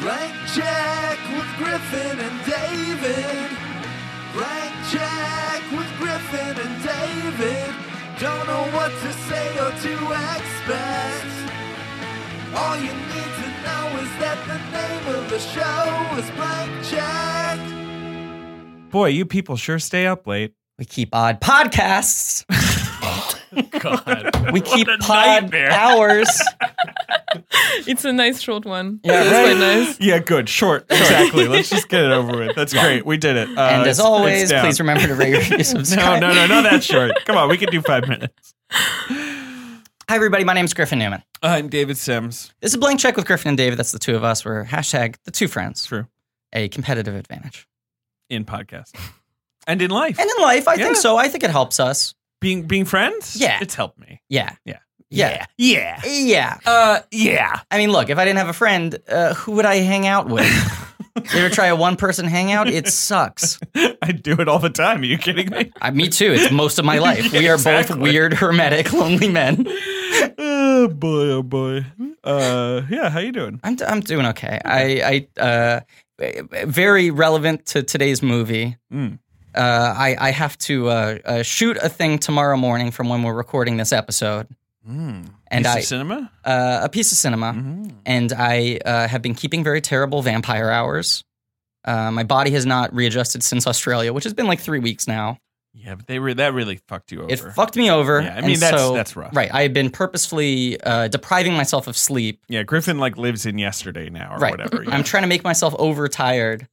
Blackjack with Griffin and David. Blackjack with Griffin and David. Don't know what to say or to expect. All you need to know is that the name of the show is Blackjack. Boy, you people sure stay up late. We keep odd podcasts. God. We keep a pod nightmare. hours. Uh, It's a nice short one. Yeah, it's right. quite nice. Yeah, good. Short. Exactly. Let's just get it over with. That's great. We did it. Uh, and it's- as it's always, down. please remember to rate, review, No, subscribe. no, no, not that short. Come on, we can do five minutes. Hi, everybody. My name's Griffin Newman. Uh, I'm David Sims. This is Blank Check with Griffin and David. That's the two of us. We're hashtag the two friends. True. A competitive advantage. In podcast and in life, And in life, I think Yeah. so. I think it helps us. being being friends, Yeah. it's helped me. Yeah. Yeah. Yeah. Yeah. Yeah. Uh. Yeah. I mean, look, if I didn't have a friend, uh, who would I hang out with? you ever try a one person hangout? It sucks. I do it all the time. Are you kidding me? I, me too. It's most of my life. Yeah, we are exactly. both weird, hermetic, lonely men. oh boy. Oh boy. Uh. Yeah. How you doing? I'm, I'm doing okay. I, I uh, very relevant to today's movie. Mm. Uh, I, I have to uh, uh, shoot a thing tomorrow morning from when we're recording this episode, Hmm. and Piece of I cinema. Mm-hmm. uh, a piece of cinema, Hmm. and I uh, have been keeping very terrible vampire hours. Uh, my body has not readjusted since Australia, which has been like three weeks now. Yeah, but they were that really fucked you over. It fucked me over. Yeah, I and mean, that's- so- that's rough. Right, I had been purposefully uh, depriving myself of sleep yeah, Griffin like lives in yesterday now or Right. whatever. yeah. I'm trying to make myself overtired.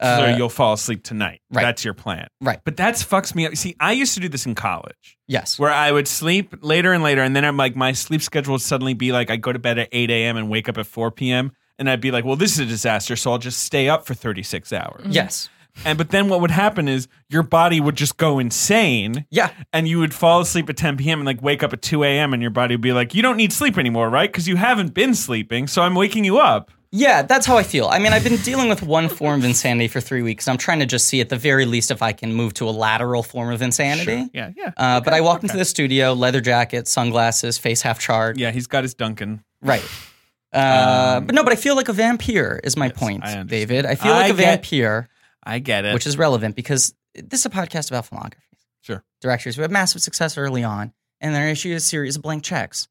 so Uh, you'll fall asleep tonight. right. That's your plan. Right. But that's fucks me up. See, I used to do this in college yes. where I would sleep later and later, and then I'm like, my sleep schedule would suddenly be like, I go to bed at 8 a.m. and wake up at 4 p.m. And I'd be like, well, this is a disaster. So I'll just stay up for 36 hours. Mm-hmm. Yes. And but then what would happen is your body would just go insane. Yeah. And you would fall asleep at 10 p.m. and like wake up at 2 a.m. and your body would be like, you don't need sleep anymore, right? Because you haven't been sleeping. So I'm waking you up. Yeah, that's how I feel. I mean, I've been dealing with one form of insanity for three weeks. I'm trying to just see at the very least if I can move to a lateral form of insanity. Yeah. Yeah. Uh, but I walked into the studio, leather jacket, sunglasses, face half charred. yeah. He's got his Duncan. Right. Uh, but no, but I feel like a vampire is my point, I understand. David. I feel I like a get- vampire, I get it. which is relevant because this is a podcast about filmography. Sure. Directors who have massive success early on, and they're issued a series of blank checks.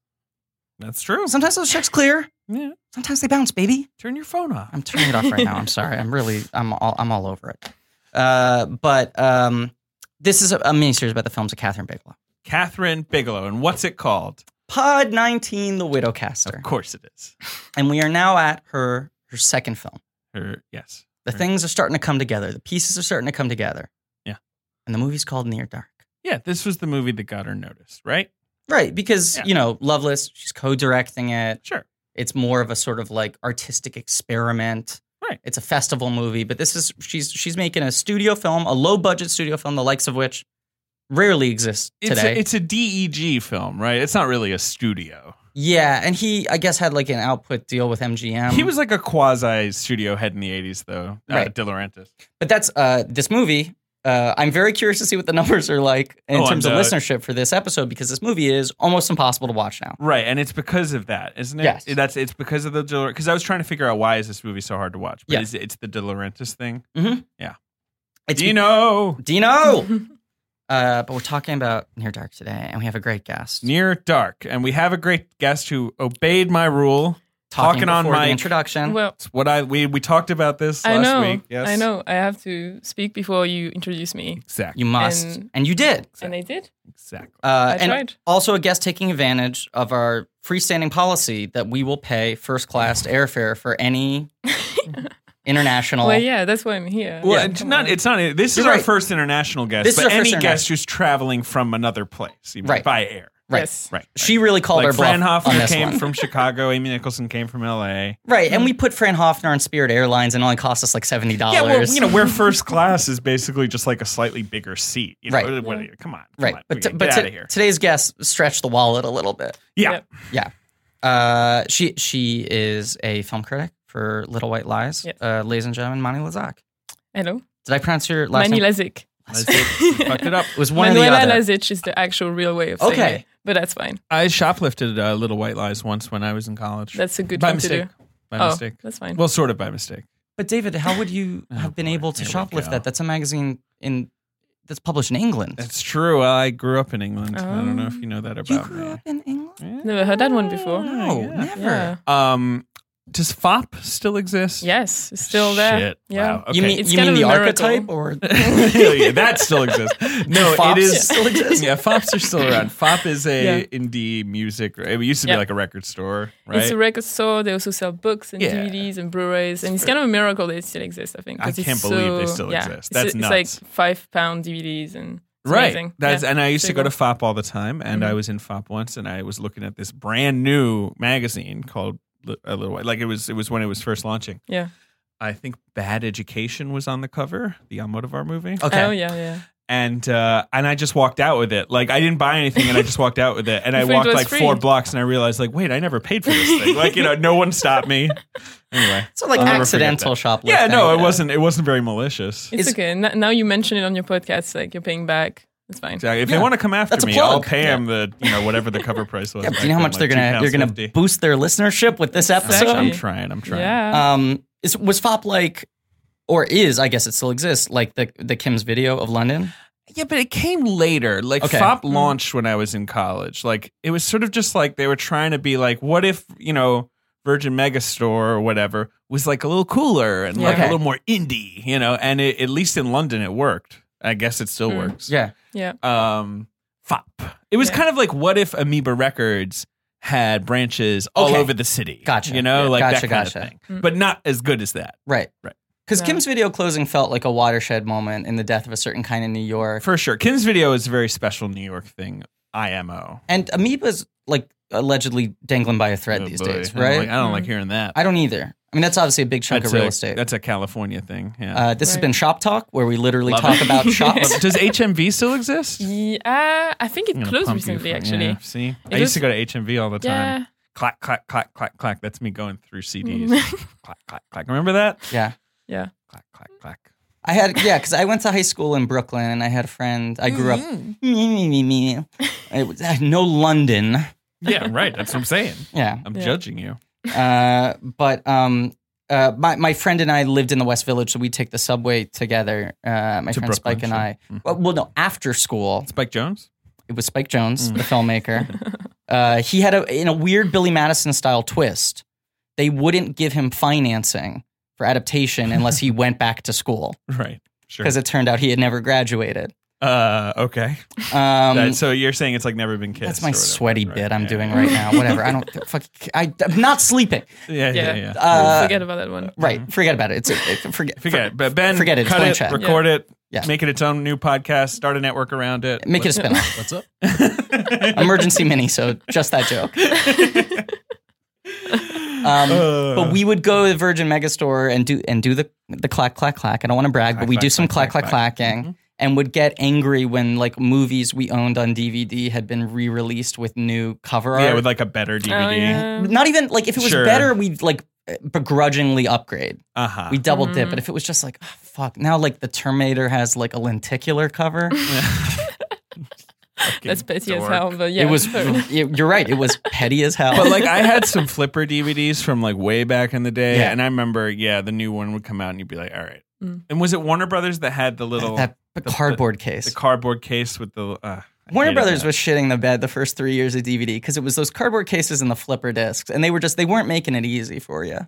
That's true. Sometimes those checks clear. Yeah. Sometimes they bounce, baby. Turn your phone off. I'm turning it off right now. I'm sorry. I'm really I'm all I'm all over it. Uh, but um, this is a, a miniseries about the films of Catherine Bigelow. Catherine Bigelow. And what's it called? Pod 19, The Of Widowcaster, course it is. and we are now at her her second film. Her, yes. The Right. things are starting to come together. The pieces are starting to come together. Yeah. and the movie's called Near Dark. Yeah. This was the movie that got her noticed, right? Right, because Yeah. you know Lovelace, she's co-directing it. Sure. It's more of a sort of like artistic experiment. Right. It's a festival movie, but this is she's she's making a studio film, a low budget studio film, the likes of which rarely exists It's today. a, it's a DEG film, right? It's not really a studio. yeah, and he I guess had like an output deal with MGM. he was like a quasi studio head in the 80s, though. Uh, Right. De Laurentiis. but that's uh this movie. Uh, I'm very curious to see what the numbers are like in Oh, terms of and, uh, listenership for this episode because this movie is almost impossible to watch now. Right, and it's because of that, isn't it? Yes. That's it's because of the because I was trying to figure out why is this movie so hard to watch. But Yeah. is it- it's the De Laurentiis thing. It's Dino Dino. uh, but we're talking about Near Dark today, and we have a great guest near dark, and we have a great guest who obeyed my rule. Talking on before the mic. introduction. Well, It's what I we we talked about this I last know. week. Yes, I know. I have to speak before you introduce me. Exactly. You must. And- and you did. And I did. Exactly. Uh, I and tried. also a guest taking advantage of our freestanding policy that we will pay first class airfare for any international. Well, yeah, that's why I'm here. Well, Yeah, it's come not. on. It's not. This is You're our right. first international guest, This is but our first any guest international- who's traveling from another place, even Right. by air, Right. Yes. right? She really called Like her Fran bluff on Hoffner this came one. from Chicago. Amy Nicholson came from L.A. right, and we put Fran Hoffner on Spirit Airlines and it only cost us like seventy dollars. Yeah, well, you know, where first class is basically just like a slightly bigger seat. You know, Right. what- what- come on, come right. on. But Okay, t- but get t- out of here. today's guest stretched the wallet a little bit. yeah, Yep. Yeah. Uh, she she is a film critic for Little White Lies. Yes. Uh, ladies and gentlemen, Mani Lazak. Hello. Did I pronounce your last Mani name? Lazic. That's it. You fucked it up. It was one Manuela or the other. Lazic is the actual real way of saying Okay. it. But that's fine. I shoplifted uh, Little White Lies once when I was in college. That's a good By thing to mistake. do. by oh, mistake. that's fine. Well, sort of by mistake. But David, how would you Oh, have been boy. able to Here we shoplift go. that? That's a magazine in that's published in England. That's true. Well, I grew up in England. I don't know if Oh. you know that about you grew me. up in England? Yeah. Never heard that one before. No, Oh, yeah. never. yeah. Um, does FOP still exist? Yes, it's still there. Shit. Yeah. Wow. Okay. You mean It's you kind mean the of a miracle. archetype or Yeah, yeah, that still exists. No, Fops it is still exist? Yeah, fops are still around. Fop is a Yeah. indie music. It used to be Yeah. like a record store, right? It's a record store. They also sell books and Yeah. DVDs and Blu-rays, and it's kind of a miracle that it still exists. I think 'cause I it's can't believe they so- still yeah, exist. It's- That's it's, nuts. like five pound DVDs and it's right. Amazing. That's yeah. and I used to go Pretty to cool. FOP all the time, and Mhm. I was in FOP once, and I was looking at this brand new magazine called Li- a little White- like it was it was when it was first launching. Yeah. I think Bad Education was on the cover, the Almodovar movie, okay? Oh yeah, yeah. and uh, and I just walked out with it. Like I didn't buy anything, and I just walked out with it. And I You thought it walked was like free. four blocks, and I realized like, wait, I never paid for this thing. like you know, no one stopped me. Anyway, So like I'll never forget accidental that. shoplifting. Yeah, no, it wasn't. It wasn't very malicious. It's, It's- okay. N- now you mention it on your podcast, like you're paying back. It's fine. Exactly. If Yeah. they want to come after That's a me, I'll plug. pay them the you know whatever the cover price was. Yeah, but back do you know how then, much like they're gonna £2.50. you're gonna boost their listenership with this episode? Exactly. I'm trying. I'm trying. Uh, Yeah. Um, is, was FOP like, or is I guess it still exists like the the Kim's video of London? Yeah, but it came later. Like Okay. FOP Mm. launched when I was in college. Like it was sort of just like they were trying to be like, what if you know Virgin Megastore or whatever was like a little cooler and like Yeah. a little more indie, you know? And it, at least in London, it worked. I guess it still Mm. works. Yeah, yeah. Um, FOP. It was Yeah. kind of like what if Amoeba Records had branches all Okay. over the city. Gotcha. You know, Yeah. like that Gotcha, kind gotcha. of thing. Mm. But not as good as that right, Right. Because Yeah. Kim's video closing felt like a watershed moment in the death of a certain kind of New York, for sure. Kim's video is a very special New York thing. IMO. and Amoeba's like allegedly dangling by a thread Oh, these boy. days, I don't right? like- I don't like Mm. hearing that. I don't either. I mean, that's obviously a big chunk of a, real estate. That's a California thing. Yeah. Uh, this has Right. been Shop Talk, where we literally Love talk it. about shops. Does HMV still exist? Yeah, I think I'm it gonna closed pump you recently, for- actually. yeah, see, I It used to is- go to HMV all the time. Yeah. Clack, clack, clack, clack, clack. That's me going through CDs. clack, clack, clack. Remember that? yeah. Yeah. Clack, clack, clack. I had yeah, because I went to high school in Brooklyn, and I had a friend. I grew up. Me, me, me, me. It was, I had no London. Yeah, right. That's what I'm saying. Yeah. I'm Yeah. judging you. Uh, but um, uh, my my friend and I lived in the West Village, so we take the subway together. Uh, my To friend Brooklyn, Spike and sure. I. Mhm. Well, well, no, after school, Spike Jones? it was Spike Jones, Mm. the filmmaker. uh, he had a in a weird Billy Madison style twist. They wouldn't give him financing for adaptation unless he went back to school Right. Sure. because it turned out he had never graduated. Uh, okay. Um, That- so you're saying it's like never been kissed. that's or my whatever, sweaty right? bit I'm Yeah, doing yeah. right now. Whatever. I don't fuck. I, I'm not sleeping. Yeah, yeah, Yeah. yeah. Uh, Forget about that one. Right. Forget about it. It's it, forget. Mm. Forget it. But Ben, forget it. It's cut my it, chat. record it, Yeah. make it its own new podcast, start a network around it. Make it a spin What's up? emergency mini. So just that joke. Um, Uh. but we would go to the Virgin Megastore and do and do the the clack clack clack. I don't want to brag, but we Clack, do clack, some clack clack, clack clack, Mm-hmm. clacking. And would get angry when like movies we owned on DVD had been re released with new cover art. Yeah, with like a better Oh, DVD. yeah. not even like if it was Sure. better, we'd like uh, begrudgingly upgrade. Uh huh. We double dip. Mhm. But if it was just like oh, fuck, now like the Terminator has like a lenticular cover. That's petty as hell, but yeah. it was. fair enough. you- You're right. It was petty as hell. But like I had some flipper DVDs from like way back in the day, Yeah. and I remember, yeah, the new one would come out, and you'd be like, "All right." Mm. And was it Warner Brothers that had the little that cardboard case. the cardboard case with the uh, I Warner hated Brothers that. was shitting the bed the first three years of DVD because it was those cardboard cases and the flipper discs, and they were just they weren't making it easy for you.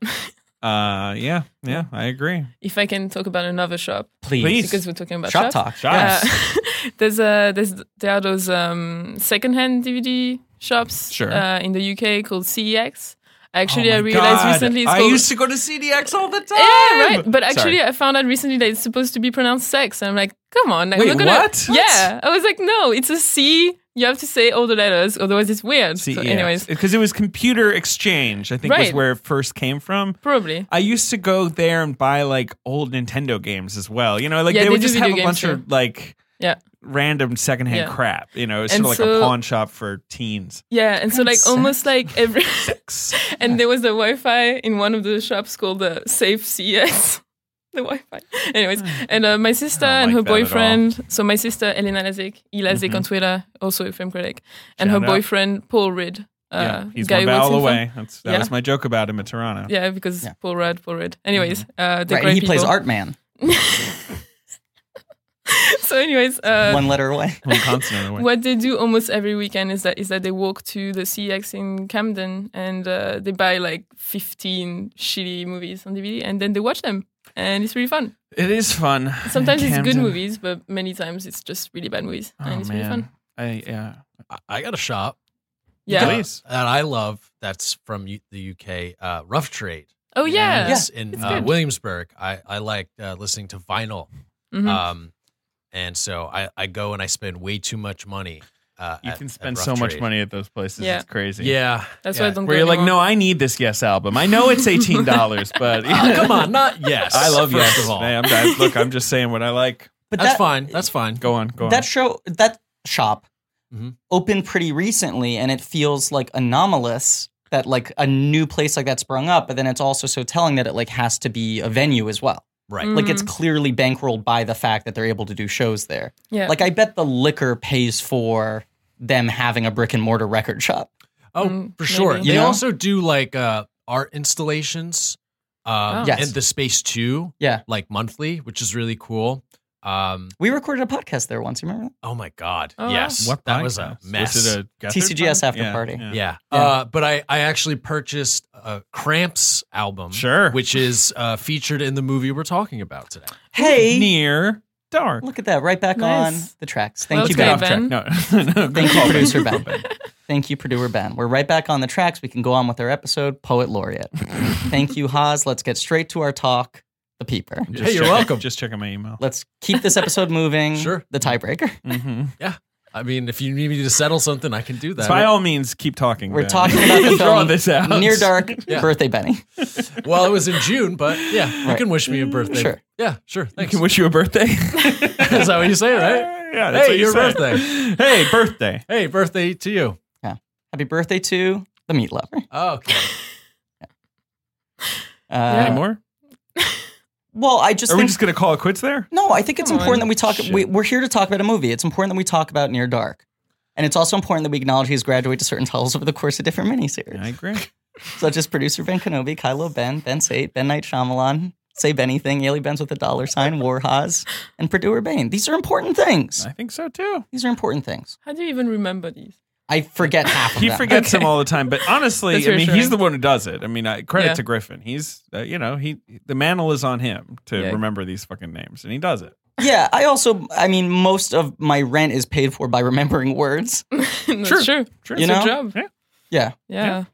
Uh, yeah, yeah, I agree. If I can talk about another shop, Please, Please. because we're talking about shop shops. talk. Shop. Yeah. Uh, there's a there's there are those um, secondhand DVD shops Sure. uh, in the UK called CEX. Actually, Oh I my realized God. recently it's I called used to go to CDX all the time. yeah, right. But actually, Sorry. uh, I found out recently that it's supposed to be pronounced sex, and I'm like, come on, like, Wait, we're gonna, what? Yeah, I was like, no, it's a C. You have to say all the letters, otherwise it's weird. So, anyways, E because it was computer exchange. I think was Right. where it first came from. probably. I used to go there and buy like old Nintendo games as well. You know, like Yeah, they they would do just video have a games bunch too. of like Yeah. random secondhand Yeah. crap. You know, it's And sort of like a so- pawn shop for teens. Yeah, and so like Sex. almost like every, Sex. and there was a Wi-Fi in one of the shops called the Safe CS. The Wi-Fi, anyways, and uh, my sister Hmm. I don't and her like that at all. Mm-hmm. boyfriend. So my sister Elena Lazik, Ilazik on Twitter, also a film critic, Shout and her out. boyfriend Paul Ridd. uh, yeah, he's one Guy vowel Wilson away. That's, that Yeah. was my joke about him at Toronto. Film. Yeah, because Yeah. Paul Rudd, Paul Rudd. Mm-hmm. Anyways, uh, the Right, great and he plays people. Art Man, so, anyways, uh, one letter away. One consonant away. what they do almost every weekend is that is that they walk to the CX in Camden and uh, they buy like 15 shitty movies on DVD and then they watch them and it's really fun. It is fun. Sometimes it's Camden. good movies, but many times it's just really bad movies Oh, and it's man. really fun. I, yeah. I- I got a shop Yeah. Really? uh, that I love. That's from U- the UK. Uh, Rough Trade. Oh yeah. Yes, in It's uh, good. Williamsburg. I I like uh, listening to vinyl. Mhm. Uh, Um, and so I I go and I spend way too much money. Uh, You at- can at spend Rough so much Trade. money at those places. Yeah. It's crazy. Yeah, That's yeah. why I don't. Where go you're like, anymore. no, I need this Yes album. I know it's eighteen dollars, but Oh, come on, not yes. I love first Yes. of all. Man, I'm- I- look, I'm just saying what I like. But That's that, fine. That's fine. Go on, go on. That show, that shop, Mhm. opened pretty recently, and it feels like anomalous that like a new place like that sprung up. But then it's also so telling that it like has to be a venue as well. Right. Mm. Like it's clearly bankrolled by the fact that they're able to do shows there. Mm-hmm. Yeah. Like I bet the liquor pays for them having a brick and mortar record shop. Oh, Mm, for sure. maybe. They You know? also do like uh, art installations. Um, Oh. Yes. And the space too. Yeah. Like monthly, which is really cool. Um, We recorded a podcast there once. You remember oh my god. Oh, wow. yes. What that was a podcast? mess. Was it a Gethard TCGS podcast? after party. yeah. Yeah. Uh, but I, I actually purchased a Cramps album, Sure. which is uh, featured in the movie we're talking about today. that? Hey, near dark. look at that! Right back Nice. on the tracks. Thank Well, you, it's Ben. good. Ben. No, no. good Thank you, call, producer Good Ben. Thank you, producer Ben. We're right back on the tracks. We can go on with our episode, Poet Laureate. Thank you, Haas. Let's get straight to our talk, The Peeper. Just Hey, you're checking- welcome. Just checking my email. Let's keep this episode moving. Sure. The tiebreaker. Mhm. I mean, if you need me to settle something, I can do that. By all means, keep talking. We're Ben. talking about the Draw film this out. Near Dark, Yeah. Birthday Benny. well, it was in June, but yeah, you Right. can wish me a birthday. Sure. Yeah, sure. I Thanks. can wish you a birthday. Is that what you say, right? Yeah, that's Hey, what you your said. birthday. Hey, birthday. Hey, birthday to you. Happy birthday to The Meat Lover. Okay. Uh, Any more? Well, I just Are we think just gonna call it quits there? No, I think it's Come important on. that we talk. Shit. We, we're here to talk about a movie. It's important that we talk about Near Dark. And it's also important that we acknowledge he's graduated to certain titles over the course of different miniseries, I agree. such as producer Ben Kenobi, Kylo Ben, Ben Sate, Ben Knight Shyamalan, Say Anything, Yaley Benz with a dollar sign, Warhaz, and Purdue Urbane. These are important things. I think so too. These are important things. How do you even remember these? I forget half of He them. forgets them all the time, but honestly, That's I mean, he's reassuring. the one who does it. I mean, I, credit Yeah. to Griffin. He's, uh, you know, he the mantle is on him to Yeah. remember these fucking names, and he does it. Yeah, I also, I mean, most of my rent is paid for by remembering words. That's Sure. true. True. It's You a know? job. Yeah. Yeah. Yeah. Yeah.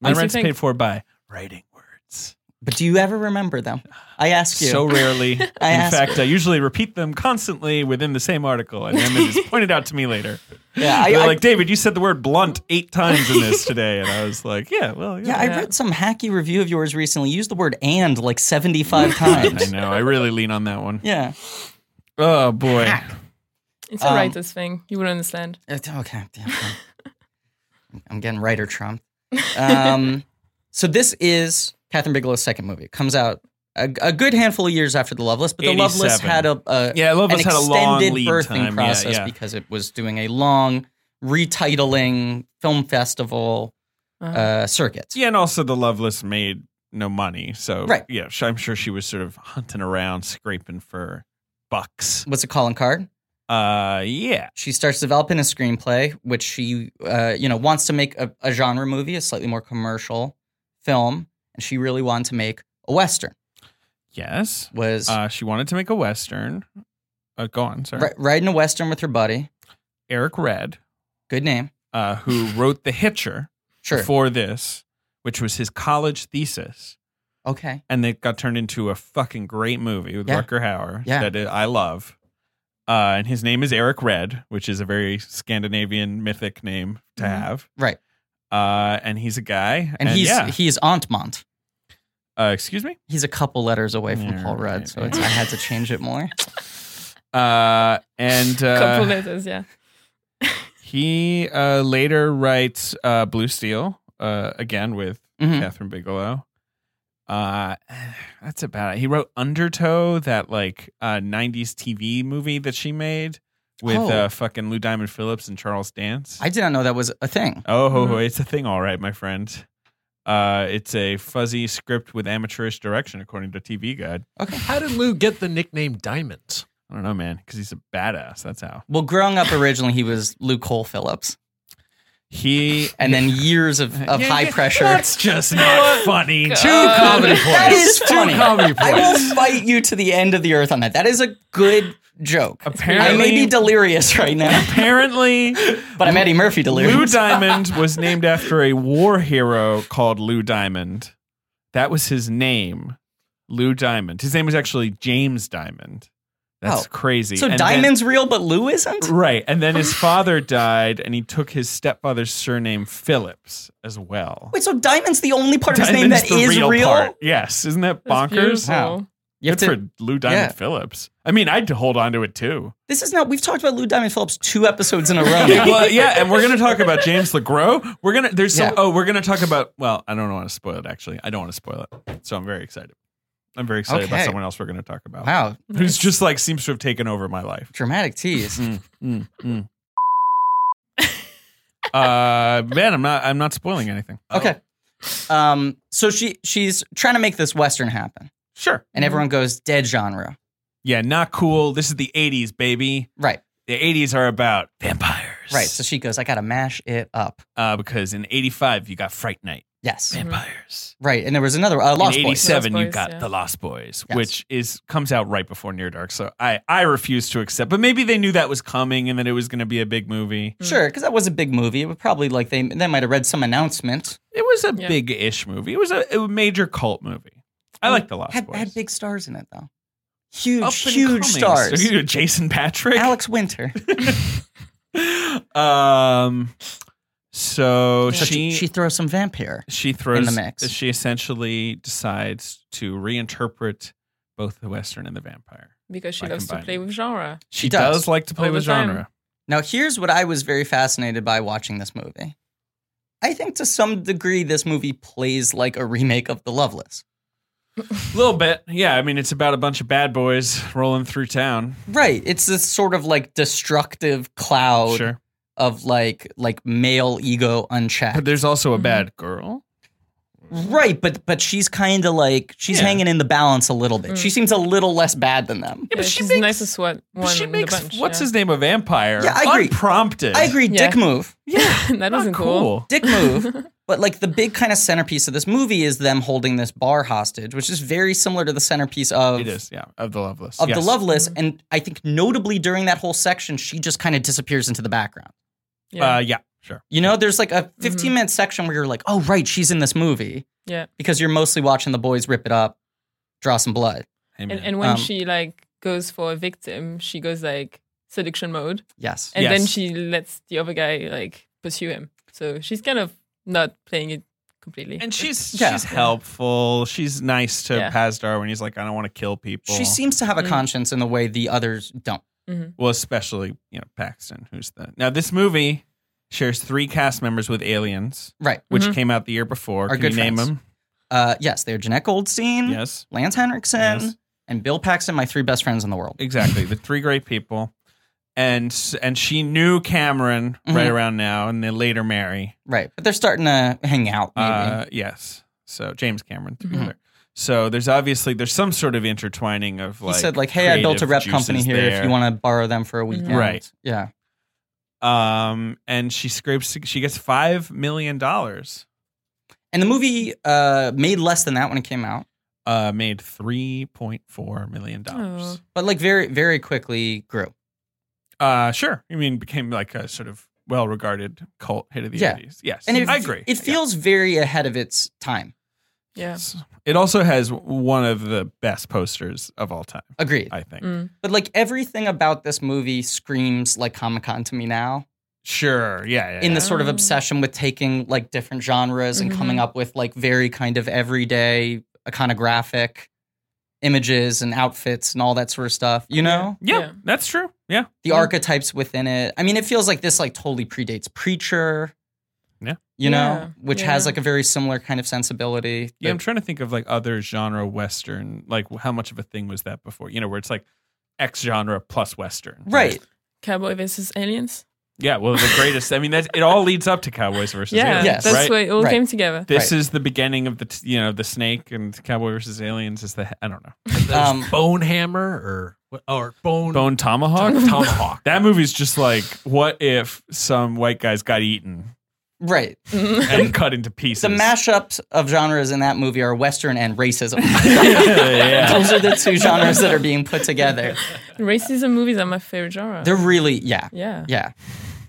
My Makes you rent's think. paid for by writing words. But do you ever remember them? I ask you. So rarely. In I ask- fact, I usually repeat them constantly within the same article, and then it is pointed out to me later. yeah, I, They're I- like, David, you said the word blunt eight times in this today, and I was like, yeah, well, Yeah, yeah. I Yeah. read some hacky review of yours recently. You used the word and like 75 I times. know. I really lean on that one. yeah. Oh boy. It's a Um, writer's thing. You would understand. It- Uh, Okay. damn, fine. I'm getting writer Trump. Um, so this is Catherine Bigelow's second movie. It comes out a, a good handful of years after The Loveless, but The Loveless 87. had a, a Yeah, an Loveless had a long extended lead birthing time. process yeah, yeah. because it was doing a long retitling film festival Uh, uh, circuit. Yeah, and also the Loveless made no money, so Right. Yeah, sh- I'm sure she was sort of hunting around, scraping for bucks. What's it calling card? Uh, yeah, she starts developing a screenplay, which she, uh, you know, wants to make a, a genre movie, a slightly more commercial film, and she really wanted to make a western. yes. Was Uh, she wanted to make a western. Uh, go on, sorry. ri- riding a western with her buddy. Eric Red, Good name, uh, who wrote The Hitcher sure. before this, which was his college thesis. okay, and they got turned into a fucking great movie with Yeah. Rucker Hauer Yeah. that I love. Uh, and his name is Eric Red, which is a very Scandinavian mythic name to Mhm. have. Right. Uh, and he's a guy, and, he's yeah. he's Aunt Mont. uh, excuse me. He's a couple letters away from Yeah, Paul right, Rudd, so it's, I had to change it more. Uh, and couple uh, letters, yeah. he uh, later writes uh, Blue Steel uh, again with Mhm. Catherine Bigelow. Uh, that's about it. He wrote Undertow, that like uh, '90s TV movie that she made. with Oh. uh, fucking Lou Diamond Phillips and Charles Dance. I Mm-hmm. did not know that was a thing. oh, ho, ho, Mhm. it's a thing, all right, my friend. Uh, it's a fuzzy script with amateurish direction, according to TV Guide. How did Lou get the nickname Diamond? I don't know, man, because he's a badass. That's how Well, growing up originally, he was Lou Cole Phillips, he. and then years of, of Yeah, high yeah, pressure. That's just not funny. God. Two Uh, comedy points. that is funny. Two comedy I will points. fight you to the end of the earth on that. That is a good joke. I may be Apparently, delirious right now, apparently, but I'm Eddie Murphy Lou delirious. Diamond was named after a war hero called Lou Diamond. That was his name, Lou Diamond. His name was actually James Diamond. That's Oh. crazy. So And then- Diamond's real, but Lou isn't? Right. And then his father died, and he took his stepfather's surname Phillips as well. Wait, so Diamond's the only part of his name Diamond's that the is real? part. Yes. Isn't that That's bonkers? beautiful. Wow. You have Good to, for Lou Diamond yeah. Phillips. I mean, I'd hold on to it too. this is now, we've talked about Lou Diamond Phillips two episodes in a row now. well, yeah, and we're gonna talk about James LeGros. We're gonna there's some Yeah. oh, we're gonna talk about well, I don't want to spoil it actually. I don't want to spoil it. So I'm very excited. I'm very excited about Okay. someone else we're gonna talk about. wow, Who's just like seems to have taken over my life. dramatic tease. Mm, mm. uh man, I'm not I'm not spoiling anything. Oh. Okay. Um, so she she's trying to make this Western happen, Sure. and everyone goes dead genre. Yeah, not cool. This is the eighties, baby. Right, The eighties are about vampires. right. So she goes, I gotta mash it up. uh because in eighty five you got Fright Night. Yes, Vampires. right. And there was another uh, Lost in Boys. 87 Lost you Boys, got yeah. the lost boys Yes. which is comes out right before near dark so i i refuse to accept but maybe they knew that was coming and that it was going to be a big movie Sure, because that was a big movie. It would probably like they they might have read some announcement. it was a Yeah. big-ish movie it was a, a major cult movie i like the lost Had, boys had big stars in it though. Huge, Up and coming. huge So stars. you- jason patrick Alex Winter. um so So she, she, she throws some vampire. she throws in the mix. she essentially decides to reinterpret both the western and the vampire because she By loves to combining. play with genre. she, does. like to play All the with time. genre Now, here's what I was very fascinated by watching this movie. I think to some degree, this movie plays like a remake of The Loveless. A little bit. Yeah, I mean, it's about a bunch of bad boys rolling through town. Right. It's this sort of like destructive cloud Sure. of like like male ego But unchecked. there's also a Mhm. bad girl. Mm-hmm. Right, but but she's kind of like she's Yeah. hanging in the balance a little bit. Mm. She seems a little less bad than them. Yeah, but she she's makes- the nicest one. But one she in the makes, bunch, what's yeah. his name, a vampire. Yeah, I agree. Unprompted. I agree, dick Yeah. move. Yeah. that wasn't Not cool. Dick move. but like the big kind of centerpiece of this movie is them holding this bar hostage, which is very similar to the centerpiece of It is, yeah. Of the Loveless. of the Yes. Loveless, Mm-hmm. and I think notably during that whole section, she just kind of disappears into the background. Yeah. Uh, yeah, sure. You know, there's like a 15 Mhm. minute section where you're like, oh right, she's in this movie yeah. because you're mostly watching the boys rip it up, draw some blood. Amen. And, and when Um, she like goes for a victim, she goes like seduction mode, Yes, and then Yes. she lets the other guy like pursue him. So she's kind of not playing it completely. And she's Yeah. she's helpful. She's nice to Yeah. Pazdar when he's like, I don't want to kill people. she seems to have a Mm. conscience in the way the others don't. well, especially you know Paxton, who's the now this movie shares three cast members with aliens, Right. which Mhm. came out the year before. Our Can good you name friends. them? Uh, yes, they're Jeanette Goldstein, Mm-hmm. Yes. Lance Henriksen, Yes. and Bill Paxton, my three best friends in the world. Exactly, the three great people, and and she knew Cameron right Mhm. around now, and then later Mary. Right, but they're starting to hang out. Maybe. Uh, yes, so James Cameron to be Mhm. clear. So there's obviously there's some sort of intertwining of he like said like, hey, I built a creative rep company juices here. If there. you want to borrow them for a weekend, Right. Yeah, Um, and she scrapes she gets five million dollars. and the movie uh, made less than that when it came out. Uh, made three point four million dollars. but like very very quickly grew. Uh, sure. I mean, became like a sort of well-regarded cult hit of the Yeah. 80s. Yes, And it, I agree. It Yeah. feels very ahead of its time. yeah. It also has one of the best posters of all time, Agreed. I think. Mm. But like everything about this movie screams like Comic Con to me now. Sure. Yeah. yeah, In yeah. the sort of Yeah. obsession with taking like different genres and Mhm. coming up with like very kind of everyday iconographic images and outfits and all that sort of stuff. You know Yeah, Yeah. that's true. Yeah. the Yeah. archetypes within it. I mean, it feels like this like totally predates Preacher. Yeah. You Yeah. know, which has Yeah. like a very similar kind of sensibility. Yeah. I'm that- trying to think of like other genre Western, like how much of a thing was that before? You know, where it's like X genre plus Western. right. Cowboy versus Aliens. Yeah, well, the greatest. I mean, that's, it all leads up to Cowboys versus Yeah, Aliens, Yes. that's right? why it all Right. came together. this Right. is the beginning of the t- you know the snake and Cowboy versus Aliens is the I don't know Um, Bone hammer or what- or Mm. bone, bone tomahawk. tomahawk. That movie's just like, what if some white guys got eaten right. and cut into pieces? The mashups of genres in that movie are Western and racism. yeah. Those are the two genres that are being put together. Racism movies are my favorite genre. They're really, yeah. yeah. Yeah.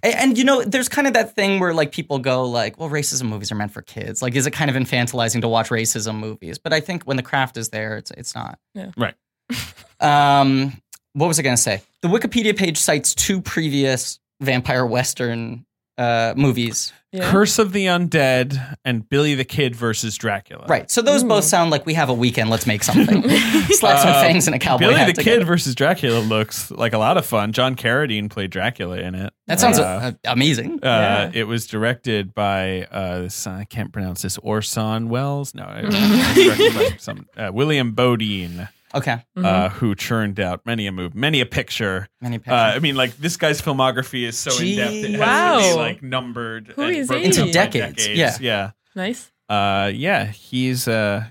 A- And you know, there's kind of that thing where like people go like, well, racism movies are meant for kids. Like, is it kind of infantilizing to watch racism movies? But I think when the craft is there, it's it's not. Yeah. Right. um, what was I gonna say? The Wikipedia page cites two previous vampire western uh, movies. yeah. Curse of the Undead and Billy the Kid versus Dracula. Right. So those both Ooh. sound like we have a weekend, let's make something. Slap some Uh, fangs in a cowboy Billy hat the together. Kid versus Dracula looks like a lot of fun. John Carradine played Dracula in it. That sounds Uh, uh, amazing. Uh Yeah. it was directed by uh, this, I can't pronounce this Orson Welles. No, I don't know. It's directed by some uh, William Bodine, Okay. uh, Mm-hmm. who churned out many a move, many a picture. Many pictures. Uh, I mean, like this guy's filmography is so in depth; it has to be Wow. like numbered Who and is broken he? Into up by decades, yeah, Nice. yeah. Uh, yeah he's uh,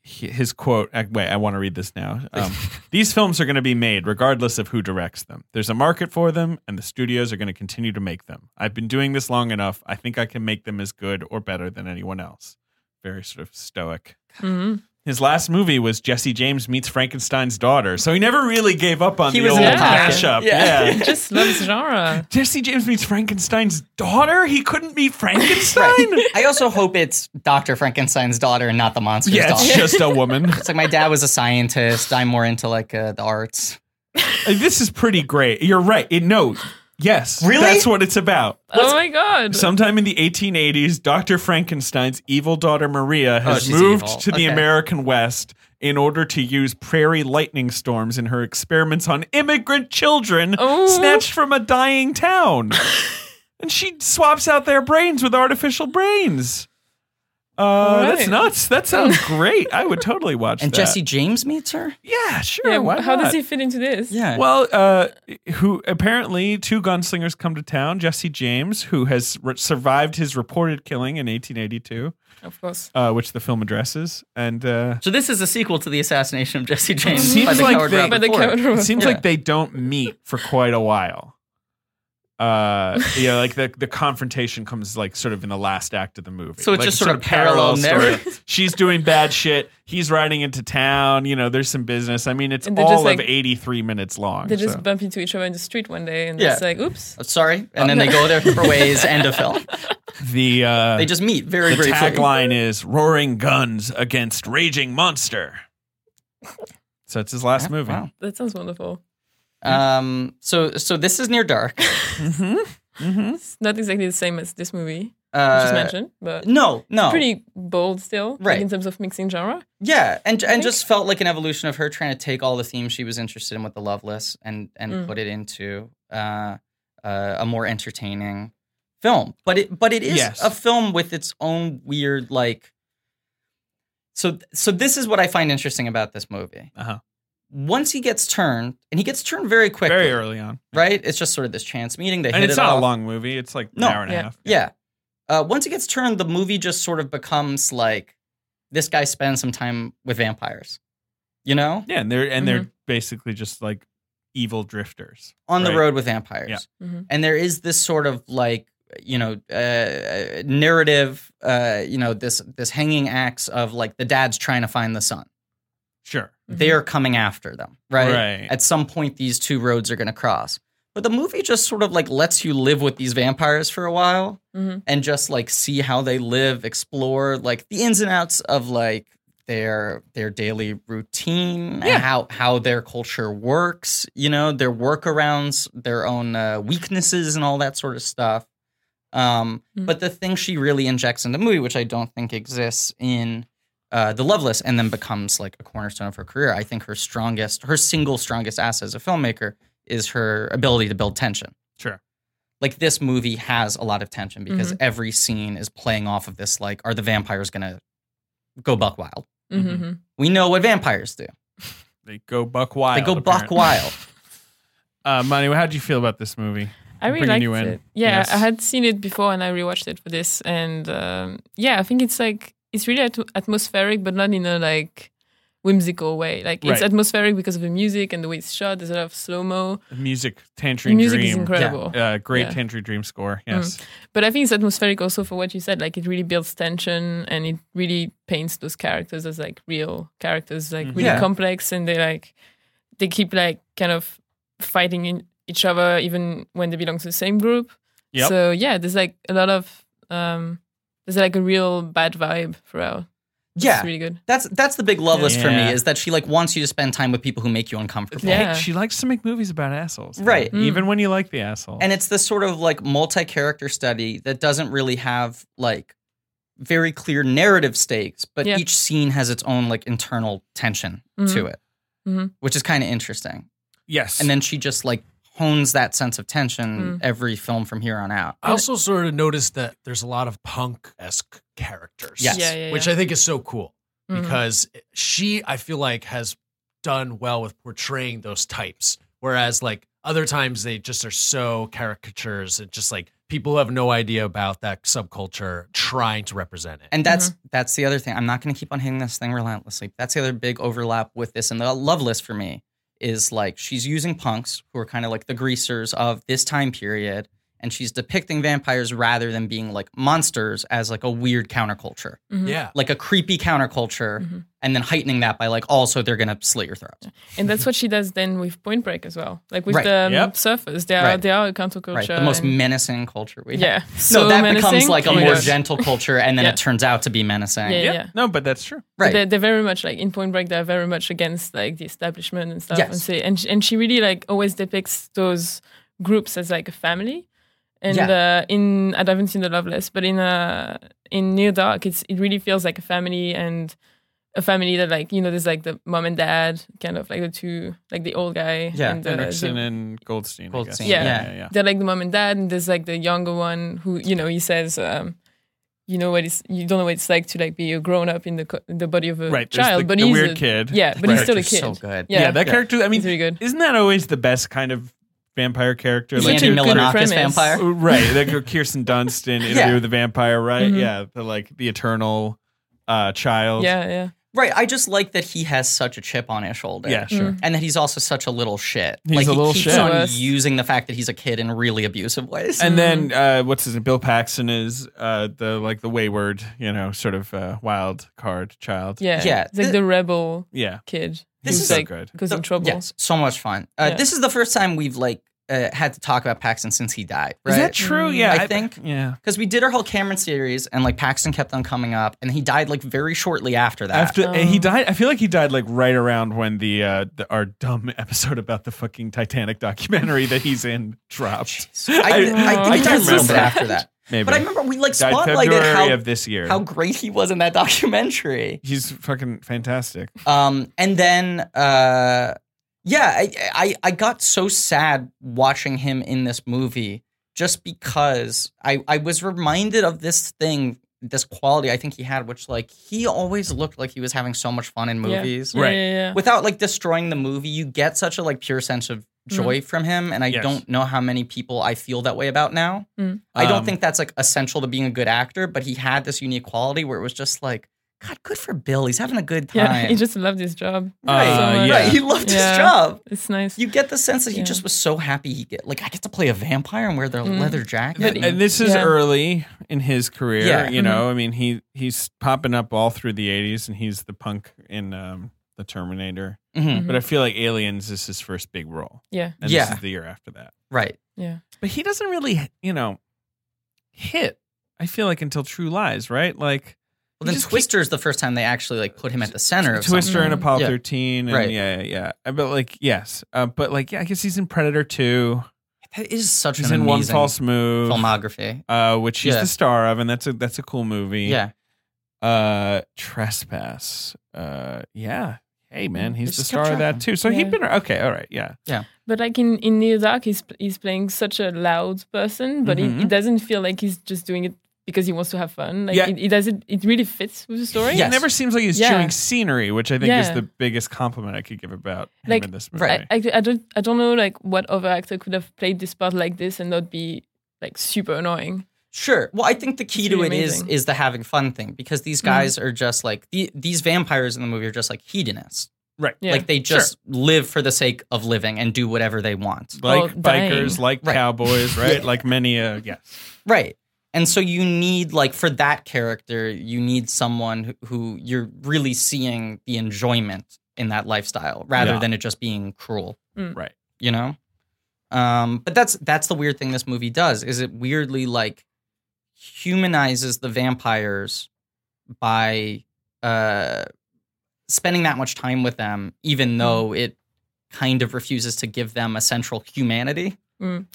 he- his quote. uh, Wait, I want to read this now. Um, These films are going to be made regardless of who directs them. There's a market for them, and the studios are going to continue to make them. I've been doing this long enough. I think I can make them as good or better than anyone else. Very sort of stoic. hmm His last movie was Jesse James meets Frankenstein's daughter, so he never really gave up on He the was old in the pocket. mashup. Yeah. yeah. Just loves genre. Jesse James meets Frankenstein's daughter. He couldn't meet Frankenstein. I also hope it's Dr. Frankenstein's daughter and not the monster's yeah, daughter. it's just a woman. It's like my dad was a scientist. I'm more into like uh, the arts. Uh, this is pretty great. You're right. It, no, yes, Really? that's what it's about. oh my god. Sometime in the 1880s, Dr. Frankenstein's evil daughter Maria has she's moved evil. to the Okay. American West in order to use prairie lightning storms in her experiments on immigrant children Oh. snatched from a dying town. and she swaps out their brains with artificial brains. Uh, That's Right. nuts. That sounds great. I would totally watch And that. Jesse James meets her? Yeah, sure. yeah, why how not? does he fit into this? Yeah. Well, uh, who apparently two gunslingers come to town. Jesse James, who has re- survived his reported killing in 1882, Of course. uh, which the film addresses, and uh, so this is a sequel to the assassination of Jesse James by seems the like Coward they, Rob. By the Ford. Coward Rob. it seems Yeah. like they don't meet for quite a while. Uh, yeah, like the the confrontation comes like sort of in the last act of the movie. So it's Like, just sort of parallel story. narrative. She's doing bad shit. He's riding into town. You know, there's some business. I mean, it's And all they're just, of like- 83 minutes long. They just so. bump into each other in the street one day and Yeah. it's like, oops. Oh, Sorry. And then they go their separate ways, end of film. the uh, They just meet very the briefly. tagline is "Roaring Guns Against Raging Monster." So it's his last movie. Wow. That sounds wonderful. Um, so, so this is Near Dark. It's not exactly the same as this movie I just Uh, mentioned, but no, no. pretty bold still, like, Oh. Right. in terms of mixing genre. Yeah, and and just felt like an evolution of her trying to take all the themes she was interested in with the Loveless and and Mm. put it into uh, uh, a more entertaining film. But it but it is Yes. a film with its own weird like. So so this is what I find interesting about this movie. Uh-huh. Once he gets turned, and he gets turned very quickly, Very early on, right? It's just sort of this chance meeting. They and hit it's it not off. a long movie. It's like No. an hour and a Yeah. half. Yeah. Uh, once he gets turned, the movie just sort of becomes like this guy spends some time with vampires, you know, yeah, and they're and they're basically just like evil drifters. on the Right. road with vampires. Yeah. Mhm. And there is this sort of like, you know, uh, narrative, uh, you know, this this hanging axe of like the dad's trying to find the son. Sure. Mm-hmm. They are coming after them, right? Right. At some point, these two roads are going to cross. But the movie just sort of like lets you live with these vampires for a while. Mhm. and just like see how they live, explore like the ins and outs of like their their daily routine, Yeah. how how their culture works, you know, their workarounds, their own uh, weaknesses, and all that sort of stuff. Um, Mm. But the thing she really injects in the movie, which I don't think exists in uh, the Loveless, and then becomes like a cornerstone of her career. I think her strongest, her single strongest asset as a filmmaker is her ability to build tension Sure. Mm-hmm. like this movie has a lot of tension because every scene is playing off of this like are the vampires gonna go buck wild Mhm. Mm-hmm. we know what vampires do They go buck wild. they go buck apparently. wild Uh, Manu, how'd you feel about this movie? I really bringing liked you in. it. Yeah, Yes. I had seen it before and I rewatched it for this. And um, yeah, I think it's like it's really at- atmospheric, but not in a like whimsical way. Like it's Right. atmospheric because of the music and the way it's shot. There's a lot of slow mo. The music, The Tantry music Dream. is incredible. Uh, great Yeah. Tantry Dream score. Yes. But I think it's atmospheric also for what you said. Like it really builds tension and it really paints those characters as like real characters, like really Yeah. complex, and they like they keep like kind of fighting in each other even when they belong to the same group. Yep. So yeah, there's like a lot of um there's like a real bad vibe throughout. Yeah. It's really good. That's that's the big Loveless for Yeah. me is that she like wants you to spend time with people who make you uncomfortable. Yeah. Hey, she likes to make movies about assholes. Right. Mm. Even when you like the asshole. And it's this sort of like multi-character study that doesn't really have like very clear narrative stakes, but Yeah. each scene has its own like internal tension to Mhm. it, Mhm. which is kind of interesting. yes. And then she just like hones that sense of tension every film from here on out. I also sort of noticed that there's a lot of punk esque characters. Yes. Yeah, yeah, Which yeah. I think is so cool Mhm. because she, I feel like, has done well with portraying those types. Whereas, like, other times they just are so caricatures and just like people who have no idea about that subculture trying to represent it. And that's Mm-hmm. that's the other thing. I'm not going to keep on hitting this thing relentlessly. That's the other big overlap with this and the love list for me is like she's using punks who are kind of like the greasers of this time period, and she's depicting vampires rather than being like monsters as like a weird counterculture, Mhm. yeah. like a creepy counterculture, Mhm. and then heightening that by like also they're going to slit your throat. And that's what she does then with Point Break as well. Like with Right. the um, Yep. surfers, they are Right. they are a counterculture. Right, the most and- menacing culture we have. Oh, yeah. No, So that menacing. becomes like a Oh my more God. gentle culture, and then Yeah. it turns out to be menacing. Yeah, yeah. yeah. No, but that's true. But Right. They're, they're very much like in Point Break. They're very much against like the establishment and stuff. Yes. And, say, and she, and she really like always depicts those groups as like a family. And uh, in I haven't seen The Loveless, but in uh, in Near Dark, it's it really feels like a family and a family that like you know there's like the mom and dad kind of like the two like the old guy Yeah, and, uh, Hendrickson the- and Goldstein. I guess. Goldstein, Yeah. Yeah. yeah. they're like the mom and dad, and there's like the younger one who you know he says, um, you know what it's you don't know what it's like to like be a grown up in the co- the body of a Right. there's child, the, but the he's weird a- kid. Yeah, but he's still a Character's kid. so good. Yeah, Yeah, that character. I mean, He's really good. isn't that always the best kind of vampire character? It's Andy such a good Milonakis premise. vampire. Uh, right? Like a Kirsten Dunst in Interview Yeah. with the Vampire, right? Mhm. Yeah, the like the eternal uh, child. Yeah, yeah. Right. I just like that he has such a chip on his shoulder. yeah, sure. Mm. And that he's also such a little shit. He's like a little he keeps shit. on Yes. using the fact that he's a kid in really abusive ways. Mm-hmm. And then uh, what's his name? Bill Paxton is uh, the like the wayward, you know, sort of uh, wild card child. Yeah. Yeah. It's like the rebel yeah, kid. This who's is so like good. goes in trouble. Yes, so much fun. Uh, Yeah. This is the first time we've like uh, had to talk about Paxton since he died, Is that right? Mm. true? Yeah, I think. Yeah, Because we did our whole Cameron series, and like Paxton kept on coming up, and he died like very shortly after that. after and he Um, died, I feel like he died like right around when the, uh, the our dumb episode about the fucking Titanic documentary that he's in dropped. I, I, think I he died can't a little remember. bit after that. Maybe, But I remember we like died spotlighted February how of this year. how great he was in that documentary. he's fucking fantastic. Um, and then, uh, yeah, I, I I got so sad watching him in this movie just because I I was reminded of this thing, this quality I think he had, which like he always looked like he was having so much fun in Yeah. movies, Yeah, Right. yeah, yeah. Without like destroying the movie, you get such a like pure sense of Mm-hmm. joy from him, and I Yes. don't know how many people I feel that way about now. Mm. I don't Um, think that's like essential to being a good actor, but he had this unique quality where it was just like. God, good for Bill. He's having a good time. Yeah, he just loved his job. Right. Uh, So much. yeah. Right. He loved his Yeah. job. It's nice. You get the sense that he Yeah. just was so happy he get like I get to play a vampire and wear their Mm. leather jacket. But- and this is Yeah. early in his career. Yeah. You know, I mean, he he's popping up all through the '80s, and he's the punk in um, the Terminator. Mm. Mhm. But I feel like Aliens is his first big role, yeah. and Yeah. this is the year after that. Right. Yeah. But he doesn't really, you know, hit. I feel like until True Lies, right? Like Well, then just keep- Twister's the first time they actually like put him at the center of Twister and something. Apollo Yeah. 13, and Right. yeah, yeah, yeah. Uh, But like, yes, uh, but like, yeah, I guess he's in Predator 2. something. That is such He's an in One amazing False Move, filmography. uh, which he's Yeah. the star of, and that's a that's a cool movie. Yeah. uh trespass uh yeah hey man he's Just the kept star of that traveling. too so he'd Yeah. been okay all right yeah But like in in Near Dark, he's he's playing such a loud person, but he, Mhm. Mm-hmm. it doesn't feel like he's just doing it because he wants to have fun. Like Yeah. it, it does it. It really fits with the story. Yes. It never seems like he's Yeah. chewing scenery, which I think is Yeah. the biggest compliment I could give about him Like, in this movie. I, I, I don't I don't know like what other actor could have played this part like this and not be like super annoying. Sure. Well, I think the key It's to it really is amazing. Mm-hmm. is the having fun thing because these guys are just like the, these vampires in the movie are just like hedonists. right. Yeah. Like they just live for the sake of living and do whatever they want. Like Oh, dang. bikers, like Right. cowboys, right? Like many, uh, yeah. Right. And so you need like for that character, you need someone who, who you're really seeing the enjoyment in that lifestyle rather Yeah. than it just being cruel. Mm. Right. You know? Um, but that's that's the weird thing this movie does is it weirdly like humanizes the vampires by uh spending that much time with them even though it kind of refuses to give them a central humanity.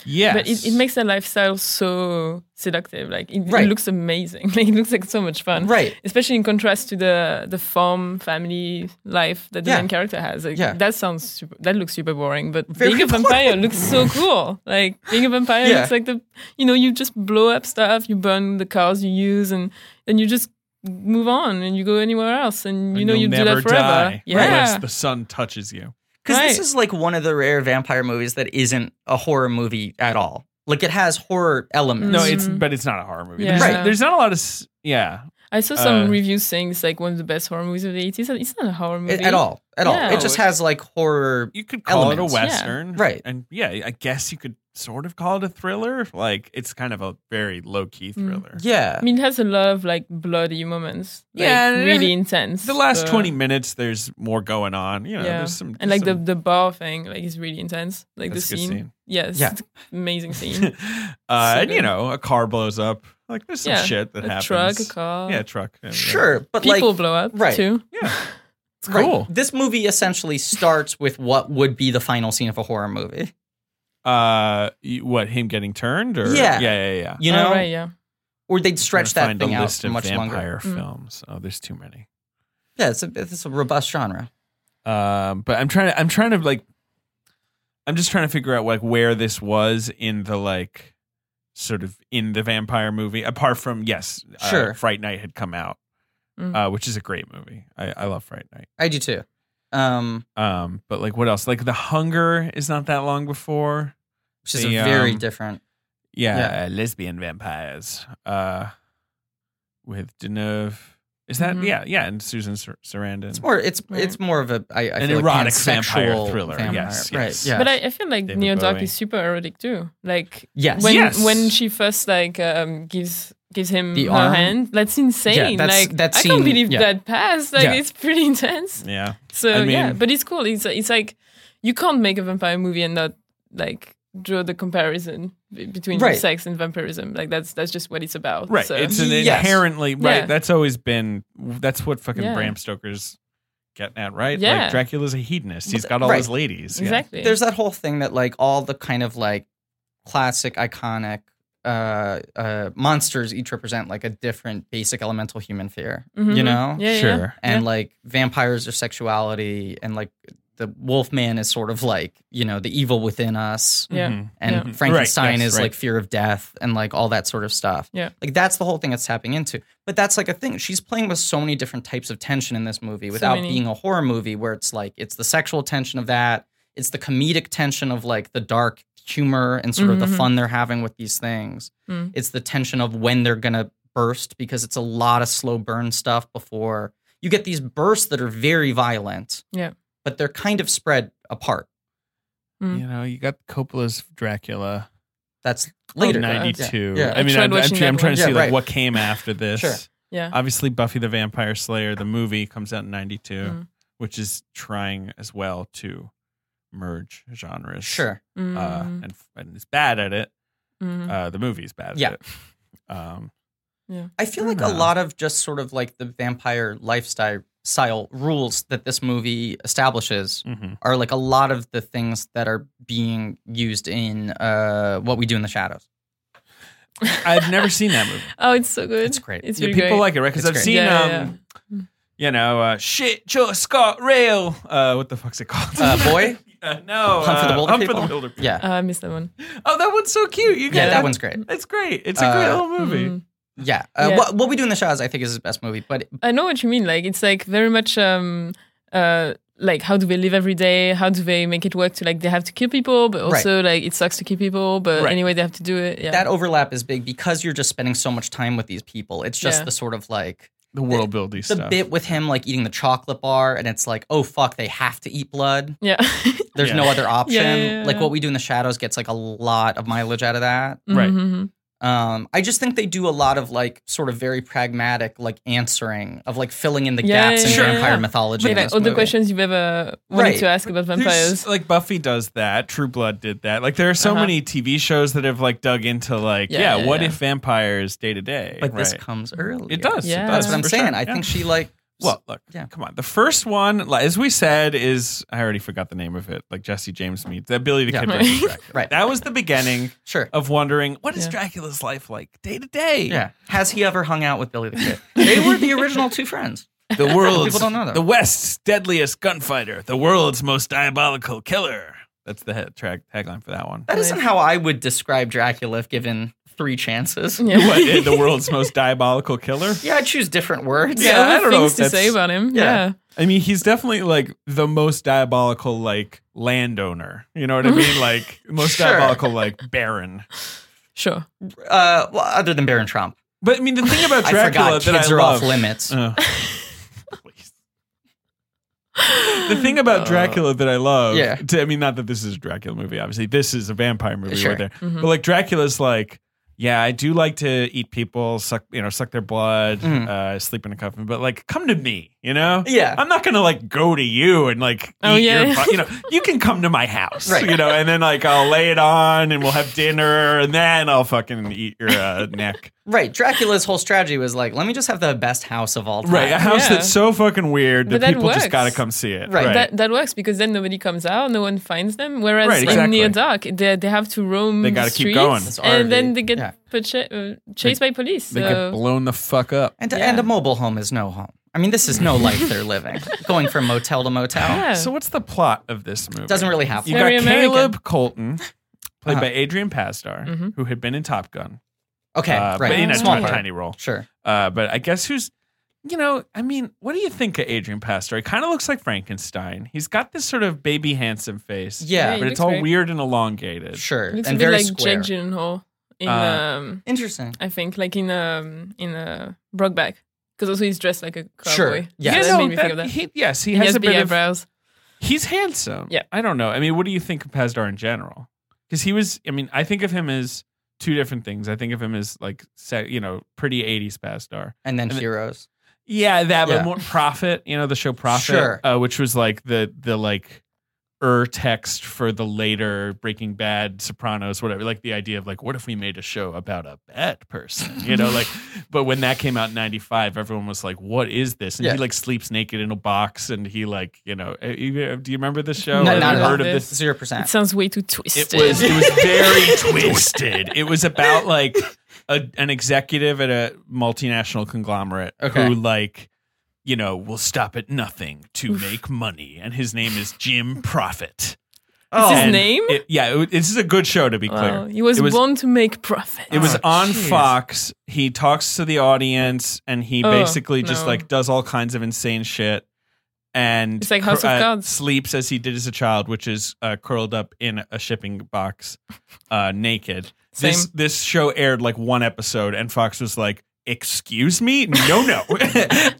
Yes. But it, it makes their lifestyle so seductive. Like it, Right. it looks amazing. Like it looks like so much fun. Right. Especially in contrast to the the farm family life that the Yeah. main character has. Like, Yeah. That sounds super, that looks super boring. But Very being a vampire looks so cool. Like being a vampire Yeah. looks like the you know you just blow up stuff, you burn the cars you use, and and you just move on and you go anywhere else, and you know You'll you do never that forever. die Yeah. unless the sun touches you. Because this Right. is like one of the rare vampire movies that isn't a horror movie at all. Like it has horror elements. No, it's Mhm. but it's not a horror movie. Yeah. There's, Right. there's not a lot of s- yeah. I saw some Uh, reviews saying it's like one of the best horror movies of the 80s. and It's not a horror movie. It- at all. At all. Yeah. It just has like horror. You could call Elements. it Yeah. a western, Right. And yeah, I guess you could sort of call it a thriller. Like it's kind of a very low key thriller. Yeah. I mean, it has a lot of like bloody moments. Like, Yeah, and it- really intense. The last but- twenty minutes, there's more going on. You know, there's some uh, and like some- the the bar thing, like is really intense. Like That's a the good scene. scene. Yes, Yeah. it's an amazing scene. uh, So and you good. know, a car blows up. Like there's some Yeah, shit that a happens. truck, a car. Yeah, a truck. Yeah, yeah. Sure. But people like blow up right. too. Yeah, it's right, cool. this movie essentially starts with what would be the final scene of a horror movie. Uh, you- what him getting turned or Yeah. yeah, yeah. yeah. You know? oh, right? Yeah, Or they'd Trying stretch that to find thing a out list for of much longer. vampire Mm. films. Oh, there's too many. Yeah, it's a it's a robust genre. Um, but I'm trying to I'm trying to like I'm just trying to figure out like where this was in the like sort of in the vampire movie. Apart from yes, uh, Sure. Fright Night had come out, Mm. uh, which is a great movie. I, I love Fright Night. I do too. Um, Um, but like what else? Like The Hunger is not that long before. which is The, a very um, different Yeah, Yeah. uh, lesbian vampires. Uh, with Deneuve. Is that Mhm. yeah yeah and Susan Sar- Sarandon. it's more it's Right. it's more of a I, I An feel like erotic vampire pansexual thriller, vampire. yes, right. yes. Yeah. but I, I feel like David Neo Dark Bowie. is super erotic too. Like yes. when Yes. when she first like um gives gives him The her arm. hand, that's insane. that's- like that I scene- can't believe yeah. that passed. Like Yeah. it's pretty intense. yeah. So I yeah, mean- but it's cool. It's it's like you can't make a vampire movie and not like draw the comparison be- between Right. sex and vampirism. Like that's that's just what it's about. Right. So. It's an Yes. inherently right. Yeah. That's always been that's what fucking Yeah. Bram Stoker's getting at, right? Yeah. Like Dracula's a hedonist. He's got all Right. his ladies. Yeah. exactly. there's that whole thing that like all the kind of like classic iconic uh uh monsters each represent like a different basic elemental human fear you Mhm. know Yeah, yeah, Sure. yeah. and like vampires are sexuality and like the wolfman is sort of like you know the evil within us Yeah. Mhm. and Yeah. Frankenstein Right, yes, is right. like fear of death and like all that sort of stuff. Yeah. Like that's the whole thing it's tapping into. But that's like a thing. She's playing with so many different types of tension in this movie without many. being a horror movie where it's like it's the sexual tension of that, it's the comedic tension of like the dark humor and sort of the Mhm. fun they're having with these things. Mm. It's the tension of when they're going to burst because it's a lot of slow burn stuff before you get these bursts that are very violent. Yeah. But they're kind of spread apart. Mm. You know, you got Coppola's Dracula That's later. Later. God. Oh, ninety two. Yeah. Yeah. I I mean, tried I'm, I'm, watching tr- I'm that trying one. to see Yeah, like right. what came after this. Sure. Mm-hmm. Yeah. Obviously, Buffy the Vampire Slayer, the movie, comes out in ninety two, Mm. which is trying as well to merge genres. Sure. Mhm. Uh, and and it's bad at it. Mhm. Uh, the movie's bad. Yeah. At it. Um, I feel I like don't a know. lot of just sort of like the vampire lifestyle style rules that this movie establishes mhm. are like a lot of the things that are being used in uh, what we do in the shadows. I've never seen that movie. Mm-hmm. oh, it's so good. It's great. It's Yeah, really people great. like it, right? Because It's I've great. seen, Yeah, yeah, um, you know, uh, shit, Joe Scott Rail. Uh, what the fuck's it called? Uh, boy, Uh, no, Hunt for the uh, Wilder Hunt People? Wilder People. yeah, Uh, I missed that one. Oh, that one's so cute. You yeah, get that it. one's great. It's great. It's a great Uh, little movie. Mm. Yeah. Uh, Yeah. What, what we do in the shadows, I think, is his best movie. But I know what you mean. Like it's like very much um uh like how do they live every day? How do they make it work to like they have to kill people, but Right. also like it sucks to kill people, but Right. anyway they have to do it. Yeah. that overlap is big because you're just spending so much time with these people. It's just Yeah. the sort of like The world building the stuff. bit with him like eating the chocolate bar, and it's like, oh fuck, they have to eat blood. yeah. There's no Yeah. other option. Yeah, yeah, yeah, Like yeah. what we do in the shadows gets like a lot of mileage out of that. Right. Mhm, mhm. Um, I just think they do a lot of like sort of very pragmatic like answering of like filling in the Yeah, gaps yeah, in yeah, vampire yeah. mythology. Like, in this all the movie. questions you've ever wanted Right. to ask about vampires. There's- like Buffy does that. True Blood did that. Like there are so Uh-huh. many TV shows that have like dug into like Yeah, yeah, yeah, what yeah. if vampires day to day? but this Right. comes early. it does. Yeah. It does That's what I'm for saying. sure. I Yeah. think she like Well, look, Yeah. come on. The first one, like, as we said, is I already forgot the name of it. Like Jesse James meets that Billy the Yeah. Kid Right. versus Dracula. Right. That Oh, was the beginning sure. of wondering what is Yeah. Dracula's life like day to day. Yeah. Has he ever hung out with Billy the Kid? they were the original two friends. The world's People don't know that. the West's deadliest gunfighter, the world's most diabolical killer. That's the head track tagline for that one. That Right. isn't how I would describe Dracula if given three chances. Yeah, yeah. what, eh, the world's most diabolical killer? I choose different words. yeah, I other don't know things if to say that's- about him. Yeah. Yeah. I mean, he's definitely like the most diabolical, like landowner. You know what I mean? Like most Sure. diabolical, like baron. Sure. Uh, well, other than Baron Trump. But I mean, the thing about I Dracula forgot that I kids are love. off limits. Oh. Please. the thing about Dracula that I love, Uh, Yeah. to- I mean, not that this is a Dracula movie, obviously. This is a vampire movie Sure. Mm-hmm. right there. Mhm. But like Dracula's like, yeah, I do like to eat people, suck, you know, suck their blood, Mm. uh, sleep in a coffin, but like, come to me, you know? Yeah. I'm not gonna like go to you and like Oh, eat yeah. your, bu- you know you can come to my house Right. you know and then like I'll lay it on and we'll have dinner and then I'll fucking eat your uh, neck Right. Dracula's whole strategy was like, let me just have the best house of all time. right a house Yeah. that's so fucking weird that, But that people just works. gotta come see it Right. That that works because then nobody comes out, no one finds them. Whereas Right, in exactly. Near Dark, they they have to roam. They got gotta to keep going. It's RV. and then they get Yeah. pacha- uh, chased by police. they get So blown the fuck up And, Yeah. and a mobile home is no home. I mean, this is no life they're living. Going from motel to motel. yeah. so what's the plot of this movie Doesn't really happen. you got Very American. Mm-hmm. Caleb Colton played Uh-huh. by Adrian Pastar who had been in Top Gun Okay. uh, right. but in a Small tiny, part. tiny role Sure. Uh, but I guess who's, you know, I mean, what do you think of Adrian Pastor? He kind of looks like Frankenstein. He's got this sort of baby handsome face. Yeah. he But looks it's all great. weird and elongated. Sure. Looks and a bit very like square. Jake Gyllenhaal in Uh, um, Interesting. I think like in um in uh, Brokeback because also he's dressed like a cowboy. Sure. Yeah. So You that know, made me think that- of that. He, He, yes, he, has, has, a big bit of. eyebrows. He's handsome. Yeah. I don't know. I mean, what do you think of Pasdar in general? Because he was, I mean, I think of him as two different things. I think of him as like, se- you know, pretty 80s Pasdar. And then and- heroes. Yeah, that Yeah. but more profit, you know, the show Profit, Sure. uh, which was like the the like er text for the later Breaking Bad, Sopranos, whatever. Like the idea of like, what if we made a show about a bad person, you know? like, but when that came out in '95, everyone was like, "What is this?" And Yeah. he like sleeps naked in a box, and he like, you know, eh, you- do you remember the show? No, Have you not at all. heard of This- this? Zero percent. It sounds way too It twisted. was it was very twisted. It was about like a, an executive at a multinational conglomerate Okay. who like you know will stop at nothing to make money, and his name is Jim Profit. It's Oh, his And name? it- yeah, it, this is a good show to be clear. Wow. He was, it was born to make profit. it was Oh, on jeez. Fox. He talks to the audience, and he Oh, basically just no. like does all kinds of insane shit. And It's like House of uh, Cards. sleeps as he did as a child, which is uh, curled up in a shipping box, uh, naked. This Same. this show aired like one episode, and Fox was like, "Excuse me, no, no,"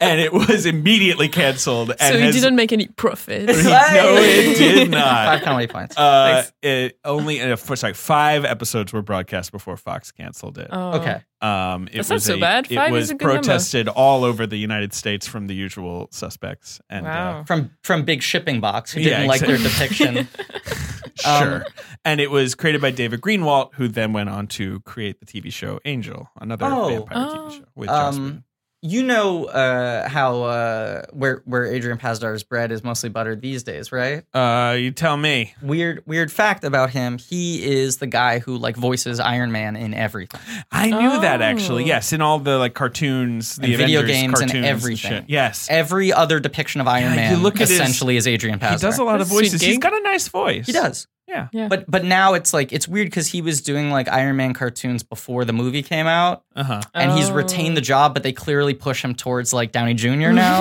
and it was immediately canceled. And so he has- didn't make any profit. No, it did not. Five comedy points. Uh, it only uh, for, sorry, five episodes were broadcast before Fox canceled it. Oh. okay. Um, it That's not was so a- bad. It Five is was a good number. protested all over the United States from the usual suspects. And uh, Wow. From from Big Shipping Box, who Yeah, didn't like their exactly. depiction. uh, Um, sure. and it was created by David Greenwald, who then went on to create the TV show Angel, another Oh. vampire Oh. TV show with Joss Whedon. Um, you know uh, how uh, where where Adrian Pazdar's bread is mostly buttered these days, right? Uh, you tell me. Weird weird fact about him: he is the guy who like voices Iron Man in everything. I knew that Oh. actually. Yes, in all the like cartoons, the And video Avengers games and cartoons everything. shit. Yes, Every other depiction of Iron Yeah, Man you look at his- essentially is Adrian Pazdar. he does a lot of That's a sweet voices. He's gig. got a nice voice. He does. Yeah. Yeah. But but now it's like it's weird because he was doing like Iron Man cartoons before the movie came out, Uh huh. and he's Oh. retained the job, but they clearly push him towards like Downey Jr. now.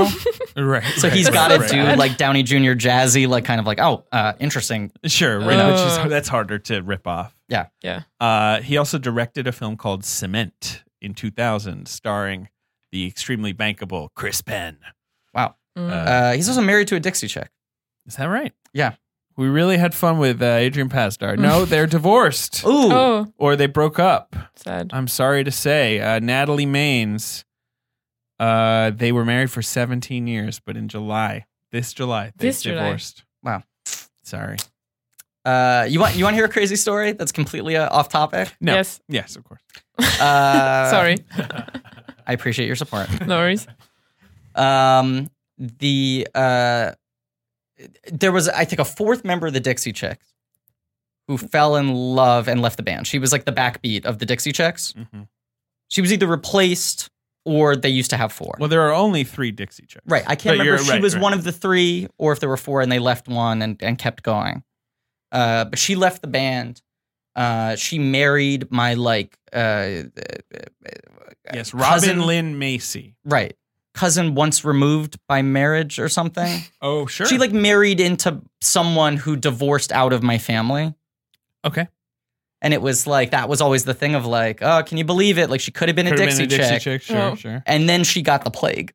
Right. so right, he's right, got to right. do like Downey Jr. jazzy, like kind of like oh, uh, interesting. Sure, right, which Uh. is that's harder to rip off. Yeah. Yeah. Uh, he also directed a film called Cement in 2000, starring the extremely bankable Chris Penn. Wow. Mm. Uh, Uh, he's also married to a Dixie chick. Is that right? Yeah. We really had fun with uh, Adrian Pasdar. No, they're divorced Ooh, oh, or they broke up. sad. I'm sorry to say, uh, Natalie Maines. Uh, they were married for 17 years, but in July, this July, they This July. divorced. Wow. Sorry. uh, you want you want to hear a crazy story that's completely uh, off topic? No. Yes. Yes, of course. Uh, Sorry. I appreciate your support. No worries. Um, the uh, there was I think a fourth member of the Dixie Chicks who fell in love and left the band. She was like the backbeat of the Dixie Chicks. Mhm. She was either replaced or they used to have four. Well, there are only three Dixie chicks. Right. I But can't remember you're if she right, was right. one of the three or if there were four and they left one and, and kept going. Uh, but she left the band. Uh, she married my like uh, Yes, Robin Cousin- Lynn Macy. right cousin once removed by marriage or something. Oh, sure. She like married into someone who divorced out of my family. okay. And it was like that was always the thing of like, oh, can you believe it? Like she could have been, a Could've Dixie, been a Dixie chick. chick. Sure, Oh. sure. And then she got the plague.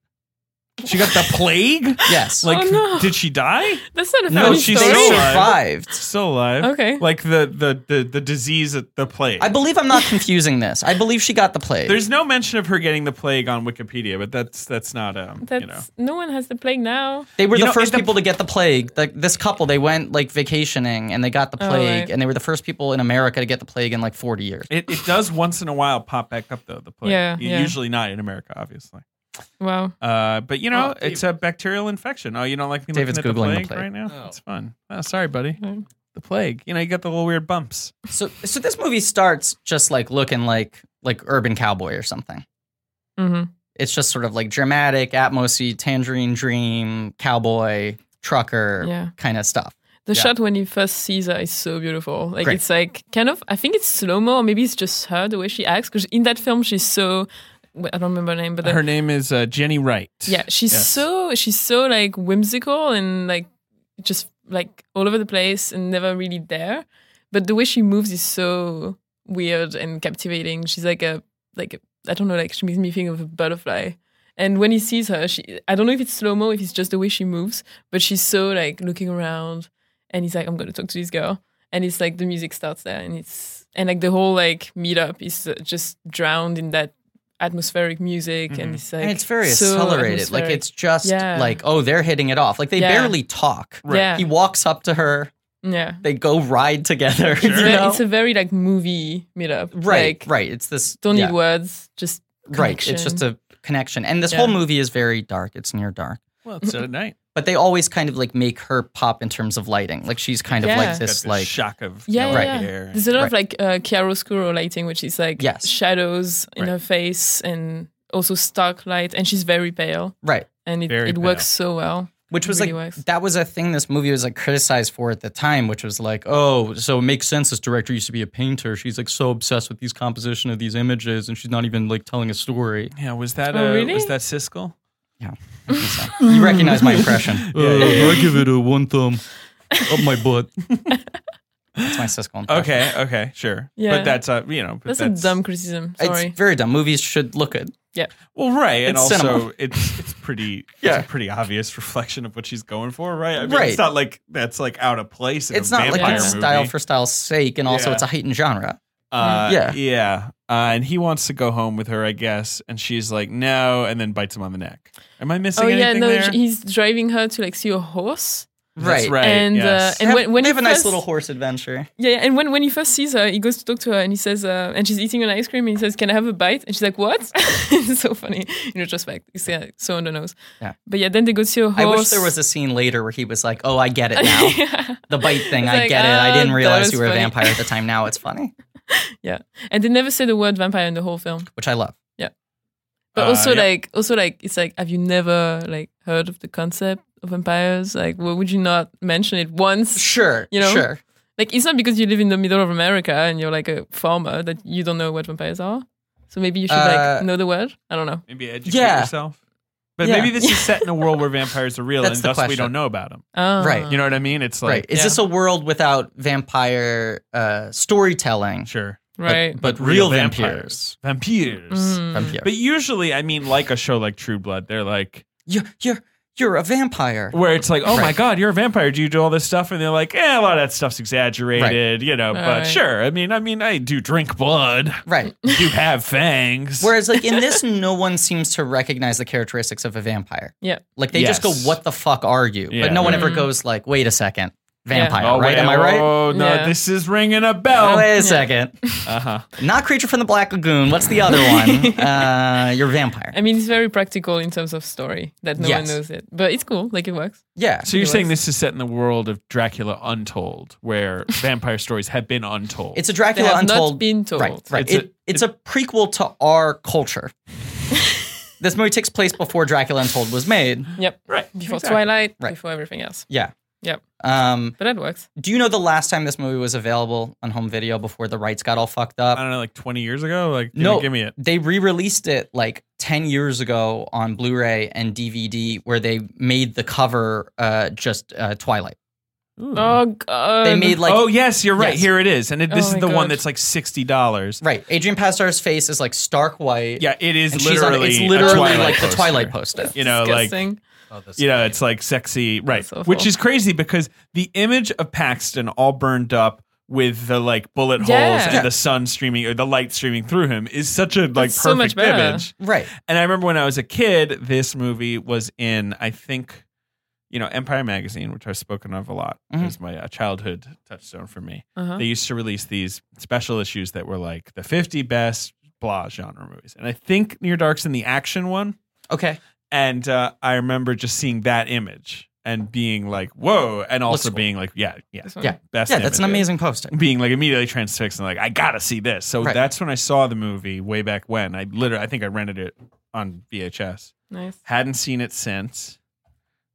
She got the plague. Yes. Like, Oh, no. did she die? That's not a No, family she's story. they so- survived. Still alive. Okay. Like the the the, the disease, of the plague. I believe I'm not confusing this. I believe she got the plague. There's no mention of her getting the plague on Wikipedia, but that's that's not um That's you know. no one has the plague now. they were You the know, first in the- people to get the plague. Like this couple, they went like vacationing and they got the Oh, plague, right. and they were the first people in America to get the plague in like 40 years. It, it does once in a while pop back up though the plague. Yeah, U- yeah. Usually not in America, obviously. Wow. Uh, but you know, Oh, David. it's a bacterial infection. Oh, you don't like me David's looking at Googling the the, plague plague. Mm-hmm. right now? Oh. It's fun. Oh, sorry, buddy. Mm. The plague. You know, you got the little weird bumps. So, so this movie starts just like looking like like urban cowboy or something. hmm it's just sort of like dramatic, atmosy, tangerine dream, cowboy, trucker Yeah. kind of stuff. The Yeah. shot when he first sees her is so beautiful. Like Great. it's like kind of I think it's slow mo. Maybe it's just her the way she acts because in that film she's so well, I don't remember her name, but the- Her name is uh, Jenny Wright. yeah, she's Yes. so she's so like whimsical and like just like all over the place and never really there. But the way she moves is so weird and captivating. She's like a like a, I don't know like she makes me think of a butterfly. And when he sees her, she I don't know if it's slow mo, if it's just the way she moves, but she's so like looking around and he's like, I'm gonna talk to this girl. And it's like the music starts there and it's and like the whole like meetup is uh, just drowned in that atmospheric music and Mhm. it's like and it's very so accelerated. Like atmospheric. it's just Yeah. like, oh, they're hitting it off. Like they Yeah. barely talk. Right. yeah He walks up to her, yeah they go ride together. you it's, very, know? it's a very like movie meetup right, like, right. It's this don't yeah, need words just right. It's just a connection. And this Yeah. whole movie is very dark. It's near dark. Well, it's at night. But they always kind of like make her pop in terms of lighting. Like she's kind of Yeah. like Got this like shock of yeah, yellow yeah, yeah. hair. there's a lot of like uh, chiaroscuro lighting which is like Yes. shadows in Right. her face and also stark light and she's very pale right. and it, Very it works so well which It was really like works. that was a thing this movie was like criticized for at the time which was like oh so it makes sense this director used to be a painter she's like so obsessed with these composition of these images and she's not even like telling a story Yeah, was that Oh, uh, really? was that Siskel? So, you recognize my impression Yeah, yeah, yeah. Uh, I give it a one thumb up my butt. that's my Siskel impression. Okay, okay, sure. Yeah. But that's uh, you know, but that's, that's, a dumb criticism sorry it's very dumb movies should look good Well, right, and It's also cinema. it's it's pretty Yeah. it's a pretty obvious reflection of what she's going for, right? I mean, Right. it's not like that's like out of place. In it's a not like vampire it's movie. style for style's sake and also Yeah. it's a heightened genre Uh, yeah, Yeah. yeah. Uh, and he wants to go home with her, I guess, and she's like no, and then bites him on the neck. Am I missing oh yeah anything no there? he's driving her to like see a horse That's Right. right. And, uh, yes. and- They when- have- when they it have a nice first- little horse adventure Yeah, yeah, and when, when he first sees her, he goes to talk to her and he says, uh, and she's eating an ice cream and he says, Can I have a bite? And she's like, What? it's so funny in retrospect. It's yeah, so on the nose. Yeah. But yeah, then they go see a horse. I wish there was a scene later where he was like, "Oh, I get it now. yeah. The bite thing, It's I like, get it. I ah, didn't that realize was you were funny. a vampire at the time. Now it's funny," And they never say the word vampire in the whole film. which I love. But Uh, also, yeah. like, also like, it's like, have you never like heard of the concept of vampires? Like, why would you not mention it once? Sure, You know? sure. Like it's not because you live in the middle of America and you're like a farmer that you don't know what vampires are. So maybe you should Uh, like know the word. I don't know. Maybe educate Yeah. yourself. But Yeah. maybe this is set in a world where vampires are real and That's the thus we question. don't know about them. Ah. Right. You know what I mean? It's like, right. Is this a world without vampire uh, storytelling? sure. but- right. But, real vampires. Vampires. Mm. Vampire. But usually, I mean, like a show like True Blood, they're like, you're, you're, you're a vampire. where it's like, oh my Right. God, you're a vampire. Do you do all this stuff? And they're like, eh, a lot of that stuff's exaggerated, you know, but Right. sure. I mean, I mean, I do drink blood. Right. You have fangs. Whereas, like in this, no one seems to recognize the characteristics of a vampire. Yeah. Like they just go, Yes. "What the fuck are you?" Yeah. but no one ever Mm. goes, "Like, wait a second, vampire, oh, right? wait, Am I right?" Oh, no, Yeah. this is ringing a Oh, bell. wait a second. Uh huh. Not creature from the Black Lagoon. What's the other one? Uh, you're a vampire. I mean, it's very practical in terms of story that no Yes. one knows it, but it's cool. Like it works. Yeah. So you're Anyways. saying this is set in the world of Dracula Untold, where vampire stories have been untold. It's a They Dracula have Untold. not been told. Right, right. It's It's, a- it, it's a prequel to our culture. this movie takes place before Dracula Untold was made. Yep. right Before exactly. Twilight, Right. before everything else. Yeah. Yep. Um, But that works. do you know the last time this movie was available on home video before the rights got all fucked I up? don't know, like 20 years ago. Like, give No. me, give me it. They re-released it like ten years ago on Blu-ray and DVD, where they made the cover uh, just uh, Twilight. Oh god. They made like oh yes, you're right. Yes. Here it is, and it, this Oh is my the one God. that's like sixty dollars. right. Adrian Pastar's face is like stark white. Yeah, it is and she's on, literally. it's a literally Twilight like the poster. Twilight poster. You know, like disgusting. Oh, this you know, it's like sexy, right? That's awful. Which is crazy because the image of Paxton all burned up with the like bullet Yeah. holes Yeah. and the sun streaming or the light streaming through him is such a like so much perfect better. image. Right. And I remember when I was a kid, this movie was in, I think, you know, Empire Magazine, which I've spoken of a lot. It Mm-hmm. Mhm. was my uh, childhood touchstone for me. Uh-huh. They used to release these special issues that were like the 50 best blah genre movies. And I think Near Dark's in the action one. Okay. And uh, I remember just seeing that image and being like, whoa. And also Looks cool. being like, yeah, yeah, This one. Yeah. best yeah, that's an image amazing poster. being like immediately transfixed and like I gotta see this. So Right. that's when I saw the movie way back when. I literally I think I rented it on VHS. Nice. Hadn't seen it since.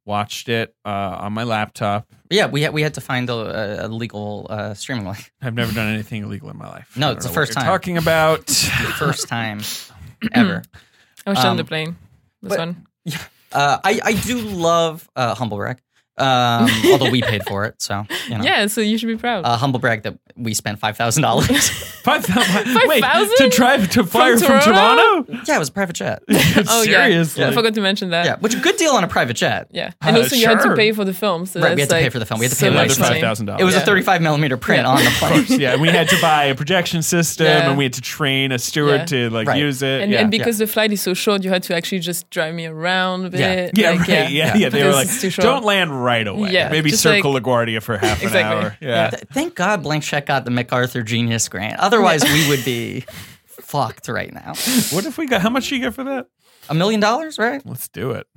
Watched it uh, on my laptop. Yeah, we had, we had to find a, a- a legal uh, streaming link I've never done anything illegal in my life. No, I don't it's the know what first you're time. Talking about first time ever. I was Um, on the plane. This but- one. Uh, I I do love uh, humble brag, um, although we paid for it, so you know. Yeah, so you should be proud. Uh, humble brag that we spent five thousand dollars. five thousand. Wait, 5,000? to drive to fire from Toronto? Toronto? yeah, it was a private jet. oh Seriously, yeah. I forgot to mention that. Yeah, which a good deal on a private jet. Yeah. And Uh, also you had sure. to pay for the film. So Right, we had that's to pay like for the film. We had to pay so another much five money. thousand dollars. It was a thirty-five millimeter print on the plane. yeah, we had to buy a projection system Yeah. and we had to train a steward to Yeah. like Right. use it. And, yeah. and because the flight is so short, you had to actually just drive me around a bit. Yeah. Yeah, like, right. Yeah, yeah. They were Because like, it's too short. don't land right away. Yeah, Maybe just circle LaGuardia for half an Exactly. hour. Yeah. Th- Thank God Blank Check got the MacArthur Genius Grant. Otherwise, we would be fucked right now. What if we got, how much do you get for that? A million dollars, right? Let's do it.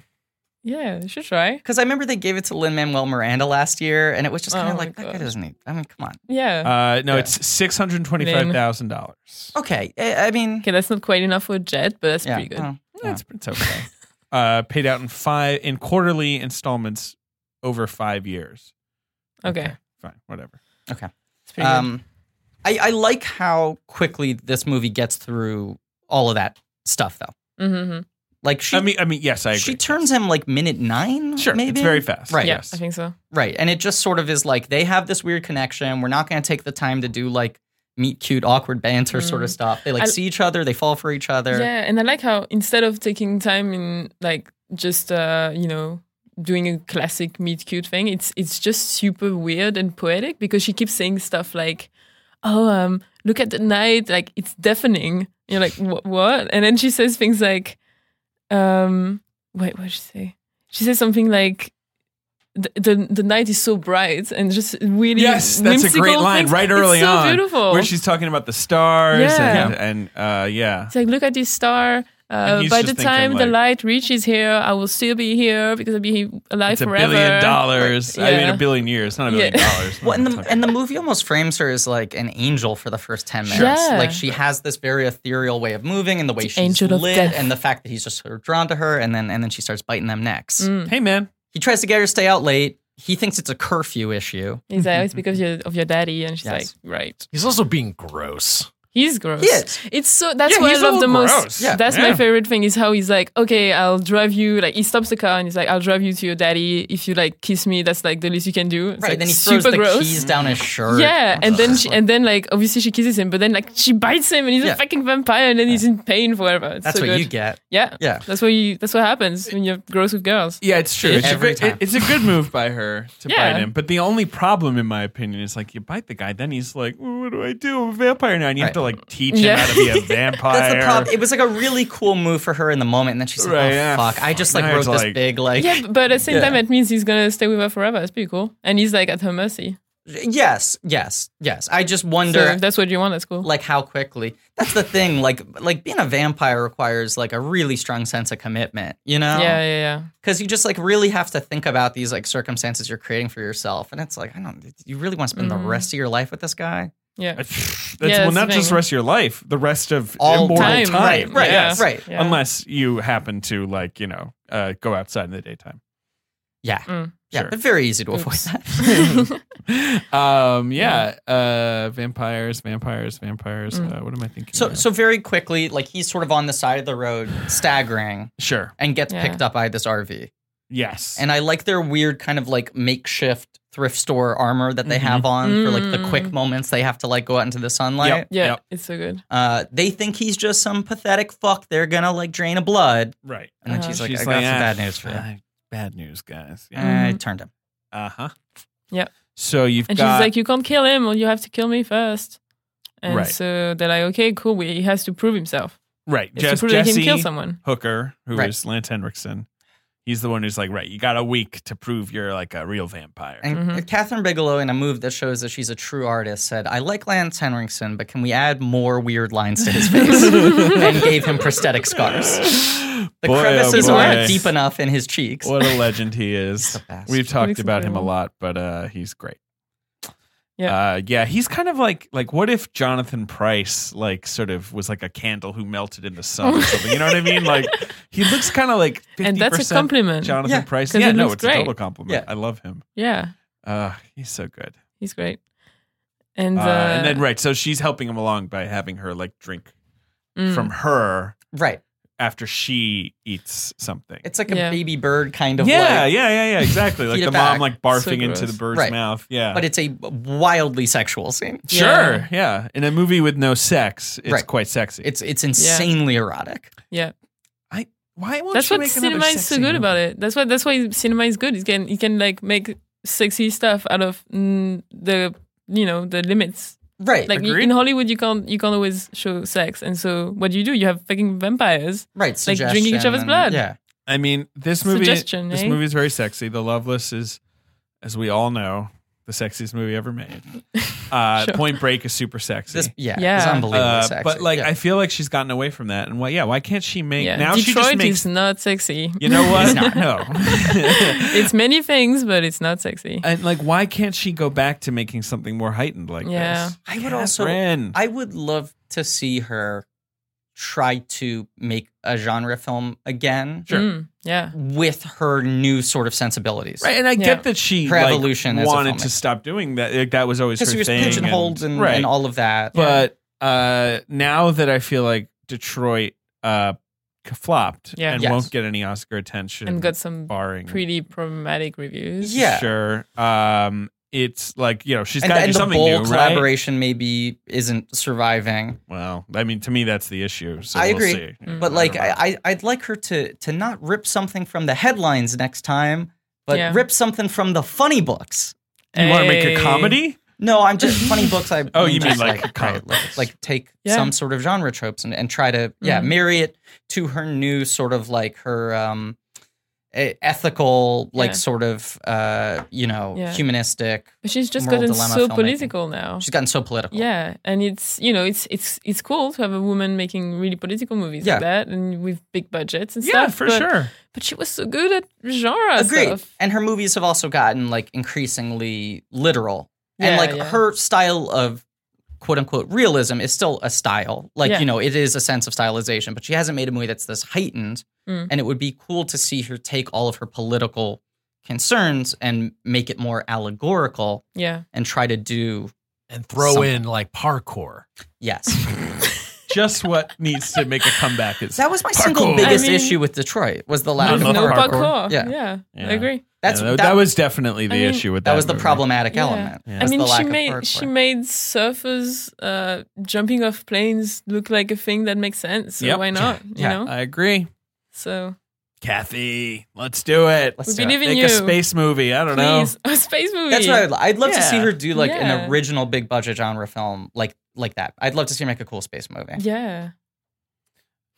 Yeah, you should try. Because I remember they gave it to Lin Manuel Miranda last year, and it was just kind Oh of my like that guy God. doesn't need. I mean, come on. Yeah. Uh, no, it's $625,000. Okay, eh, I, I mean, okay, that's not quite enough for a jet, but that's yeah, Oh, pretty good. well, Yeah, It's, it's okay. uh, paid out in five, in quarterly installments over five years. okay. Fine. Whatever. It's pretty good. um, I, I like how quickly this movie gets through all of that stuff, though. hmm Like she, I mean, I mean, yes, I agree. she turns him like minute nine. sure. maybe It's very fast. Right. Yeah, Yes. I think so. right, and it just sort of is like they have this weird connection. We're not going to take the time to do like meet cute, awkward banter sort of Mm. stuff. They like I- see each other, they fall for each other. Yeah, and I like how instead of taking time in like just uh, you know doing a classic meet cute thing, it's it's just super weird and poetic because she keeps saying stuff like, "Oh, um, look at the night, like it's deafening." You're like, "What?" what? And then she says things like, um, "Wait, what did she say?" She says something like. The, the the night is so bright and just really Yes, that's a great whimsical line things. right It's early so on, beautiful where she's talking about the stars Yeah. and, and uh, yeah, It's like, look at this star. And Uh, he's by the just time thinking, the light reaches here, I will still be here because I'll be alive it's a forever. billion dollars. I mean, Yeah. a billion years, not a Yeah. billion dollars. Well, What and the are we and the movie almost frames her as like an angel for the first ten minutes. Yeah. Like she has this very ethereal way of moving, and the way The she's angel of lit, death. and the fact that he's just sort of drawn to her, and then and then she starts biting them necks. Mm. Hey man, He tries to get her to stay out late. he thinks it's a curfew issue. He's like, "Oh, it's because you're, of your daddy, and she's Yes. like, right. He's also being gross. He's gross. He is. It's so that's Yeah, what I he's all love the gross. most. Yeah. That's Yeah. my favorite thing is how he's like, okay, I'll drive you. Like he stops the car and he's like, I'll drive you to your daddy. If you like kiss me, that's like the least you can do. It's Right. like, then he super throws the gross. keys down his shirt. Yeah, and then she, and then like obviously she kisses him, but then like she bites him and he's Yeah. a fucking vampire and then he's in pain forever. It's That's so what good. you get. Yeah, Yeah. That's what you. That's what happens when you're gross with girls. Yeah, it's true. It's, a Every good, time. it's a good move by her to Yeah. bite him. But the only problem, in my opinion, is like you bite the guy, then he's like, "Well, "What do I do? I'm a vampire now." And you have Right. to like teach Yeah. him how to be a vampire. That's the problem. It was like a really cool move for her in the moment, and then she's like, Right, "Oh yeah. fuck!" I just like Now wrote it's this like- big like. Yeah, b- but at the same Yeah. time, that means he's gonna stay with her forever. It's pretty cool, and he's like at her mercy. Yes, yes, yes. I just So wonder, if that's what you want, that's cool. like, how quickly. That's the thing. Like, like being a vampire requires like a really strong sense of commitment. You know? yeah, yeah, yeah. because you just like really have to think about these like circumstances you're creating for yourself and it's like i don't you really want to spend the Mhm. rest of your life with this guy Yeah. That's, Yeah, well, that's not the just thing. rest of your life, the rest of All immortal time, time. right, right yes. right Yeah. Unless you happen to like you know uh, go outside in the daytime. yeah Mm. yeah Sure. but very easy to avoid Oops. that um, yeah, uh, vampires, vampires, vampires. Mm. Uh, what am I thinking? so of? so very quickly like he's sort of on the side of the road staggering sure, and gets Yeah. picked up by this rv yes, and i like their weird kind of like makeshift thrift store armor that they Mm-hmm. have on for like the quick Mm. moments they have to like go out into the sunlight Yep. Yeah, Yep. it's so good. uh they think he's just some pathetic fuck they're gonna like drain a blood right. and then Uh-huh. she's like She's i like, got some "Ah, bad news for you uh, Bad news, guys. Yeah. And I Mhm. turned him Uh huh. Yep. So you've And got she's like, "You can't kill him, or you have to kill me first. And Right. so they're like, "Okay, cool. We, he has to prove himself. right, He has Jess, to prove that he Jesse can kill someone." Hooker, who is Right. Lance Henriksen. He's the one who's like, right, you got a week to prove you're like a real vampire. And Mhm. Catherine Bigelow, in a move that shows that she's a true artist, said, I like Lance Henriksen, but can we add more weird lines to his face? and gave him prosthetic scars. The Boy, oh crevices boy. aren't deep enough in his cheeks. what a legend he is. best. We've talked Makes him about him a feel- lot, but uh, he's great. Yeah. uh, yeah. He's kind of like like what if Jonathan Price like sort of was like a candle who melted in the sun or something? You know what I mean? Like he looks kind of like 50% And that's a compliment. Jonathan Yeah, Price. 'cause Yeah, he no, looks it's a great. total compliment. Yeah. I love him. Yeah, Uh, he's so good. he's great. And Uh, uh, and then right, so she's helping him along by having her like drink mm. from her Right. after she eats something. It's like a Yeah. baby bird kind of yeah, like. yeah, yeah, yeah, exactly. Like Feed the it mom back. like barfing So into the gross. bird's Right. mouth. Yeah, But it's a wildly sexual scene. sure, yeah. mm. Yeah. In a movie with no sex, it's Right. quite sexy. It's it's insanely erotic. yeah, why won't that's you what make cinema is so good about it. That's what that's why cinema is good. It can it can like make sexy stuff out of mm, the you know the limits. Right. Like Agreed. in Hollywood, you can't you can't always show sex, and so what do you do? You have fucking vampires. right. like drinking each suggestion other's and- blood. Yeah. I mean, this movie, Suggestion, this eh? movie is very sexy. The Loveless is, as we all know, the sexiest movie ever made. Uh, Sure. Point Break is super sexy. This, yeah. It's Yeah. unbelievably Uh, sexy. but like, Yeah. I feel like she's gotten away from that. And why? Yeah, why can't she make yeah, now? she Detroit just makes. is not sexy. you know what? It's not. No. it's many things, but it's not sexy. and like, why can't she go back to making something more heightened like Yeah. this? I would also- Catherine. I would love to see her try to make a genre film again Sure. Mm, yeah. with her new sort of sensibilities. Right, and I Yeah. get that she Her like, evolution as a wanted filmmaker. to stop doing that. Like, that was always her Because she was thing, pigeonholed and, and, right. all of that. But uh, now that I feel like Detroit uh, c- flopped Yeah. and Yes. won't get any Oscar attention, And got some barring pretty problematic reviews. Yeah. sure. Um, it's like you know she's and, got to do and the something bold new, right? collaboration maybe isn't surviving. Well, I mean, to me that's the issue. So I we'll agree. see. Mm. But like, don't know. I, I, I'd like her to to not rip something from the headlines next time, but Yeah. rip something from the funny books. you want to make a Hey. comedy? No, I'm just funny books. I Oh, I'm you mean just like comic right, like, books. like take Yeah. some sort of genre tropes and, and try to yeah Mhm. marry it to her new sort of like her um e- ethical like Yeah. sort of uh you know Yeah. humanistic. But she's just Moral gotten dilemma so filmmaking. political now. She's gotten so political. Yeah, and it's you know it's it's it's cool to have a woman making really political movies Yeah. like that and with big budgets and Yeah, stuff. for but, sure. But she was so good at genre Agreed. stuff. And her movies have also gotten like increasingly literal. and Yeah, like yeah. her style of quote unquote realism is still a style. Like, Yeah. you know, it is a sense of stylization, but she hasn't made a movie that's this heightened. Mm. And it would be cool to see her take all of her political concerns and make it more allegorical Yeah. and try to do and throw Some- in like parkour. yes. Just what needs to make a comeback is That was my Parkour. single biggest I mean- issue with Detroit was the lack of No no parkour. parkour. Yeah. Yeah. Yeah. I agree. That's Yeah, that, that, that was was definitely the I mean- issue with that. that was the movie. problematic Yeah. element. Yeah. I was mean, the lack she of made parkour. she made surfers uh, jumping off planes look like a thing that makes sense. So Yep. why not? Yeah. You know. I agree, So Kathy. Let's do it. Let's we do it. believe in Make you. a space movie. I don't Please, a space movie. That's what I would. li- I'd love to see Yeah. her do like Yeah. an original big budget genre film like like that. I'd love to see her make a cool space movie. Yeah. know.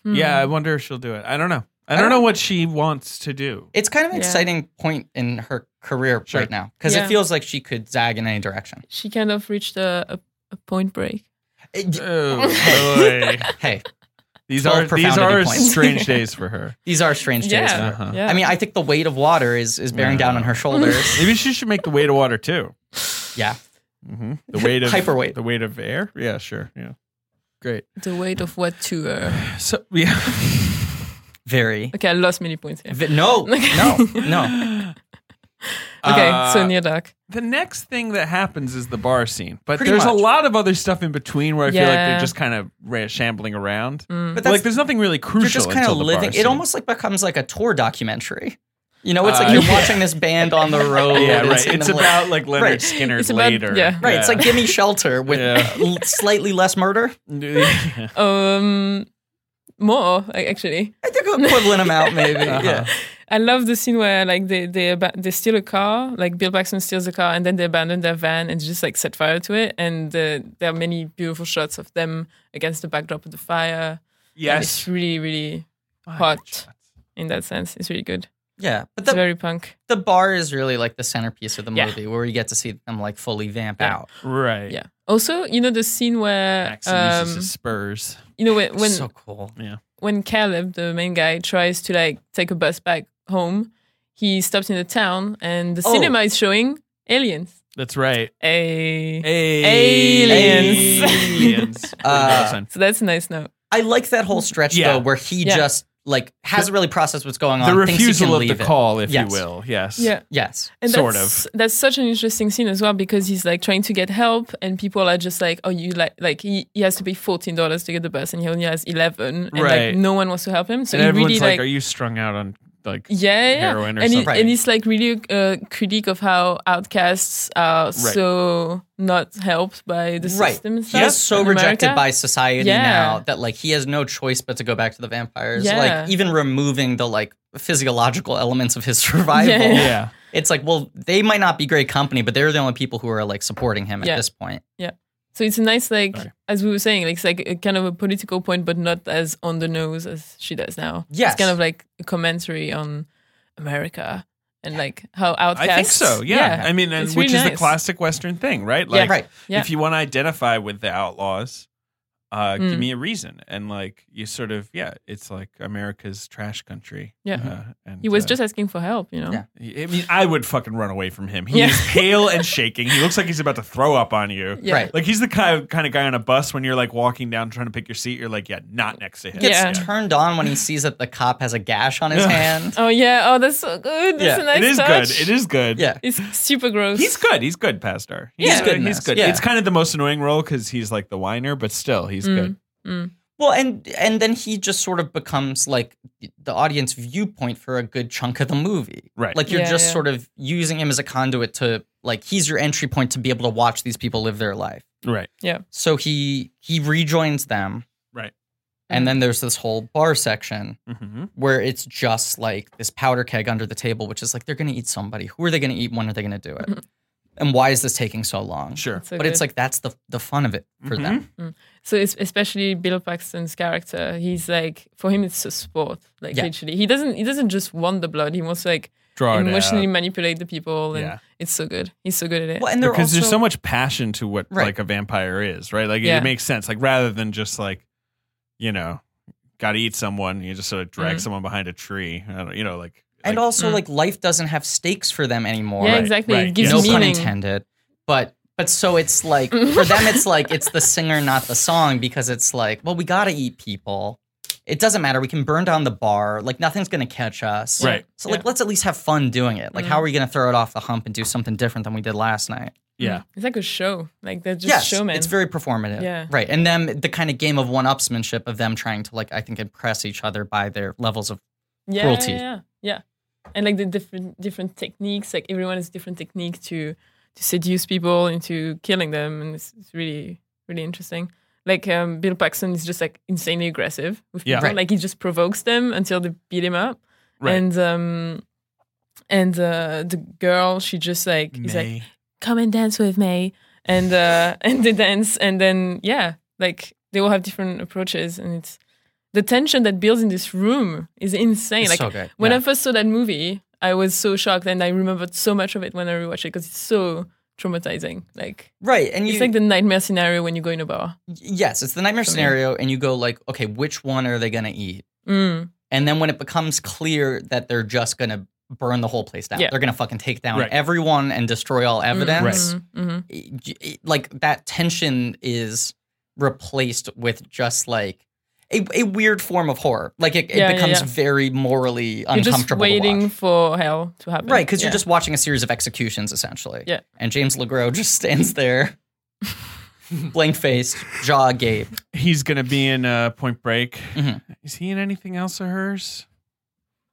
Hmm. Yeah, I wonder if she'll do it. I don't know. I Mm-hmm. I don't don't- know what she wants to do. It's kind of an Yeah. exciting point in her career Sure. right now because it Yeah. feels like she could zag in any direction. She kind of reached a, a, a point break. Oh boy. hey, These Twelve are these profoundity are points. strange days for her. these are strange days. Yeah. Uh-huh. Yeah. I mean, I think the weight of water is is bearing down on her shoulders. Maybe she should make the weight of water too. yeah, hmm The weight of Hyperweight. The weight of air. Yeah, sure. Yeah, great. the weight of what to. Uh, So yeah, very. okay, I lost many points here. vi- no, no, no. Okay, Uh, so near dark. the next thing that happens is the bar scene, but Pretty there's much. a lot of other stuff in between where I feel like Yeah. they're just kind of ra- shambling around. Mm. Like But Mm. that's there's nothing really crucial. you're just kind of until the bar living. It scene. almost like becomes like a tour documentary. You know, it's Uh, like you're yeah. watching this band on the Oh, road. yeah and right. seeing It's them live. about like Leonard Right. Skinner's It's about- later. yeah. right. It's like give me shelter with Yeah. l- slightly less murder. Yeah. Um, more like, actually. I think equivalent amount maybe. Uh-huh. Yeah. I love the scene where like they they aba- they steal a car, like Bill Paxton steals a car, and then they abandon their van and just like set fire to it. And uh, there are many beautiful shots of them against the backdrop of the fire. And it's yes. really really hot in that sense. It's really good. Yeah. But It's the, very punk. the bar is really like the centerpiece of the Yeah. movie where you get to see them like fully vamp Yeah. out. Right. Yeah. Also, you know the scene where Maxim uses um, his spurs. you know when when, so cool. when Caleb, the main guy, tries to like take a bus back home, he stops in the town and the Oh. cinema is showing aliens. That's right. Hey. Aliens. Aliens. Aliens. Uh, So that's a nice note. I like that whole stretch Yeah. though where he Yeah. just like hasn't really processed what's going on. the thinks he can refusal of leave the it. call, if Yes. you will. Yes. Yeah. Yes. Sort that's, That's such an interesting scene as well because he's like trying to get help, and people are just like, "Oh, you like like he, he has to pay fourteen dollars to get the bus, and he only has eleven, and Right. like no one wants to help him." So and he everyone's really like, like, "Are you strung out on like yeah, yeah, heroin or and, he- something?" and it's like really a critique of how outcasts are so not helped by the Right. system. and He stuff is so in rejected America. by society Yeah. now that like he has no choice but to go back to the vampires. Yeah. Like even removing the like physiological elements of his survival. Yeah, yeah. yeah. It's like, well, they might not be great company, but they're the only people who are like supporting him at Yeah. this point. So it's a nice like Sorry. as we were saying, like it's like a kind of a political point, but not as on the nose as she does now. Yes. it's kind of like a commentary on America and like how I outcasts. think so. Yeah. I mean, and, It's which really is the nice. classic Western thing, right? Yeah, Like, right. Yeah. if you want to identify with the outlaws, uh, give Mm. me a reason. And like, you sort of, yeah, it's like America's trash country. Yeah. Mm-hmm. Uh, and, he was uh, just asking for help, you know. Yeah. I mean, I would fucking run away from him. He Yeah. is pale and shaking. He looks like he's about to throw up on you. Yeah. Right. Like he's the kind of, kind of guy on a bus when you're like walking down trying to pick your seat. You're like, yeah, not next to him. Yeah. Gets turned on when he sees that the cop has a gash on his Yeah. hand. Oh yeah. Oh, that's so good. That's Yeah. a nice it is touch. good. It is good. Yeah. It's super gross. He's good. He's good, Pastor. He's Yeah. good. He's He's good good. in this. It's kind of the most annoying role because he's like the whiner, but still, he's Mm. good. Well, and and then he just sort of becomes like the audience viewpoint for a good chunk of the movie. Right. Like you're Yeah, just yeah. sort of using him as a conduit to like he's your entry point to be able to watch these people live their life. Right. So he he rejoins them. Right. Mm. And then there's this whole bar section Mm-hmm. where it's just like this powder keg under the table, which is like they're gonna eat somebody. Who are they gonna eat? When are they gonna do it? And why is this taking so long? Sure. Mm-hmm. It's Mm-hmm. so but it's good. like that's the the fun of it for them. so it's especially Bill Paxton's character. He's like for him, it's a sport. Like Yeah. literally, he doesn't he doesn't just want the blood. He wants to, like Draw it emotionally out. manipulate the people, and Yeah. it's so good. He's so good at it. Well, and they're Because there's also- so much passion to what Right. like a vampire is, right? Like Yeah. it makes sense. Like rather than just like, you know, got to eat someone, you just sort of drag Mhm. someone behind a tree. I don't, you know, like Mm-hmm. and like, also Mm. like life doesn't have stakes for them anymore. yeah, right, exactly. right, It gives no pun meaning. intended. But but so it's like for them it's like it's the singer not the song because it's like well we got to eat people it doesn't matter. We can burn down the bar. Like nothing's going to catch us. Right. So like, Yeah. let's at least have fun doing it. Like, Mhm. how are we going to throw it off the hump and do something different than we did last night? Yeah. It's like a show. Like they're just yes, showmen. it's very performative. Yeah. Right. And then the kind of game of one-upsmanship of them trying to like, I think, impress each other by their levels of yeah, cruelty. Yeah, yeah, yeah. And like the different different techniques. Like everyone has a different technique to to seduce people into killing them, and it's, it's really really interesting. Like um, Bill Paxton is just like insanely aggressive with Yeah. people. Right. Like he just provokes them until they beat him up. Right. And um, and uh, the girl, she just like is like May. come and dance with me and uh and they dance and then yeah like they all have different approaches and it's the tension that builds in this room is insane It's like so good. when Yeah. i first saw that movie i was so shocked and i remembered so much of it when i rewatched it because it's so traumatizing like right. And you it's like the nightmare scenario when you go in a bar yes, it's the nightmare For me. scenario, and you go like, okay, which one are they going to eat? mm, And then when it becomes clear that they're just going to burn the whole place down, Yeah. they're going to fucking take down Right. everyone and destroy all evidence. mm, mhm. y- y- like that tension is replaced with just like a, a weird form of horror. Like it, it Yeah, yeah, becomes yeah. very morally you're just uncomfortable. to waiting watch. for hell to happen right? Because Yeah. you're just watching a series of executions essentially. Yeah. And James Legros just stands there, blank faced, jaw agape. He's going to be in uh, Point Break. Mhm. Is he in anything else of hers?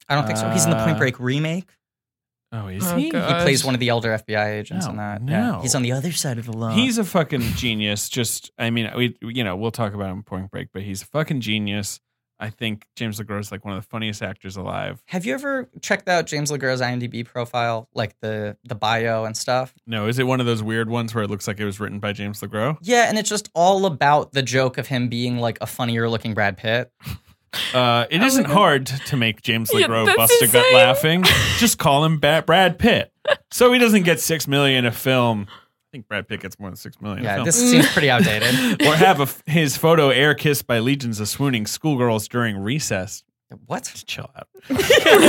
I don't think so. He's in the Point Uh, Break remake. Oh, is Oh, he? God. He plays one of the elder FBI agents No, in that. no. He's on the other side of the law. He's a fucking genius. Just, I mean, we, you know, we'll talk about him in Point Break, but he's a fucking genius. I think James LeGros is like one of the funniest actors alive. Have you ever checked out James Legros' IMDb profile, like the the bio and stuff? No, is it one of those weird ones where it looks like it was written by James LeGros? Yeah, and it's just all about the joke of him being like a funnier looking Brad Pitt. Uh, it my not God. hard to make James Yeah, LeGros that's bust a gut insane. laughing. Just call him ba- Brad Pitt, so he doesn't get six million a film. I think Brad Pitt gets more than six million. a Yeah, film. this seems pretty outdated. or have a f his photo air kissed by legions of swooning schoolgirls during recess. what? Chill out. Take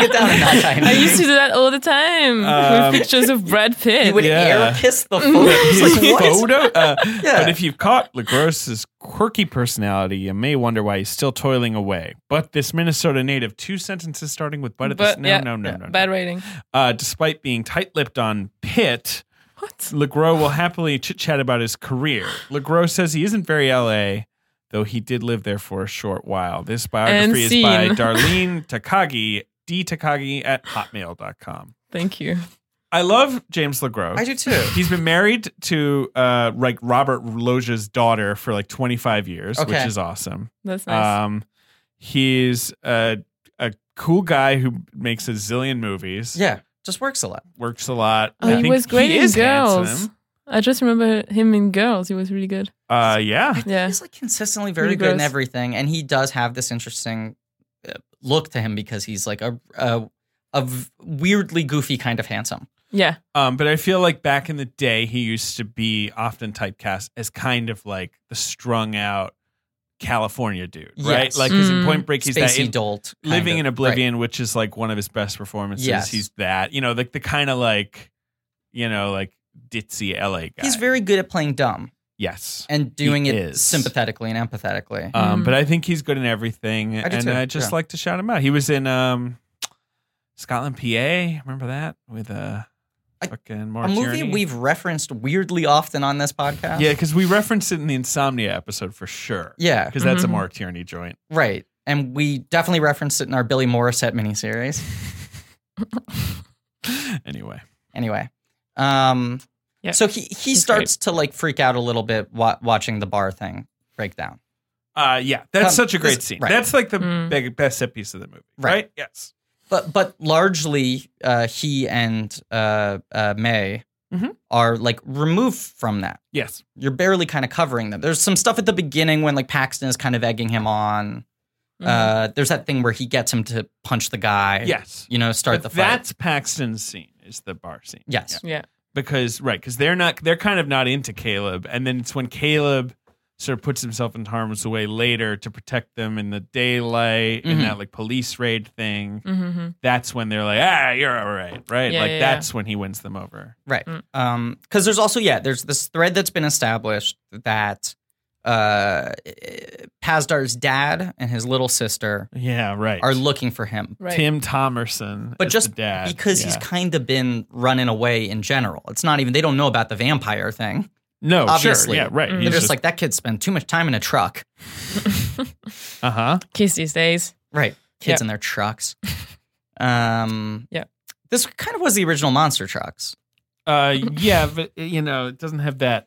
it down a notch. I I mean. used to do that all the time Um, with pictures of Brad Pitt. He would Yeah. air kiss the photo. It's His like, what? photo. Uh, Yeah. But if you've caught LeGros's quirky personality, you may wonder why he's still toiling away. But this Minnesota native, two sentences starting with "but" at this. But, No, yeah, no, no, no, no. Bad rating. Uh, despite being tight-lipped on Pitt, What? LeGros will happily chit chat about his career. LeGros says he isn't very LA, though he did live there for a short while. This And biography is by seen. Darlene Takagi, dtakagi at hotmail.com. Thank you. I love James LeGros. I do too. He's been married to uh, like Robert Loggia's daughter for like 25 years, which Okay. is awesome. That's nice. Um, he's a, a cool guy who makes a zillion movies. Yeah, just works a lot. works a lot. Oh, I he think was great in is Girls. handsome. I just remember him in Girls. He was really good. Uh, yeah, Yeah. He's like consistently very Pretty good in gross. everything, and he does have this interesting uh, look to him because he's like a a, a v- weirdly goofy kind of handsome. Yeah. Um, but I feel like back in the day, he used to be often typecast as kind of like the strung out California dude, right? Yes. Like, 'cause in Mm. Point Break, he's that Spacey in- dolt. kind living of- in right. oblivion, which is like one of his best performances. Yes. He's that, you know, like the kind of like, you know, like ditzy LA guy. He's very good at playing dumb yes. and doing it is. sympathetically and empathetically. Um, Mhm. but I think he's good in everything, Mm. do and too, I just yeah. like to shout him out. He was in um, Scotland, PA. Remember that with uh, I- fucking Maura a movie Tierney? we've referenced weirdly often on this podcast. Yeah, because we referenced it in the Insomnia episode for sure. Yeah, Because that's a Mhm. Mark Tierney joint. right. And we definitely referenced it in our Billy Morissette miniseries. Anyway. Anyway, um, Yeah. so he he He's starts to like freak out a little bit wa- watching the bar thing break down. Uh, yeah, that's Um, such a great this- scene. right. That's like the Mm. big, best set piece of the movie, Right. right? Yes. But but largely, uh, he and uh, uh, May Mhm. are like removed from that. Yes. You're barely kind of covering them. There's some stuff at the beginning when like Paxton is kind of egging him on. Mm-hmm. Uh, there's that thing where he gets him to punch the guy. Mm-hmm. Yes. you know, start But the fight. that's Paxton's scene, is the bar scene. Yes. Yeah. yeah. Because, right, because they're not, they're kind of not into Caleb. And then it's when Caleb sort of puts himself in harm's way later to protect them in the daylight in Mhm. that like police raid thing. Mm-hmm. That's when they're like, ah, you're all right, right? Yeah, like yeah, yeah. that's when he wins them over. Right. Mm. Um, cuz there's also yeah, there's this thread that's been established that uh, Pazdar's dad and his little sister Yeah, right. are looking for him. Right. Tim Thomerson, But is just the dad. because he's Yeah. kind of been running away in general. It's not even, they don't know about the vampire thing. no, obviously. sure, Mm-hmm. yeah, right. They're He's They're just, like, that kid spent too much time in a truck. uh huh. Kids these days. Right. Kids Yeah. in their trucks. Um, Yeah. This kind of was the original monster trucks. Uh, yeah, but you know, it doesn't have that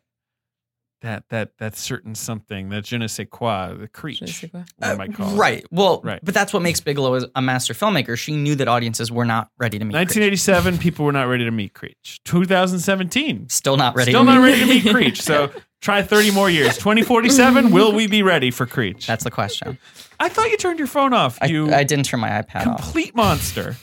that that that certain something that je ne sais quoi, the Je ne creech, sais quoi. we might call it. Uh, right. Well, Right. but that's what makes Bigelow is a master filmmaker. She knew that audiences were not ready to meet. Creature. 1987, people were not ready to meet Creech. 2017, Still not ready still to not meet. ready to meet Creech. So try 30 more years. 2047, will we be ready for Creech? That's the question. I thought you turned your phone off. I, You I didn't turn my iPad off. complete monster.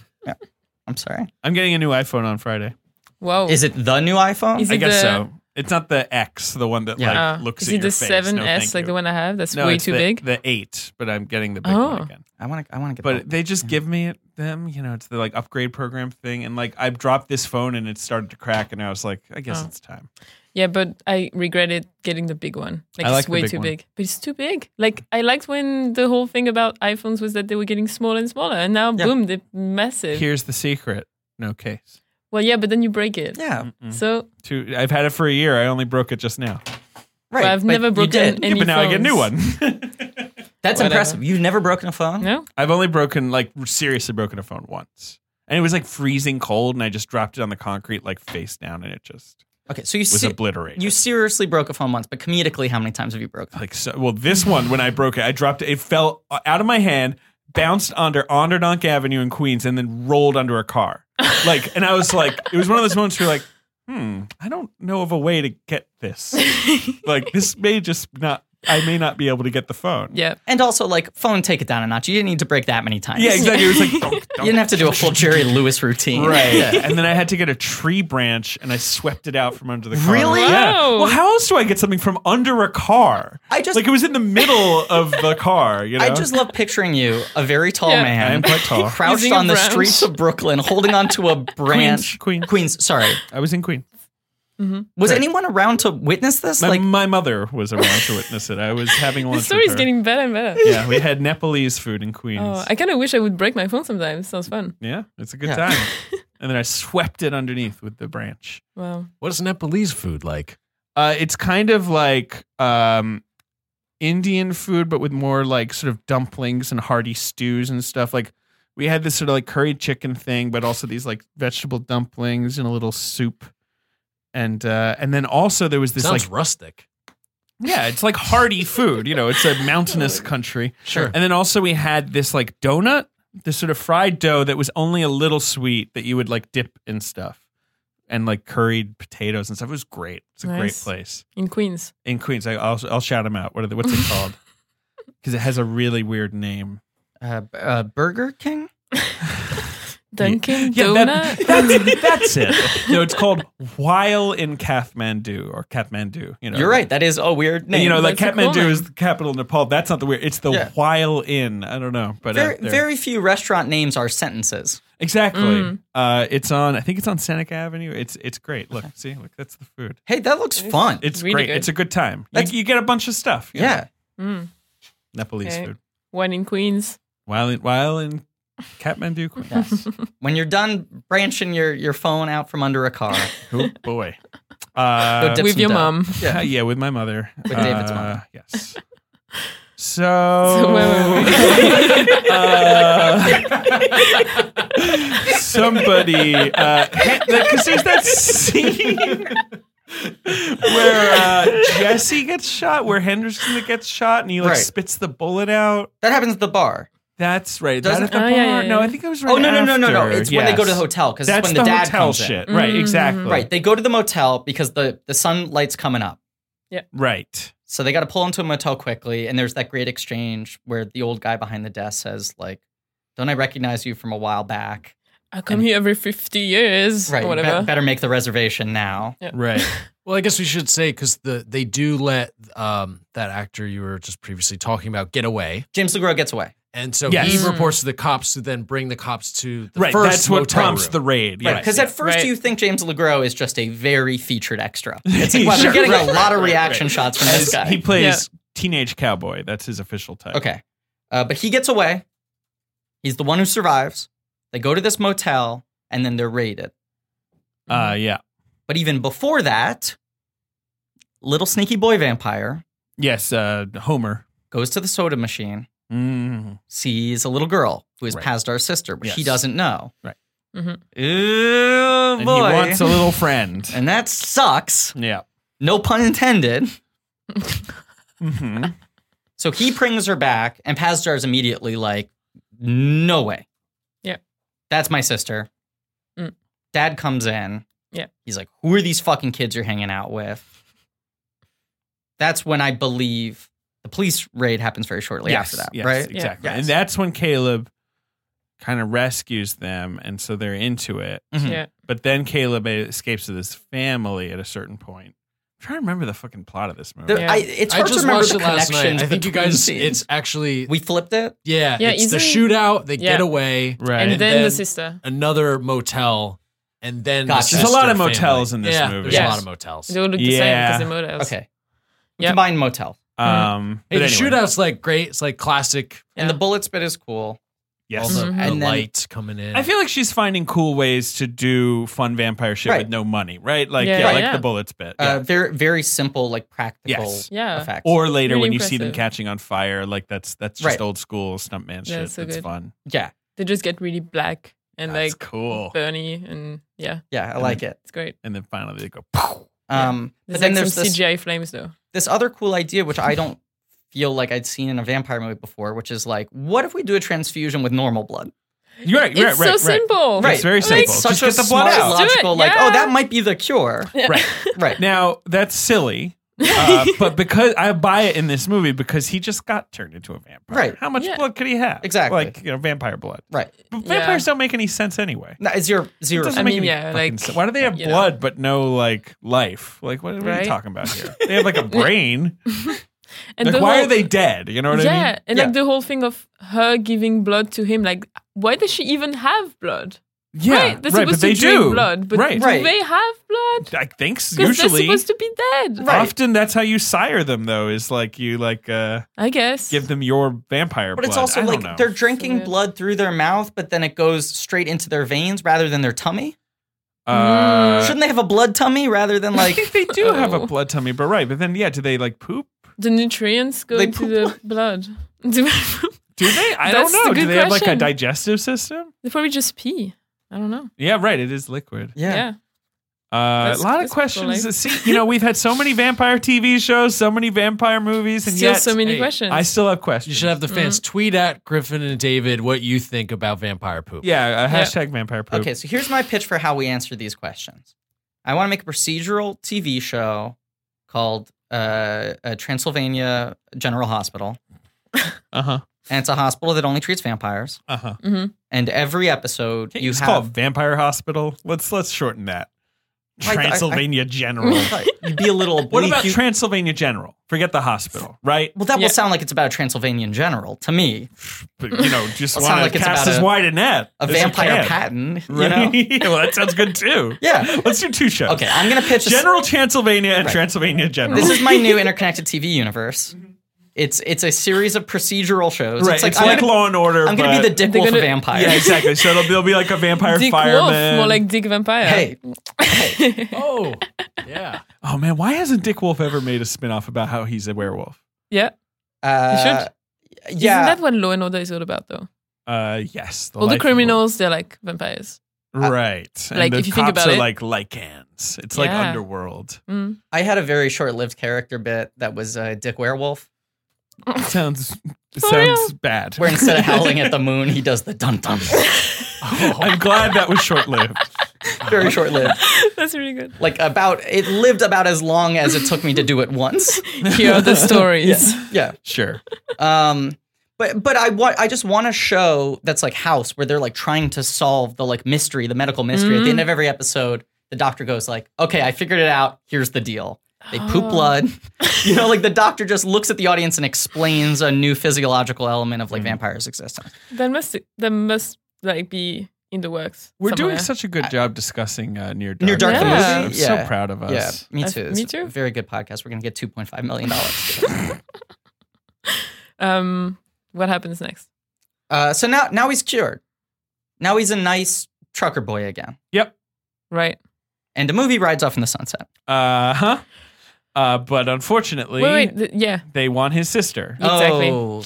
I'm sorry. I'm getting a new iPhone on Friday. Whoa. Is it the new iPhone? Is I it guess the- so. It's not the X, the one that Yeah. like Uh, looks is at it your the face. seven no, S thank like you. the one I have? That's No, way it's too the, big. The eight, but I'm getting the big one Oh. again. I want to. I want to get. But that. they just give me them, you know, it's the like upgrade program thing, and like I've dropped this phone and it started to crack, and I was like, I guess Oh. it's time. Yeah, but I regretted getting the big one. Like I like it's the way big too one. big. But it's too big. Like I liked when the whole thing about iPhones was that they were getting smaller and smaller, and now Yeah. boom, they're massive. Here's the secret: no case. Well, yeah, but then you break it. yeah, Mm-mm. So Two, I've had it for a year. I only broke it just now. right. Well, I've but never you broken did. any- Yeah, but now I get a new one. phones. That's Whatever. impressive. You've never broken a phone. no, I've only broken like seriously broken a phone once, and it was like freezing cold, and I just dropped it on the concrete like face down, and it just Okay, so you was see, obliterated. you seriously broke a phone once, but comedically, how many times have you broken? like so well this one when i broke it i dropped it it fell out of my hand bounced under onderdonk avenue in queens and then rolled under a car like and i was like it was one of those moments where you're like hmm i don't know of a way to get this like this may just not i may not be able to get the phone yeah, And also, like, phone, take it down a notch. You didn't need to break that many times. yeah exactly it was like dunk, You dunk. didn't have to do a full Jerry Lewis routine. Right, and then I had to get a tree branch, and I swept it out from under the car. Really? Yeah. Wow. Well, how else do I get something from under a car? I just- like it was in the middle of the car. You know, I just love picturing you, a very tall Yeah. I am man, quite tall. crouched Using a on the branch. streets of Brooklyn, holding onto a branch. Queens. sorry. I was in Queen. Mm-hmm. Was anyone around to witness this? My, like, my mother was around to witness it. I was having lunch. the story's with her. getting better and better. Yeah, we had Nepalese food in Queens. Oh, I kind of wish I would break my phone sometimes. Sounds fun. yeah, it's a good Yeah. time. and then I swept it underneath with the branch. Wow. What's Nepalese food like? Uh, it's kind of like um, Indian food, but with more like sort of dumplings and hearty stews and stuff. Like we had this sort of like curry chicken thing, but also these like vegetable dumplings and a little soup. And uh, and then also there was this Sounds like rustic. yeah, it's like hearty food. You know, it's a mountainous country. Sure. And then also we had this like donut, this sort of fried dough that was only a little sweet that you would like dip in stuff and like curried potatoes and stuff. It was great. It's a great Nice. place In Queens. in Queens. I, I'll I'll shout them out. What are the, what's it called? Because it has a really weird name. uh, uh, Burger King? Dunkin' Yeah, that- Donut. that's it. That's it. No, it's called While in Kathmandu or Kathmandu. You know, You're right. That is a weird And, name. you know, like That's a cool Kathmandu name. is the capital of Nepal. That's not the weird. It's the Yeah. While in. I don't know, but uh, very, they're- very few restaurant names are sentences. Exactly. Mm. Uh, it's on. I think it's on Seneca Avenue. It's it's great. Look, see, look, that's the food. Hey, that looks fun. It's Really great. good. It's a good time. You, That's- you get a bunch of stuff. you know. yeah. Mm. Nepalese Okay. food. One in Queens. While in, while in Kathmandu, Queens. Yes. when you're done branching your, your phone out from under a car, Oh boy. Uh, Go dip with some your dough. mom. yeah, Uh, yeah, with my mother. With David's Uh, mom. Yes. So. So, wait, Uh, somebody, uh, because there's that scene where uh, Jesse gets shot, where Henderson gets shot, and he like Right. spits the bullet out. that happens at the bar. That's right. That Doesn't- at the Oh, bar? yeah, yeah, yeah. No, I think it was right. Oh no no no no no! after. It's when they Yes. go to the hotel because That's when the, the dad hotel comes in. shit. Right. Mhm. Exactly. Right, they go to the motel because the the sunlight's coming up, Right. so they got to pull into a motel quickly. And there's that great exchange where the old guy behind the desk says like, "Don't I recognize you from a while back?" I come And- here every 50 years Right, you be- or whatever. better make the reservation now. Right. Well, I guess we should say because the they do let um, that actor you were just previously talking about get away, James LeGros gets away. and so Yes. he Mm. reports to the cops, who then bring the cops to the right. first That's what motel prompts room. the raid. Right, yes. because at first Right. you think James LeGros is just a very featured extra. It's like, wow, Sure. they're getting Right, a lot of right, reaction right. shots from As this guy. He plays teenage cowboy. That's his official title. Okay. Uh, but he gets away. He's the one who survives. They go to this motel and then they're raided. Uh, mm-hmm. yeah. But even before that, little sneaky boy vampire Yes. Uh, Homer. goes to the soda machine, Mm. sees a little girl who is Right. Pazdar's sister, which he Yes. doesn't know. Right. Mhm. Ew, And Oh, boy. he wants a little friend. and that sucks. yeah. No pun intended. hmm So he brings her back, and Pazdar's immediately like, no way. Yeah. That's my sister. Mm. Dad comes in. Yeah. He's like, who are these fucking kids you're hanging out with? That's when I believe the police raid happens very shortly after that, yes, right? Exactly. Yeah. And that's when Caleb kind of rescues them, and so they're into it. Mhm. Yeah. But then Caleb escapes with his family at a certain point. I'm trying to remember the fucking plot of this movie. The- Yeah. I, it's I hard to just remember watched the it last night. connections. I think you between guys, scenes. it's actually, we flipped it. yeah, Yeah, it's the isn't it- shootout. They Yeah. get away. right. And, And then, then- the sister. Another motel, and then the Gotcha. There's a lot of sister family. motels in this yeah, movie. There's Yes. a lot of motels. They all look the Yeah. same because they're models. Okay. Yep. Combined motel. um, but Hey, the anyway. shootout's like great. It's like classic. And Yeah. the bullets bit is cool. All Yes. the, Mhm. the And then- lights coming in. I feel like she's finding cool ways to do fun vampire shit Right. with no money, right? Like, yeah, Yeah, like yeah. the bullets bit. Uh, very, very simple, like practical Yes. Yeah. effects. or later Really when you see them impressive. catching on fire, like that's that's just Right. old school stuntman shit. so that's good. fun. yeah, They just get really black and That's like cool. Bernie and yeah, yeah, I like it. it's great. And then finally they go. Pow! Um, There's but then like there's some this CGI flames though. this other cool idea, which I don't feel like I'd seen in a vampire movie before, which is like, what if we do a transfusion with normal blood? You're right. It's You're right. so right, right. simple. Right. It's very Like, simple. Such Just a get the blood smart, out. Let's do logical, it, like, oh, yeah. that might be the cure, Right. right? Now that's silly. uh, but because I buy it in this movie because he just got turned into a vampire. Right. How much Yeah. blood could he have? Exactly. Like, you know, vampire blood. Right. But Yeah. vampires don't make any sense anyway. No, it's zero, It zero. doesn't I make mean, any yeah, fucking like, sense. why do they have you know. blood but no like life? Like what, what are Right? you talking about here? They have like a brain. And like the why whole- are they dead? You know what yeah, I mean? and like the whole thing of her giving blood to him, like why does she even have blood? Yeah, right, they're supposed but they to drink do. blood, but right, do Right. they have blood? I think s- Because they're usually, supposed to be dead. Right. often that's how you sire them. Though is like you like uh I guess. give them your vampire. But it's blood. also I don't like know. they're drinking Yeah. blood through their mouth, but then it goes straight into their veins rather than their tummy. Uh, Mm. Shouldn't they have a blood tummy rather than I like? think they do have a Oh. blood tummy, but right. But then yeah, do they like poop? the nutrients go They into poop the blood. Do they Do they? I That's don't know. the Do good they have like a question. digestive system? probably just pee? I don't know. Yeah, right. It is liquid. Yeah. Uh, a That's- lot of that's cool, questions. eh? See, you know, we've had so many vampire TV shows, so many vampire movies, and Still yet so many hey, questions. I still have questions. you should have the fans Mm-hmm. tweet at Griffin and David what you think about vampire poop. yeah, uh, Yeah. hashtag vampire poop. Okay, so here's my pitch for how we answer these questions. I want to make a procedural TV show called uh, uh, Transylvania General Hospital, Uh huh. and it's a hospital that only treats vampires. Uh huh. hmm And every episode, Can't you you just have call it Vampire Hospital? Let's let's shorten that. Like, I- I- Transylvania General. you'd be a little. what oblique. about You- Transylvania General? Forget the hospital, right? well, that Yeah. will sound like it's about a Transylvanian general to me. But, you know, just It want to sounds like it's cast about as a- wide a net. A as you vampire can. pattern, you Right? know? yeah, well, that sounds good too. Yeah. Let's do two shows. Okay, I'm gonna pitch. a s- General Transylvania and Right. Transylvania General. This is my new interconnected TV universe. Mm-hmm. It's it's a series of procedural shows. right. It's like I'm gonna, Law and Order. I'm gonna but- be the Dick They're Wolf gonna- vampire. Yeah, exactly. So it'll, there'll be like a vampire Dick fireman. Wolf, more like Dick Vampire. Hey, Oh, yeah. oh man, why hasn't Dick Wolf ever made a spin-off about how he's a werewolf? Yeah. Uh, Isn't Yeah, that what Law and Order is all about though? Uh, yes. all the life of Wolf. criminals, they're like vampires. Right. and like, the if you think cops about are like it- lycans. It's like Yeah. underworld. Mm. I had a very short-lived character bit that was uh, Dick Werewolf, sounds For sounds real? bad. where instead of howling at the moon, he does the dum dum. I'm glad that was short-lived. Very short-lived. That's really good. Like about it lived about as long as it took me to do it once. Here are the stories. Yeah. Sure. Um. But but I want I just want a show that's like House, where they're like trying to solve the like mystery, the medical mystery. At the end Mm. of every episode, the doctor goes like, "Okay, I figured it out. Here's the deal." They poop Oh. blood. You know, like the doctor just looks at the audience and explains a new physiological element of like Mm. vampires' existence. That must that must like be in the works. We're doing somewhere. such a good job discussing uh, Near Dark. Near Dark, the I'm movie? so Yeah. proud of us. Yeah, me Uh, too. me It's a too. Very good podcast. We're gonna get two point five million dollars. Um, what happens next? Uh, so now, now he's cured. Now he's a nice trucker boy again. Right. And the movie rides off in the sunset. Uh huh. Uh, but unfortunately, Wait, wait. th- yeah. they want his sister. Exactly. Oh,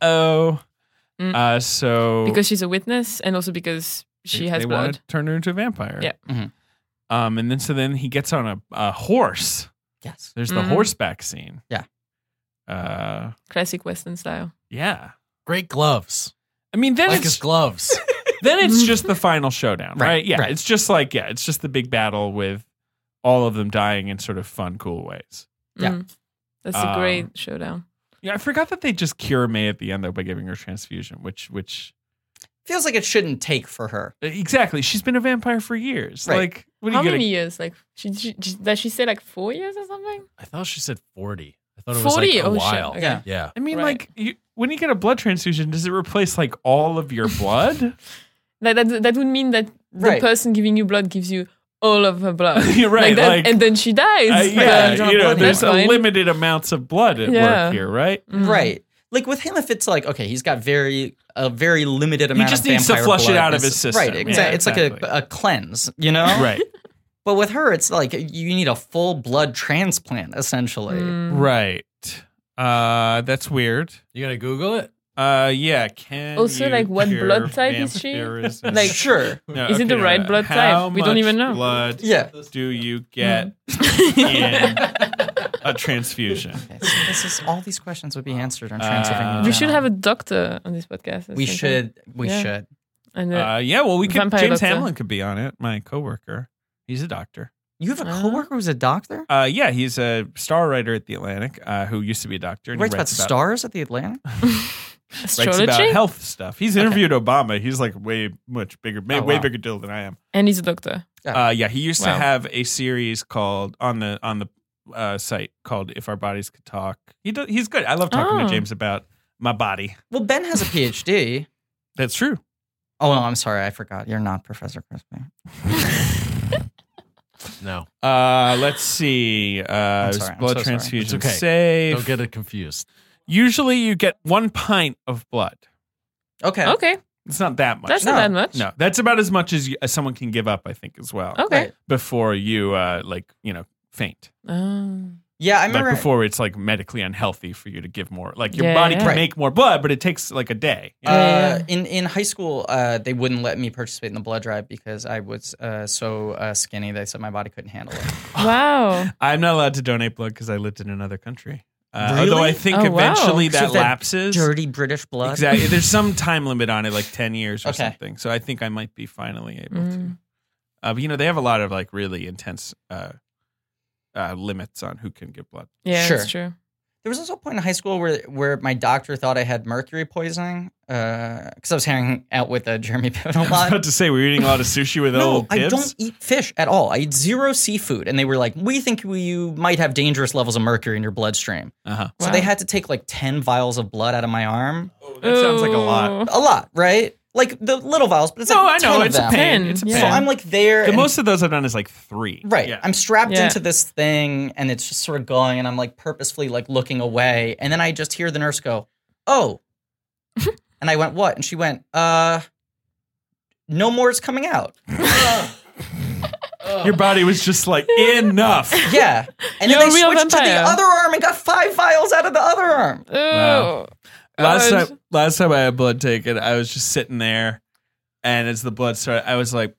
Oh. Mm. Uh, so Because she's a witness, and also because she they- has they blood. want to turn her into a vampire. Yeah. Mhm. Um, and then so then he gets on a, a horse. yes. There's the Mhm. horseback scene. Yeah. Uh, Classic Western style. yeah. Great gloves. I mean, then like it's his gloves. then it's just the final showdown, right? Right, Yeah, right. it's just like yeah, it's just the big battle with all of them dying in sort of fun, cool ways. Yeah. Mm. That's Um, a great showdown. Yeah, I forgot that they just cure May at the end though by giving her transfusion, which which Feels like it shouldn't take for her. exactly she's been a vampire for years. Right. Like what are How you many gonna? years? Like, she, she, she- does she say like four years or something? I thought she said 40. I thought it was 40? like a oh, while. shit. Okay. Yeah. Yeah. I mean, Right. like you, when you get a blood transfusion, does it replace like all of your blood? That, that, that would mean that Right. the person giving you blood gives you all of her blood. You're right, that, like- and then she dies. Uh, But- yeah, you know, blood there's anymore. a Fine. limited amounts of blood at Yeah. work here, right? Mm. Right. Like with him, if it's like okay, he's got very a very limited amount. just of needs to vampire flush it blood. out of It's- his Right. system. Exactly. Yeah, it's like a, exactly. a cleanse, you know. Right, But with her, it's like you need a full blood transplant essentially. Hmm. Mm. right. Uh, that's weird. You going to Google it? Uh, yeah. Can Also, you like, what cure blood type is she? vampirism? Like- sure. No, Is it the right blood type? How We don't much even know. Hmm. Blood Yeah. do you get in a transfusion? Okay, so this is all these questions would be answered on Uh, Transylvania. We should have a doctor on this podcast. at We some point. should. We Yeah. should. And uh, Uh, yeah. Well, we could. Vampire James doctor. Hamlin could be on it. My coworker. He's a doctor. You have a Uh-huh. Uh, coworker who's a doctor. Uh, yeah, he's a star writer at the Atlantic uh, who used to be a doctor. He And writes he about stars at the Atlantic. Writes about astrology, health stuff. He's interviewed Obama. He's like way much bigger, way, Oh, way wow. Oh. bigger deal than I am. and he's a doctor. Uh, yeah, he used to Wow. have a series called on the on the uh, site called "If Our Bodies Could Talk." He do, he's good. I love talking Oh. to James about my body. Well, Ben has a PhD. That's true. Oh no, I'm sorry, I forgot. You're not Professor Crispy. No. Uh, let's see. Uh, sorry, I'm blood so sorry. transfusion It's okay. safe. Don't get it confused. Usually, you get one pint of blood. Okay. Okay, It's not that much. that's No, not that much. no, that's about as much as, you, as someone can give up, I think, as well. Okay. Right. Before you, uh, like you know, faint. Oh. Yeah, I Like remember. before, it's like medically unhealthy for you to give more. Like your Yeah, body yeah, Oh. can yeah. make more blood, but it takes like a day. uh, Yeah. in in high school, uh, they wouldn't let me participate in the blood drive because I was uh, so uh, skinny. They said my body couldn't handle it. Wow. Uh, I'm not allowed to donate blood because I lived in another country. Uh, Really? Although I think Oh, wow. eventually So that that lapses. Dirty British blood. Exactly. There's some time limit on it, like 10 years or Okay. something. So I think I might be finally able to. Mm. Uh, but, you know, they have a lot of like really intense uh, uh, limits on who can give blood. Yeah, Sure. that's true. There was also a point in high school where where my doctor thought I had mercury poisoning because I was hanging out with uh, Jeremy Piven I a was lot. about to say, we were eating a lot of sushi with No, old I Pibbs. don't eat fish at all. I eat zero seafood, and they were like, "We think you might have dangerous levels of mercury in your bloodstream." Uh-huh. So Wow. they had to take like ten vials of blood out of my arm. that sounds like a lot. A Ooh. lot, right? Like the little vials, but it's No, I like know. 10 of It's a them. pain. Ten, It's a yeah. pain. So I'm like there. the and- most of those I've done is like three. Right. Yeah. I'm strapped Yeah. into this thing and it's just sort of going and I'm like purposefully like looking away. And then I just hear the nurse go, Oh. and I went, What? And she went, Uh, no more is coming out. Your body was just like, enough. Yeah. And then You're a they real switched vampire. to the other arm and got five vials out of the other arm. Ooh. Wow. Last God. time, last time I had blood taken, I was just sitting there, and as the blood started, I was like,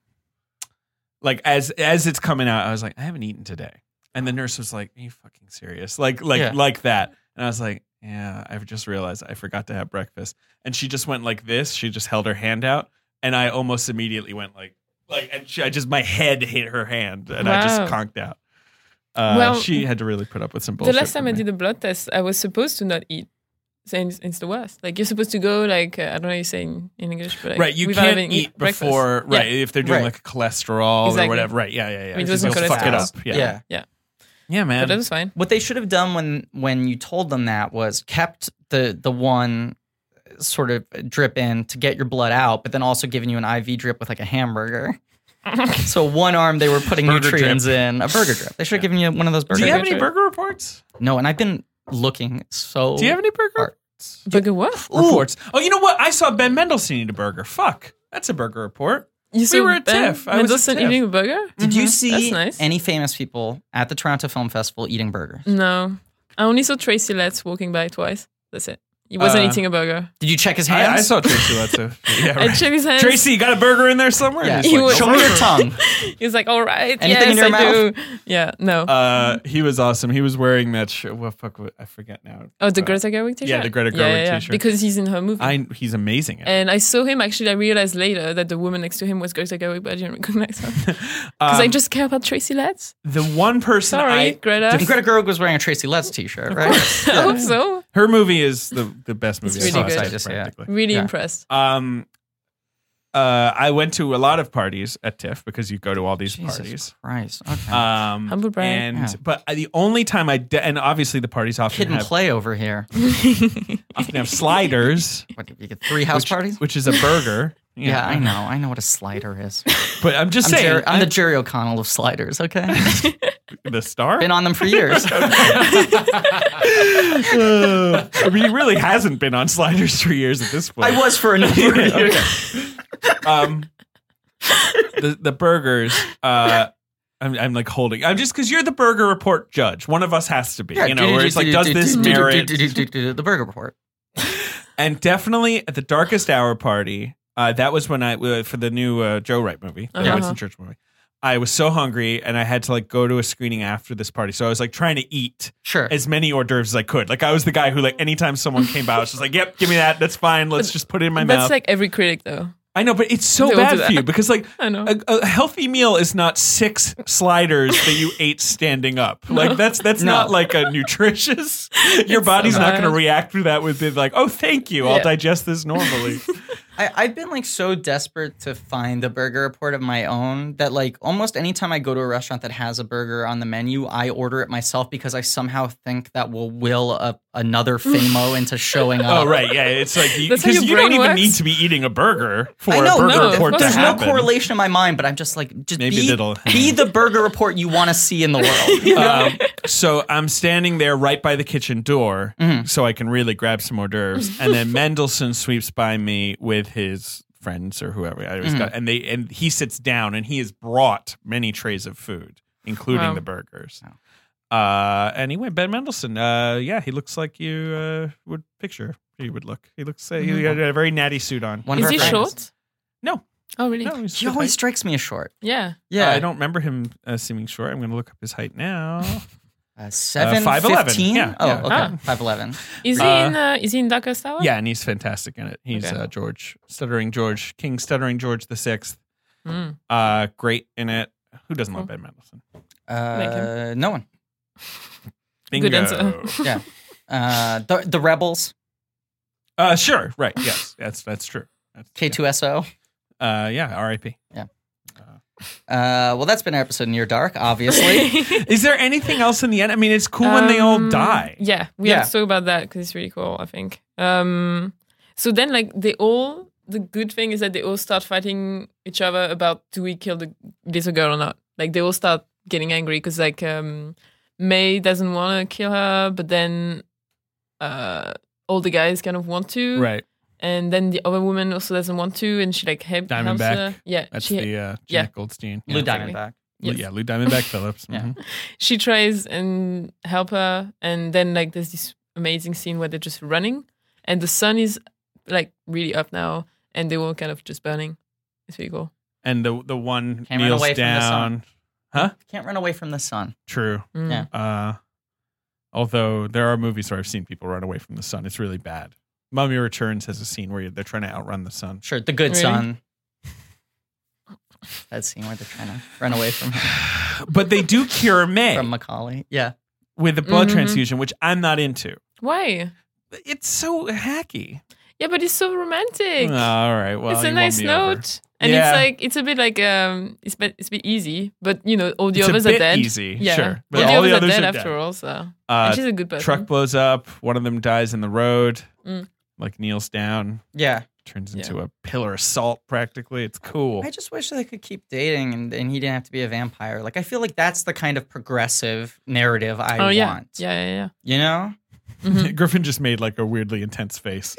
like as as it's coming out, I was like, I haven't eaten today, and the nurse was like, Are you fucking serious? Like like Yeah. like that, and I was like, Yeah, I just realized I forgot to have breakfast, and she just went like this. She just held her hand out, and I almost immediately went like like, and she, I just my head hit her hand, and I just Wow. conked out. Uh, Well, she had to really put up with some The bullshit. last time from I me. did a blood test, I was supposed to not eat. So it's, it's the worst. Like you're supposed to go like uh, I don't know how you say in, in English, but like, right, you without can't having eat breakfast. before, Yeah. right? If they're doing Right. like cholesterol or Exactly. whatever, right? Yeah, yeah, yeah. It It's wasn't just fuck it up. cholesterol. Yeah, yeah. Yeah, But that man. was fine. What they should have done when when you told them that was kept the the one sort of drip in to get your blood out, but then also giving you an IV drip with like a hamburger. so one arm they were putting Burger nutrients in a burger drip. They should have given you one of those burger. Do you have drips. any burger reports? no, and I've been looking so. Do you have any burger? hard. Burger what? reports. Oh, you know what? I saw Ben Mendelsohn eat a burger. Fuck, that's a burger report. You saw were at TIFF. Ben I was at Mendelsohn TIFF. eating a burger? Did you Mm-hmm. That's see nice. Mm. any famous people at the Toronto Film Festival eating burgers? No. I only saw Tracy Letts walking by twice. That's it. He wasn't Uh, eating a burger. Did you check his hands? I, I saw Tracy Letts. Yeah, I right. checked his hands. Tracy you got a burger in there somewhere. Yeah. And he's like, He was- Show me your tongue. He was like, all right. Anything in yes, your I mouth?" do. Yeah, no. uh, he was awesome. He was wearing that. Sh- what fuck? wa- I forget now. oh, the Uh, Greta Gerwig t-shirt? yeah, the Greta Gerwig t-shirt. Because he's in her movie. I he's amazing. At it. and I saw him actually. I realized later that the woman next to him was Greta Gerwig, but I didn't recognize her because I Um, just care about Tracy Letts. the one person. Sorry, I, Greta. And Greta Gerwig was wearing a Tracy Letts t-shirt, right? I hope so. her movie is the, the best movie. really I've good. seen, Sorry, just, yeah. practically. Really Yeah. impressed. Um, uh, I went to a lot of parties at TIFF because you go to all these Jesus parties. Christ. Okay. Um, Humble brag. And Yeah. but I- the only time I de- and obviously the parties often Kid and have, play over here. often have sliders, What, you get three house which, parties? which is a burger. yeah, I know. I know what a slider is. But I'm just I'm, saying, Jerry, I'm the Jerry O'Connell of sliders, okay? the, star. Been on them for years. Uh, I mean, he really hasn't been on sliders for years at this point. I was for a number of years. um, the the burgers. Uh, I'm, I'm like holding. I'm just because you're the burger report judge. One of us has to be. you know, where it's like, does this merit? The burger report. And definitely at the darkest hour party. Uh, that was when I uh, for the new uh, Joe Wright movie, the Uh-huh. Winston Church movie. I was so hungry, and I had to like go to a screening after this party. So I was like trying to eat Sure. as many hors d'oeuvres as I could. Like I was the guy who like anytime someone came by, I was just like, "Yep, give me that. That's fine. Let's just put it in my That's mouth." like every critic, though. I know, but it's so Don't bad do for you that. because like I know. a, a healthy meal is not six sliders that you ate standing up. Like that's that's No. not like a nutritious. Your It's so body's not going to bad. react to that with being like, "Oh, thank you. I'll Yeah. digest this normally." I, I've been like so desperate to find a burger report of my own that like almost anytime I go to a restaurant that has a burger on the menu, I order it myself because I somehow think that will will a, another famo into showing up. oh right, yeah. It's like That's how because your you don't brain even works. need to be eating a burger for I know, a burger no, of report course to There's no happen. correlation in my mind, but I'm just like, just Maybe be, that'll- be the burger report you want to see in the world. Um, so I'm standing there right by the kitchen door Mm-hmm. so I can really grab some hors d'oeuvres. And then Mendelssohn sweeps by me with his friends or whoever. I always Mm-hmm. got, and they and he sits down and he has brought many trays of food, including Wow. the burgers. Uh, anyway, Ben Mendelsohn. Uh, yeah, he looks like you uh, would picture he would look. He looks. Uh, he got a very natty suit on. Mm-hmm. One of Is our he friends. short? No, Oh, really? no, he's He always strikes me as short. Yeah. Yeah, I don't remember him uh, seeming short. I'm going to look up his height now. Uh, seven, 5'11", 15? yeah, oh, yeah. okay, five eleven. Is he Uh, in? Uh, is he in Darkest Hour? Yeah, and he's fantastic in it. He's Okay. uh, George, stuttering George, King, stuttering George the Sixth. Mm. Uh, great in it. Who doesn't love Ben Mendelsohn? Uh, no one. Bingo. Good answer. Yeah, uh, the the rebels. uh, sure. Right. Yes. That's that's true. That's, K2SO. Uh, yeah. R.I.P. Uh, well, that's been our episode of Near Dark, obviously. Is there anything else in the end? I mean, it's cool when they all Um, die. Yeah, we Yeah. have to talk about that because it's really cool. I think. Um, so then, like, they all. The good thing is that they all start fighting each other about do we kill the little girl or not. Like they all start getting angry because like um, May doesn't want to kill her, but then uh, all the guys kind of want to, Right. And then the other woman also doesn't want to, and she like help, helps Diamondback. her. Yeah, That's she the uh, Jack yeah. Goldstein. Lou Yeah, Diamond. Diamondback. Yes. Yeah, Lou Diamondback Phillips. Yeah. Mhm. she tries and help her and then like there's this amazing scene where they're just running and the sun is like really up now and they were kind of just burning it's really cool And the the one Can't run kneels away from the sun. down. Huh? Can't run away from the sun. True. Mm. Yeah. Uh, although there are movies where I've seen people run away from the sun. It's really bad. Mummy Returns has a scene where they're trying to outrun the sun. Sure, the good Really? sun. That scene where they're trying to run away from But they do cure May from Macaulay. Yeah, with a blood Mhm. transfusion, which I'm not into. why It's so hacky. yeah but it's so romantic All right. Ah, Well, it's a you won nice me over. note and Yeah. it's like it's a bit like um it's bit, it's a bit easy but you know all the It's a others bit are dead easy, yeah sure. But all, all the the others are dead others are after dead. all so Uh, and she's a good person Truck blows up. One of them dies in the road. Mm. Like kneels down, yeah. turns into a pillar of salt. Practically, it's cool. I just wish they could keep dating and, and he didn't have to be a vampire. Like I feel like that's the kind of progressive narrative I oh yeah Mm-hmm. want. yeah yeah yeah You know, Griffin just made like a weirdly intense face.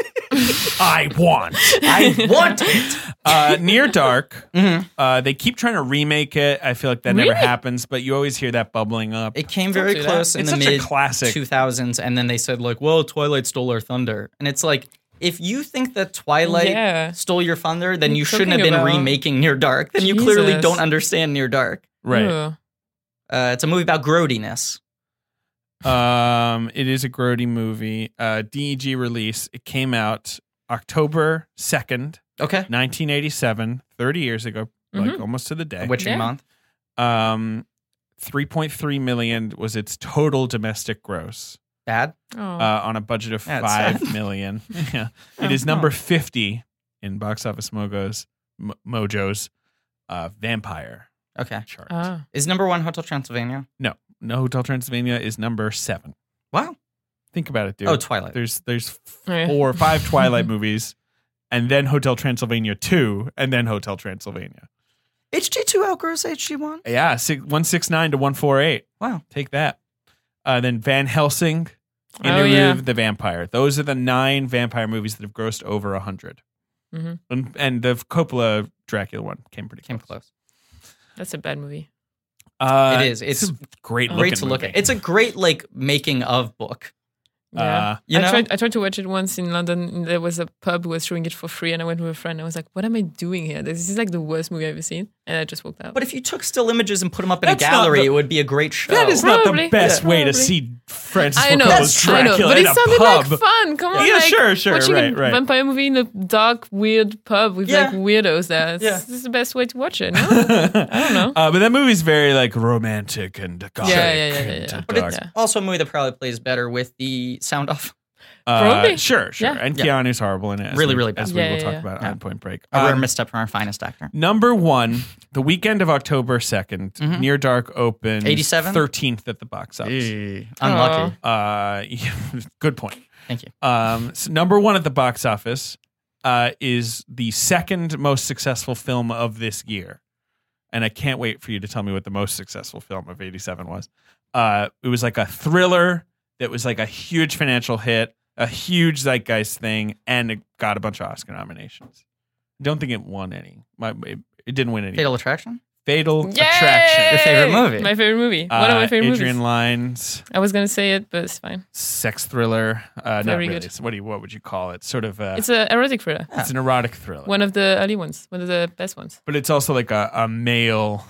I want. I want it. Uh, Near Dark. Mm-hmm. Uh, they keep trying to remake it. I feel like that never Remake? happens, but you always hear that bubbling up. It came very do that. close in It's the such a mid classic. 2000s, and then they said like, "Well, Twilight stole our thunder," and it's like. If you think that Twilight Yeah. stole your thunder, then What are you you shouldn't have talking been about? remaking Near Dark. Then you clearly Jesus. don't understand Near Dark. right. Ugh. Uh, it's a movie about grodiness. Um, it is a grody movie. Uh, DEG release. It came out October 2nd, Okay. 1987, 30 years ago, Mm-hmm. like almost to the day. Witching Yeah. Month. um, 3.3 million was its total domestic gross Bad. Oh. uh, on a budget of That's sad. five million. yeah. It is number 50 in box office mogos, mo- mojo's uh, vampire Okay. chart. Ah. Is number one Hotel Transylvania? no, no Hotel Transylvania is number seven. Wow. Think about it, dude. Oh, Twilight. there's there's Oh, Yeah. four or five Twilight movies, and then Hotel Transylvania two, and then Hotel Transylvania. HG2 outgrows HG1. Yeah, six, one six nine to one four eight. Wow. Take that. Uh, then Van Helsing, Oh, Interlude, yeah. the Vampire. Those are the nine vampire movies that have grossed over a 100 Mhm. And, and the Coppola Dracula one came pretty Came close. close. That's a bad movie. Uh, It is. It's a great, Great great looking to look movie. at. It's a great like making of book. Yeah. Uh, You I know? tried. I tried to watch it once in London. and There was a pub who was showing it for free, and I went with a friend. I was like, "What am I doing here? This is like the worst movie I've ever seen." And I just walked out. But if you took still images and put them up in That's a not gallery, the- it would be a great show. that is not the Probably. best Yeah. way to Probably. see Francis I know, Ford Coppola's I know, Dracula but in it a sounded pub. like fun. Come on, Yeah, like, sure, sure, watching right, a right. vampire movie in a dark, weird pub with Yeah. like weirdos there. It's, Yeah. This is the best way to watch it. No? I don't know. Uh, but that movie's very like romantic and gothic. yeah, yeah, yeah, and yeah. But dark. it's also a movie that probably plays better with the sound off. Uh, Probably. sure, sure. Yeah. And Yeah. Keanu's horrible in it. as Really, we- really bad. As we Yeah, will yeah, talk yeah. about on Point Break. A rare Um, misstep from our finest actor. number one, the weekend of October 2nd, Mhm. Near Dark opened 87? 13th at the box office. Unlucky. Uh, good point. Thank you. Um, so number one at the box office uh, is the second most successful film of this year. And I can't wait for you to tell me what the most successful film of 87 was. Uh, it was like a thriller that was like a huge financial hit, a huge zeitgeist thing, and it got a bunch of Oscar nominations. I don't think it won any. My, it, it didn't win any. Fatal, Fatal Attraction? Attraction. Your favorite Oh. Yay! movie. My favorite movie. One of Uh, my favorite Adrian movies. Lyne's I was gonna say it, but it's fine. sex thriller. Uh, not Very really. good. It's- What do you, what would you call it? Sort of. A, It's an erotic thriller. it's an erotic thriller. One of the early ones. One of the best ones. but it's also like a, a male.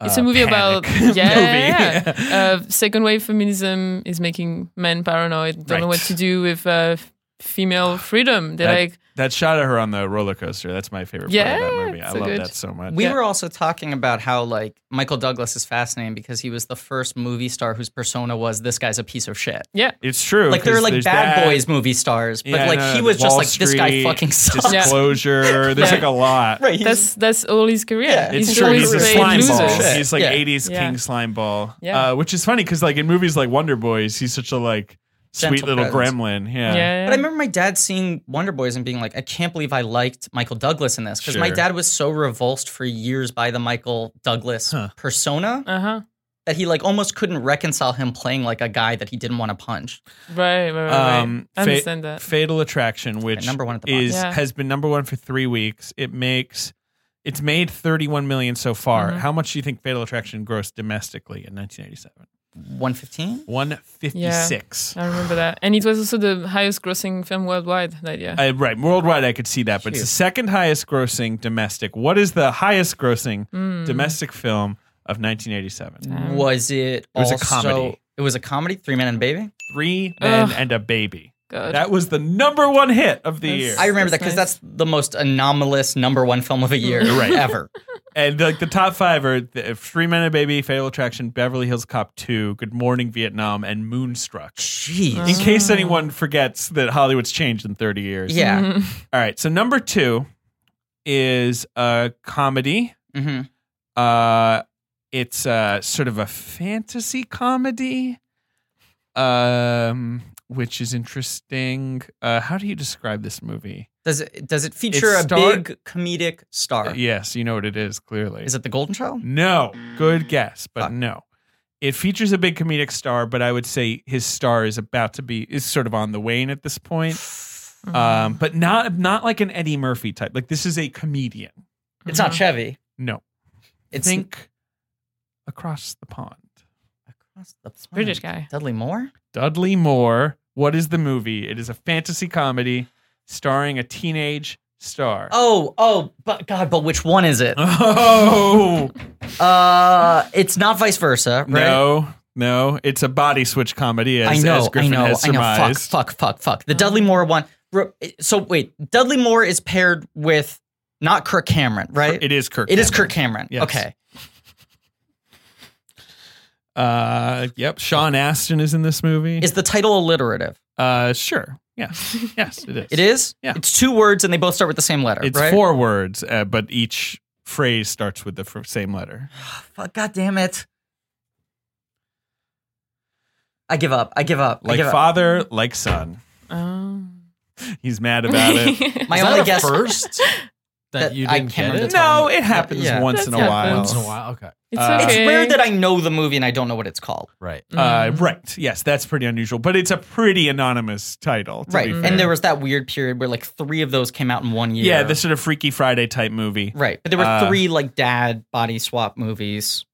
It's uh, a movie about panic yeah, yeah, movie. yeah. Uh, second wave feminism is making men paranoid. Don't know what Right. to do with uh, f- female freedom. They're That- like, that shot of her on the roller coaster. That's my favorite Yeah, part of that movie. I so love good. that so much. We were also talking about how like Michael Douglas is fascinating because he was the first movie star whose persona was this guy's a piece of shit. yeah, It's true. Like there are 'cause like there's bad that, boys movie stars, but yeah, like no, he no, was just Wall like this guy Street, fucking sucks. Disclosure. There's like a lot. Right. he's- that's that's all his career. Yeah, It's he's true. always He's a really played slime losers. ball. Shit. He's like Yeah. 80s Yeah. King slime ball. Yeah. Uh, which is funny because like in movies like Wonder Boys, he's such a like sweet Gentle little presence. gremlin. Yeah, Yeah. yeah. But I remember my dad seeing Wonder Boys and being like, I can't believe I liked Michael Douglas in this. Because my Sure. dad was so revulsed for years by the Michael Douglas Huh. persona uh huh. that he like almost couldn't reconcile him playing like a guy that he didn't want to punch. Right, right, right. Um, right. I fa- understand that. Fatal Attraction, which number one at the box. is Yeah. has been number one for three weeks. It makes it's made thirty one million so far. Mm-hmm. How much do you think Fatal Attraction grossed domestically in nineteen eighty seven? 115? One fifty six. I remember that, and it was also the highest-grossing film worldwide that year. Uh, right, worldwide, I could see that, but it's the Huge. second highest grossing domestic. What is the highest grossing Mm. domestic film of 1987? Was it Mm. It was a also- comedy. It was a comedy, Three Men and a Baby. Three Men Ugh. and a Baby. God. That was the number one hit of the That's- year. I remember that That's because nice. that's the most anomalous number one film of a year Right. ever. And like the top five are the Three Men and a Baby, Fatal Attraction, Beverly Hills Cop 2, Good Morning Vietnam, and Moonstruck. Jeez. In case anyone forgets that Hollywood's changed in 30 years. Yeah. All right. So number two is a comedy. hmm Uh, it's uh, sort of a fantasy comedy, um, which is interesting. Uh, how do you describe this movie? Does it does it feature a star- big comedic star? Yes, you know what it is, clearly. Is it The Golden Child? No. Good guess, but Fuck. no. It features a big comedic star, but I would say his star is about to be is sort of on the wane at this point. Um, but not not like an Eddie Murphy type. Like this is a comedian. Mm-hmm. It's Uh-huh. not Chevy. No, It's think across the pond. across the pond. British guy. Dudley Moore. Dudley Moore. What is the movie? It is a fantasy comedy starring a teenage star. Oh, oh, but God, but which one is it? Oh. Uh, it's not vice versa, right? No, no, it's a body switch comedy. As, I know, as I Griffin know, has I know. Fuck, surmised. Oh. fuck, fuck, fuck. The Dudley Moore one. Ro- So wait, Dudley Moore is paired with not Kirk Cameron, right? It is Kirk. It is Kirk Cameron. Yes. Okay. Uh, yep. Sean Astin is in this movie. Is the title alliterative? uh, sure. Yeah. Yes, it is. It is. Yeah. It's two words, and they both start with the same letter. It's right? four words, uh, but each phrase starts with the fir- same letter. Fuck, God damn it! I give up. I give up. I Like give up. father, like son. Oh. He's mad about it. My Is only that a guess. first that, That you I didn't can't get remember it? the no, it happens Yeah. once in That a while. happens. Once in a while. Okay. It's Uh, okay. Mm. It's rare that I know the movie and I don't know what it's called. Right. Mm-hmm. Uh, right. Yes, that's pretty unusual, but it's a pretty anonymous title. to Right. be And fair. there was that weird period where like three of those came out in one year. yeah, this sort of Freaky Friday type movie. Right. But there were Uh, three like dad body swap movies.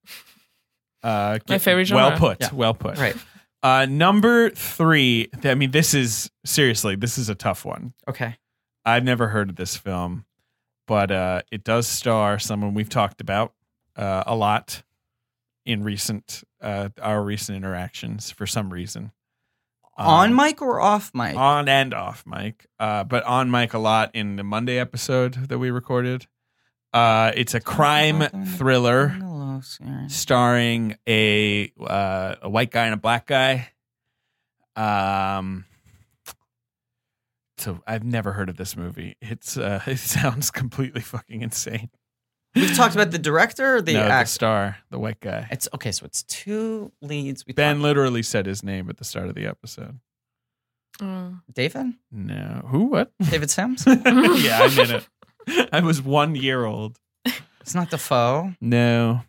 Uh, My favorite genre. Well put. Yeah. Well put. Right. Uh, number three. th- I mean, this is seriously, this is a tough one. Okay. I've never heard of this film, but uh, it does star someone we've talked about uh, a lot in recent uh, our recent interactions for some reason. Um, on mic or off mic? on and off mic, uh, but on mic a lot in the Monday episode that we recorded. Uh, it's a crime thriller Hello, Sarah. starring a uh, a white guy and a black guy. Um, so I've never heard of this movie. It's uh, it sounds completely fucking insane. We've talked about the director or the no, the actor. star, the white guy. It's okay, so it's two leads. We Ben talked- literally said his name at the start of the episode. Uh, Oh. David? No, who? What? David Sims? yeah, I'm in it. I was one year old. It's not Defoe. No,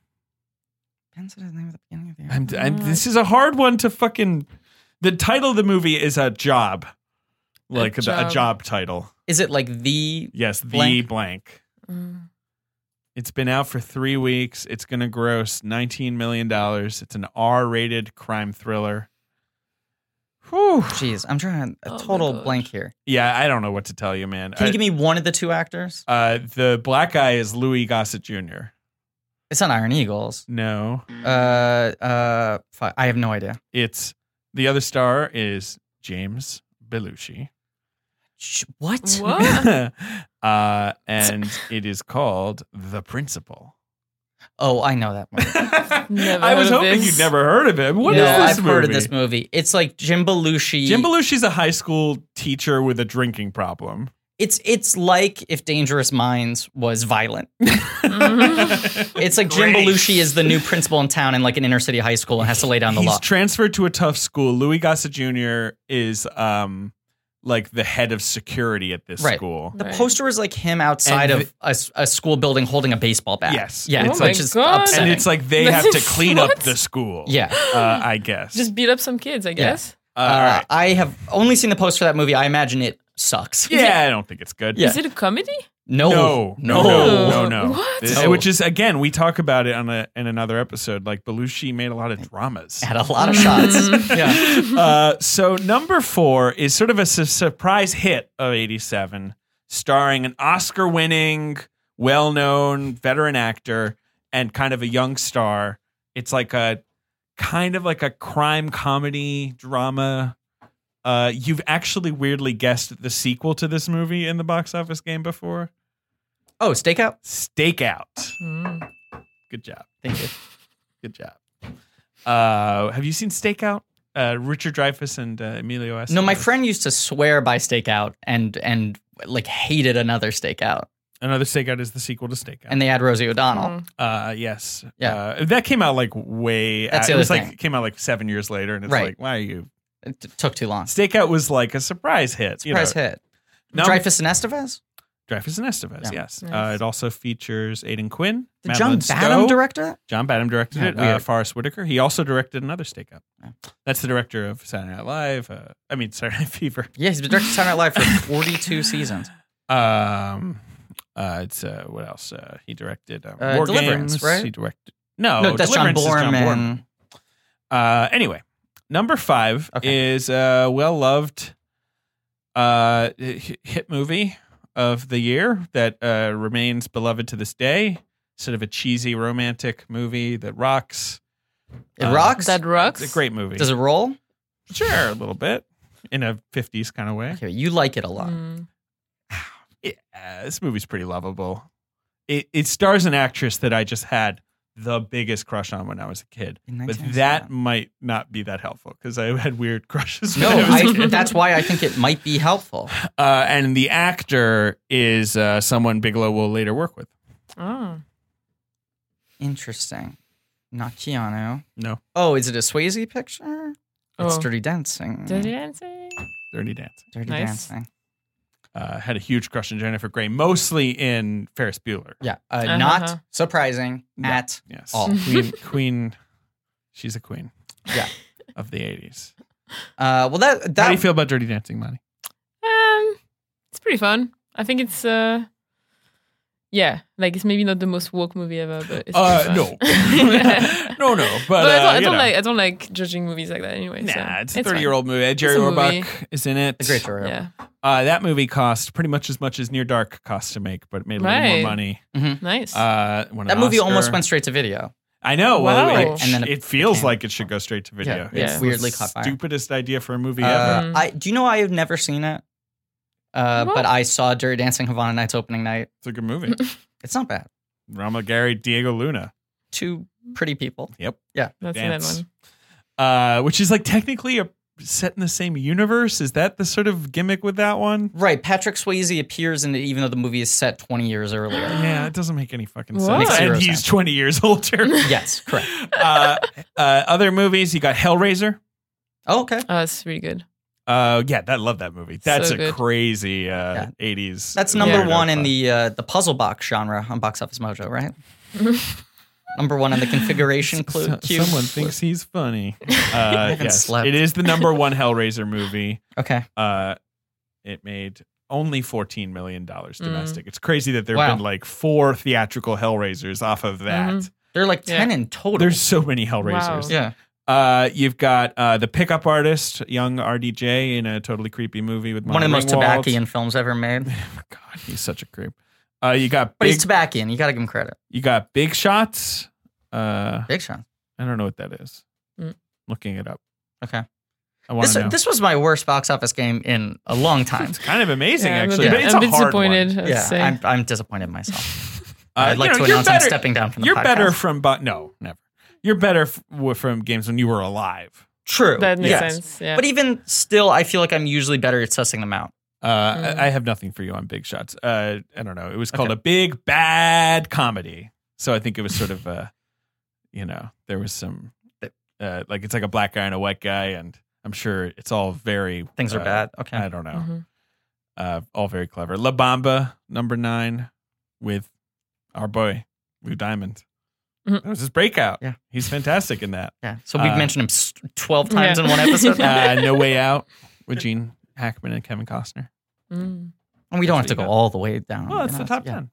Ben said his name at the beginning of the year. I'm, I'm. This is a hard one to fucking. The title of the movie is a job, like a job. a job title. Is it like the Yes, the Blank. blank. Mm. It's been out for three weeks. It's going to gross nineteen million dollars. It's an R-rated crime thriller. Whew. Jeez, I'm trying a Oh my total gosh. blank here. Yeah, I don't know what to tell you, man. Can I- you give me one of the two actors? uh, the black guy is Louis Gossett Jr. It's not Iron Eagles. No, Uh, uh, fuck, I have no idea. it's the other star is James Belushi. Sh- What? What? uh, and it is called The Principal. Oh, I know that movie. Never I was heard of hoping this. you'd never heard of him. What is no, this I've heard of movie? this movie. It's like Jim Belushi. Jim Belushi's a high school teacher with a drinking problem. It's it's like if Dangerous Minds was violent. Mm. It's like Jim Great. Belushi is the new principal in town in like an inner city high school and has to lay down the He's law. transferred to a tough school. Louis Gossett Jr. is um like the head of security at this Right. school. the Right. poster is like him outside And of a, s- a school building holding a baseball bat. Yes. yeah, It's Oh my which is God. And upsetting. it's like they This have to is- clean what? up the school. yeah. Uh, I guess. Just beat up some kids, I guess. Uh, Uh, all right. I have only seen the poster for that movie. I imagine it sucks. Yeah, I don't think it's good. Yeah. Is it a comedy? No. No, no, no, No. no, no. What? This- No. Which is again, we talk about it on a, in another episode. Like Belushi made a lot of dramas. Had a lot Mm. of shots. yeah. uh, so number four is sort of a su- surprise hit of '87, starring an Oscar-winning, well-known veteran actor and kind of a young star. It's like a kind of like a crime comedy drama. Uh, you've actually weirdly guessed the sequel to this movie in the box office game before. Oh, stakeout. Stakeout. Mm. Good job. Thank you. Good job. Uh, have you seen Stakeout? Uh, Richard Dreyfuss and uh, Emilio Estevez. No, my friend used to swear by stakeout and and like hated another stakeout. Another Stakeout is the sequel to Stakeout. And they had Rosie O'Donnell. Mm. uh, yes, Yeah. Uh, that came out like way. uh, That's the it was other like thing. came out like seven years later, and it's Right. like, why are you? It t- took too long. Stakeout was like a surprise hit. you Surprise know. hit. Num- Dreyfus and Estevez? Dreyfus and Estevez. Yeah. Yes, uh, Nice. it also features Aidan Quinn. Did Madeline John Badham Stowe. direct that? John Badham directed Yeah, it. Uh, weird. Forrest Whitaker. He also directed another Stake Up. Yeah. That's the director of Saturday Night Live. Uh, I mean Saturday Night Fever. Yeah, he's been directing Saturday Night Live for 42 seasons. Um, uh, it's uh, what else? Uh, he directed um, Uh, War Deliverance, Games. right? He directed no, no, that's John Oh, Deliverance is Borman. Uh, anyway, number five Okay. is a well loved uh, hi- hit movie of the year that uh, remains beloved to this day. Sort of a cheesy romantic movie that rocks. It Uh, rocks. That rocks. It's a great movie. Does it roll? sure, a little bit in a 50s kind of way. Okay, you like it a lot. Mm. Yeah, this movie's pretty lovable. It, it stars an actress that I just had the biggest crush on when I was a kid. In But 1997. that might not be that helpful because I had weird crushes. when No, was a I, kid. that's why I think it might be helpful. uh, and the actor is uh, someone Bigelow will later work with. Oh. Interesting. Not Keanu. No, Oh, is it a Swayze picture? It's Oh. Dirty Dancing. Dirty Dancing. Dirty Dancing. Dirty Nice. Dancing. Uh, had a huge crush on Jennifer Grey, mostly in Ferris Bueller. Yeah, uh, Uh-huh. Ah. not surprising No. at Yes, all. queen, queen. She's a queen. Yeah. of the eighties. Uh, well, that How do you that feel about Dirty Dancing, Monty? Um, it's pretty fun. I think it's uh, yeah, like it's maybe not the most woke movie ever, but it's pretty fun. Uh, no, no. But, But I don't, uh, I you don't know. like I don't like judging movies like that anyway. so Nah, it's a fine. thirty-year-old movie. Jerry a movie. Orbach is in it. a great story. Yeah, Uh, that movie cost pretty much as much as Near Dark cost to make, but it made a little Right. more money. nice. Uh, won an That movie Oscar. almost went straight to video. I know. Well, Wow. it, And and then then it it, feels became- like it should go straight to video. Yeah. It's It's the weirdly caught fire. Stupidest idea for a movie Uh, ever. Mm. I do you know I have never seen it, uh, What? but I saw Dirty Dancing Havana Nights opening night. It's a good movie. It's not bad. Rama Gary, Diego Luna. Two pretty people. That's dance. a good Uh, which is like technically a set in the same universe. Is that the sort of gimmick with that one? Right, Patrick Swayze appears in it, even though the movie is set 20 years earlier. Yeah, it doesn't make any fucking Whoa. sense. Makes And zero he's sense. 20 years older. yes, correct. uh, uh, other movies, you got Hellraiser. Oh, okay, one. Oh, it's really good. Uh, yeah, I love that movie. That's So a good. crazy uh, Yeah. 80s. that's number Yeah. one in the uh, the puzzle box genre on Box Office Mojo, right? number one in the configuration clue. So- queue. someone thinks he's funny. Uh, haven't yes, slept. it is the number one Hellraiser movie. Okay, Uh, it made only fourteen million dollars Mm. domestic. It's crazy that there Mm-hmm. Wow. Mm-hmm. have been like four theatrical Hellraisers off of that. Mhm. there are like Yeah. 10 in total. There's so many Hellraisers. Wow. yeah, Uh, you've got uh, the pickup artist, young RDJ, in a totally creepy movie with one of the most Ringwald. tobacchian films ever made. God, he's such a creep. Uh, you got But big, he's tobacchian. You got to give him credit. you got big shots. Uh, Big Sean. I don't know what that is. Mm. Looking it up. Okay. I want This, to know. this was my worst box office game in a long time. It's kind of amazing, Yeah, I'm a actually. bit, But it's I'm a a bit hard disappointed. One. I would Yeah, say. I'm, I'm disappointed in myself. Uh, I'd you like know, to you're announce I'm better- stepping down from the You're podcast. better from, but no, never. You're better f- w- from games when you were alive. True. that makes yes. sense. Yeah. But even still, I feel like I'm usually better at sussing them out. Uh, Mm. I, I have nothing for you on Big Shots. Uh, I don't know. It was called a big bad comedy. So I think it was sort of, uh, you know, there was some, uh, like it's like a black guy and a white guy, and I'm sure it's all very Things are uh, bad. Okay. I don't know. Mhm. uh, all very clever. La Bamba, number nine, with our boy Lou Diamond. Mhm. That was his breakout. Yeah. he's fantastic in that. yeah. So we've Uh, mentioned him s- 12 times Yeah. in one episode. now. Uh, no Way Out with Gene Hackman and Kevin Costner. Mm. and we don't have that's to go what you got. all the way Oh, down. Well, you it's know, the top yeah. ten.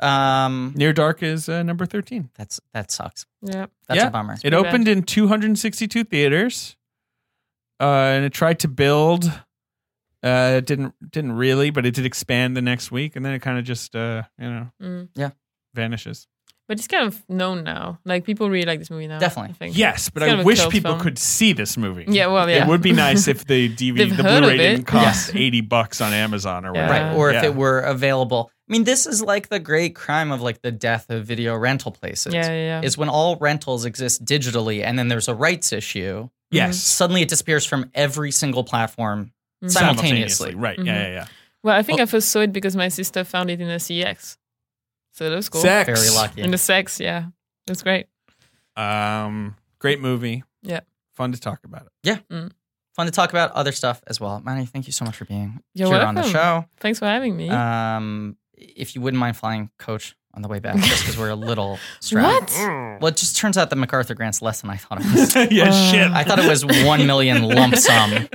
Um, Near Dark is uh, number thirteen. that's, that sucks. Yeah. That's Yeah. a bummer. It pretty bad. opened in 262 theaters, uh, and it tried to build. Uh, it didn't didn't really, but it did expand the next week, and then it kind of just uh, you know Mm. vanishes. But it's kind of known now. Like people really like this movie now. Definitely. I think. Yes, but It's kind I of a wish cult people film. could see this movie. Yeah, well, yeah. It would be nice if the DVD, They've the heard Blu-ray of it. didn't cost eighty bucks on Amazon or Yeah. whatever. Right. Or if Yeah. it were available. I mean, this is like the great crime of like the death of video rental places. Yeah, yeah, yeah. Is when all rentals exist digitally and then there's a rights issue, Yes, suddenly it disappears from every single platform Mhm. simultaneously. Right. Yeah, yeah, yeah. Well, I Oh. think I first saw it because my sister found it in a CEX, so that was cool. Sex. Very lucky. In the sex, yeah, that's great. Um, great movie. Yeah. Fun to talk about it. Fun to talk about other stuff as well. Manny, thank you so much for being You're here welcome. on the show. Thanks for having me. Um, if you wouldn't mind flying coach on the way back, just because we're a little strapped. What? Well, it just turns out that MacArthur Grant's less than I thought it was. yeah, Uh, shit. I thought it was one million lump sum,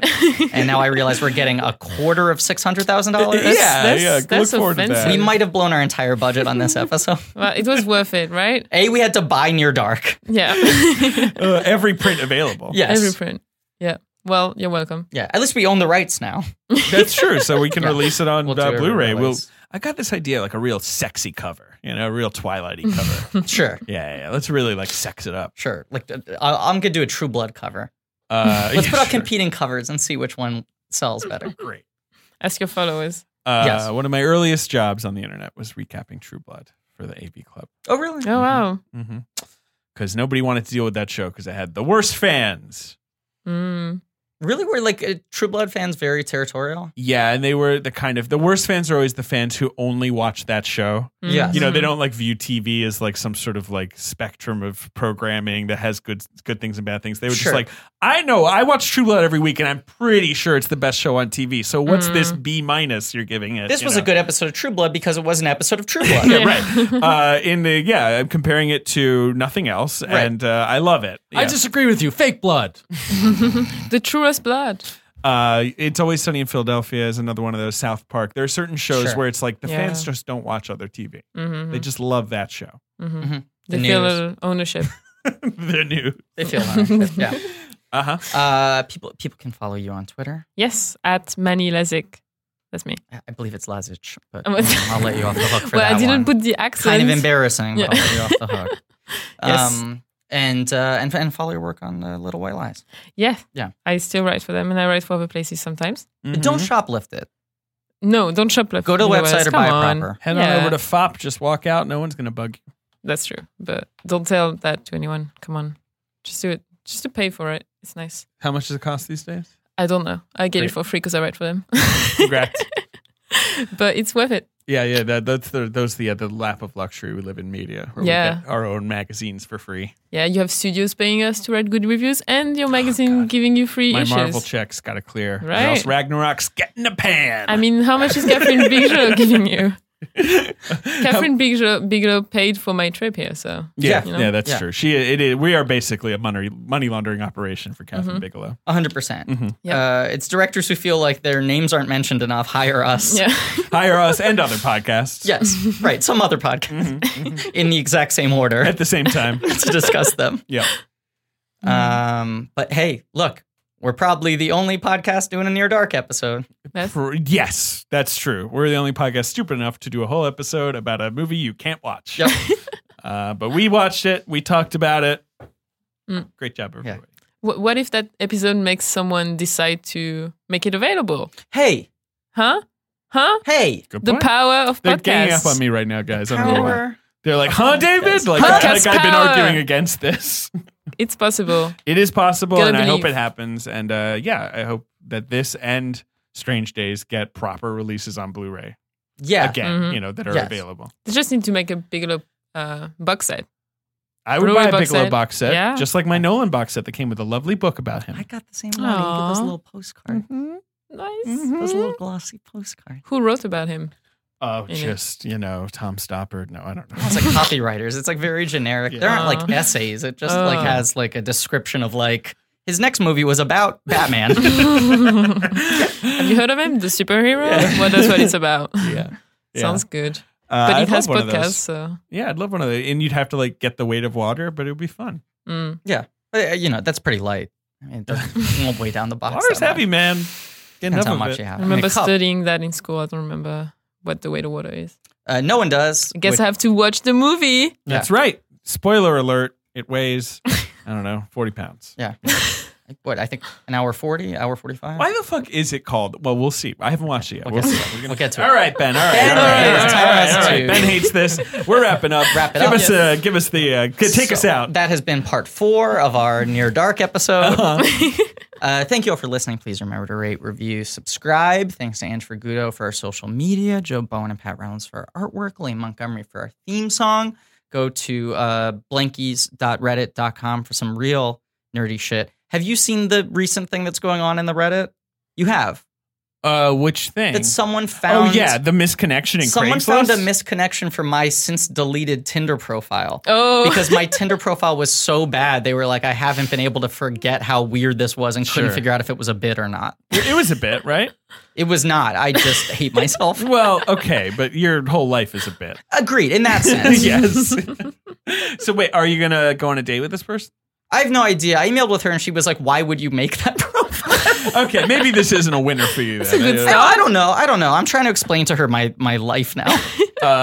and now I realize we're getting a quarter of six hundred thousand dollars. Yeah, that's, yeah, look that's forward to that. offensive. we might have blown our entire budget on this episode. Well, it was worth it, right? A, we had to buy Near Dark. Yeah. uh, every print available. Yes, Every print. Yeah. Well, you're welcome. yeah. At least we own the rights now. That's true. So we can Yeah. release it on We'll do uh, it Blu-ray. We'll. otherwise. I got this idea like a real sexy cover, you know, a real Twilighty cover. Sure, yeah, yeah, yeah. Let's really like sex it up. sure. Like uh, I- I'm gonna do a True Blood cover. Uh, Let's yeah, put out sure. competing covers and see which one sells better. Great. Ask your followers. Uh, Yes. One of my earliest jobs on the internet was recapping True Blood for the AV Club. Oh, really? Oh, wow. Because Mm-hmm. nobody wanted to deal with that show because it had the worst fans. Mm. Really? Were like uh, True Blood fans very territorial? Yeah, and they were the kind of the worst fans are always the fans who only watch that show. Yeah. You know, they don't like view TV as like some sort of like spectrum of programming that has good good things and bad things. They were Sure. just like, I know I watch True Blood every week, and I'm pretty sure it's the best show on TV. So what's this B minus you're giving it? This you was know? a good episode of True Blood because it was an episode of True Blood. Yeah. right. Uh, in the yeah, I'm comparing it to nothing else, and uh, I love it. I Yeah. disagree with you. Fake blood. The truest blood. Uh, it's always sunny in Philadelphia is another one of those South Park. There are certain shows Sure. where it's like the Yeah. fans just don't watch other TV. Mm-hmm. They just love that show. They The feel news. a ownership. the new. They feel that. yeah. Uh huh. Uh, people people can follow you on Twitter. Yes, at Manny Lezic. That's me. I- I believe it's Lazic, but Oh, um, it's- I'll let you off the hook for well, that I didn't one. put the accent. kind of embarrassing, but Yeah. I'll let you off the hook. Yes. Um, and, uh, and and follow your work on uh, Little White Lies. Yeah. Yeah. I still write for them and I write for other places sometimes. Don't Mm-hmm. shoplift it. No, don't shoplift. Go to the otherwise, website or come buy on. a proper. Head Yeah. on over to FOP. Just walk out. No one's gonna bug you. That's true. But don't tell that to anyone. Come on. Just do it. Just to pay for it. It's nice. How much does it cost these days? I don't know. I get Great. it for free because I write for them. Congrats. but it's worth it. yeah, yeah. That, that's the those the uh, the lap of luxury we live in media. Where Yeah. we get our own magazines for free. Yeah, you have studios paying us to write good reviews and Oh, your magazine giving you free My issues. Marvel check's got to clear. or Right. else Ragnarok's getting a pan. I mean, how much is Catherine Bigelow giving you? Catherine Bigelow, Bigelow paid for my trip here, so Yeah, you know? yeah, that's Yeah. true. She, it, is- we are basically a money money laundering operation for Mm-hmm. Catherine Bigelow. 100%. Mhm. Uh, it's directors who feel like their names aren't mentioned enough. Hire us. yeah, Hire us and other podcasts Yes. Right. Some other podcast Mm-hmm. in the exact same order at the same time. to discuss them. Yeah, Mm-hmm. Um, but hey, look, we're probably the only podcast doing a Near Dark episode. that's For- yes, that's true. We're the only podcast stupid enough to do a whole episode about a movie you can't watch. Yep. uh, but we watched it. We talked about it. Mm. Great job, everybody. Wh- what if that episode makes someone decide to make it available? Hey, Huh? Huh? hey. Good The point. power of They're ganging up podcasts. on me right now, guys. I don't know why. Power. They're like, "Huh, David? Like, Podcast like I've been power. arguing against this." It's possible. It is possible, Gotta and I hope believe. it happens. And uh, yeah, I hope that this and Strange Days get proper releases on Blu-ray Yeah. again. Mhm. You know that are Yes. available. They just need to make a Bigelow uh, box set. I would Blu-ray buy a box Bigelow set. box set, Yeah. just like my Nolan box set that came with a lovely book about I him. got the same one. You get this Aw. little postcard. Nice. Mm-hmm. This little Mm-hmm. glossy postcard. Who wrote about him? Oh, Yeah. just you know, Tom Stoppard. No, I don't know. It's like copywriters. It's like very generic. There aren't like Yeah. essays. It just like Oh. has like a description of like his next movie was about Batman. Have you heard of him? The superhero? Well, that's what it's about. yeah. Yeah. Sounds good. Uh, But I'd it has love one of those. podcasts, so. Yeah, I'd love one of those. And you'd have to like get the weight of water, but it would be fun. Mm. Uh, you know, that's pretty light. I mean, it doesn't- it won't weigh down the box. Water's that much. heavy, man. Get Depends enough how of much it. you have. in I a remember cup. studying that in school. I don't remember what the way to water is. Uh, no one does. I guess which- I have to watch the movie. That's right. Spoiler alert. It weighs, I don't know, forty pounds. yeah. Like, what I think an hour forty, hour forty five. Why the fuck is it called? Well, we'll see. I haven't watched it yet. We'll We'll get see. to it. We'll get to it. All right, Ben. All right. Ben, all right, all all right, right, it's all right, time all to- right. Ben hates this. We're wrapping up. Wrap it give up. Us, uh, give us the. Uh, g- take us So, out. That has been part four of our Near Dark episode. Uh-huh. Uh, thank you all for listening. Please remember to rate, review, subscribe. Thanks to Andrew Gudo for our social media, Joe Bowen and Pat Rollins for our artwork, Lane Montgomery for our theme song. Go to uh, blankies.reddit.com for some real nerdy shit. Have you seen the recent thing that's going on in the Reddit? You have. Uh, which thing? that someone oh found. yeah, the misconnection in someone Craigslist. found a misconnection for my since deleted Tinder profile. Oh. because my Tinder profile was so bad, they were like, I haven't been able to forget how weird this was and couldn't Sure. figure out if it was a bit or not. it was a bit, right? It was not. I just hate myself. Well, okay, but your whole life is a bit. Agreed in that sense. yes. so wait, are you gonna go on a date with this person? I have no idea. I emailed with her and she was like, Why would you make that profile? Okay, maybe this isn't a winner for you. Then. I, I don't know. I don't know. I'm trying to explain to her my my life now.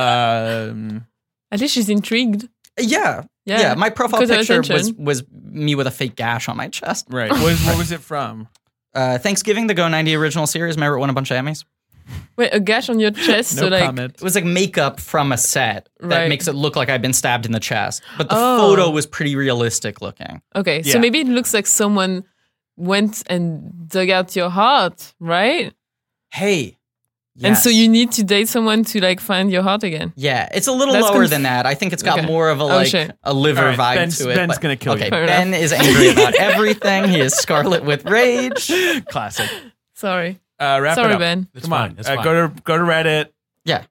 Um, At least she's intrigued. yeah. Yeah. my profile Because of picture was, attention. was me with a fake gash on my chest. right. What, what was it from? Uh, Thanksgiving, the Go 90 original series. Remember, it won a bunch of Emmys? Wait, a gash on your chest. No so like, comment. It was like makeup from a set that Right. makes it look like I've been stabbed in the chest. But the Oh. photo was pretty realistic looking. okay, Yeah. so maybe it looks like someone went and dug out your heart, right? Hey. And so yes. you need to date someone to like find your heart again. Yeah, it's a little That's lower conf- than that. I think it's got Okay. more of a Oh, like shit. a liver All right, vibe Ben's- to it. Ben's but- gonna kill you. okay, Fair Ben is angry about everything. He is scarlet with rage. Classic. Sorry, Uh, wrap it sorry, up. Ben. It's Come fine. on, It's uh, fine. go to go to Reddit. Yeah.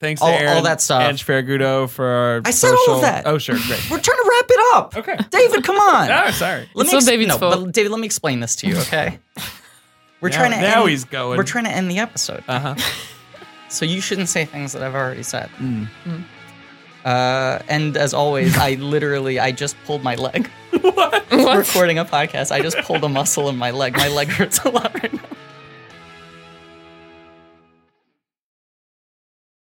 Thanks All- to all Aaron, that stuff. Ange Fergudo for our I said all of social- that. Oh sure, great. We're trying to wrap it up. Okay. David, come on. Oh, sorry. Let It's me all David's no, fault. but David, let me explain this to you, okay? We're Now- trying to now end, he's going. We're trying to end the episode. Uh huh. So you shouldn't say things that I've already said. Hmm. Uh, and as always, I literally I just pulled my leg. What? Recording a podcast, I just pulled a muscle in my leg. My leg hurts a lot right now.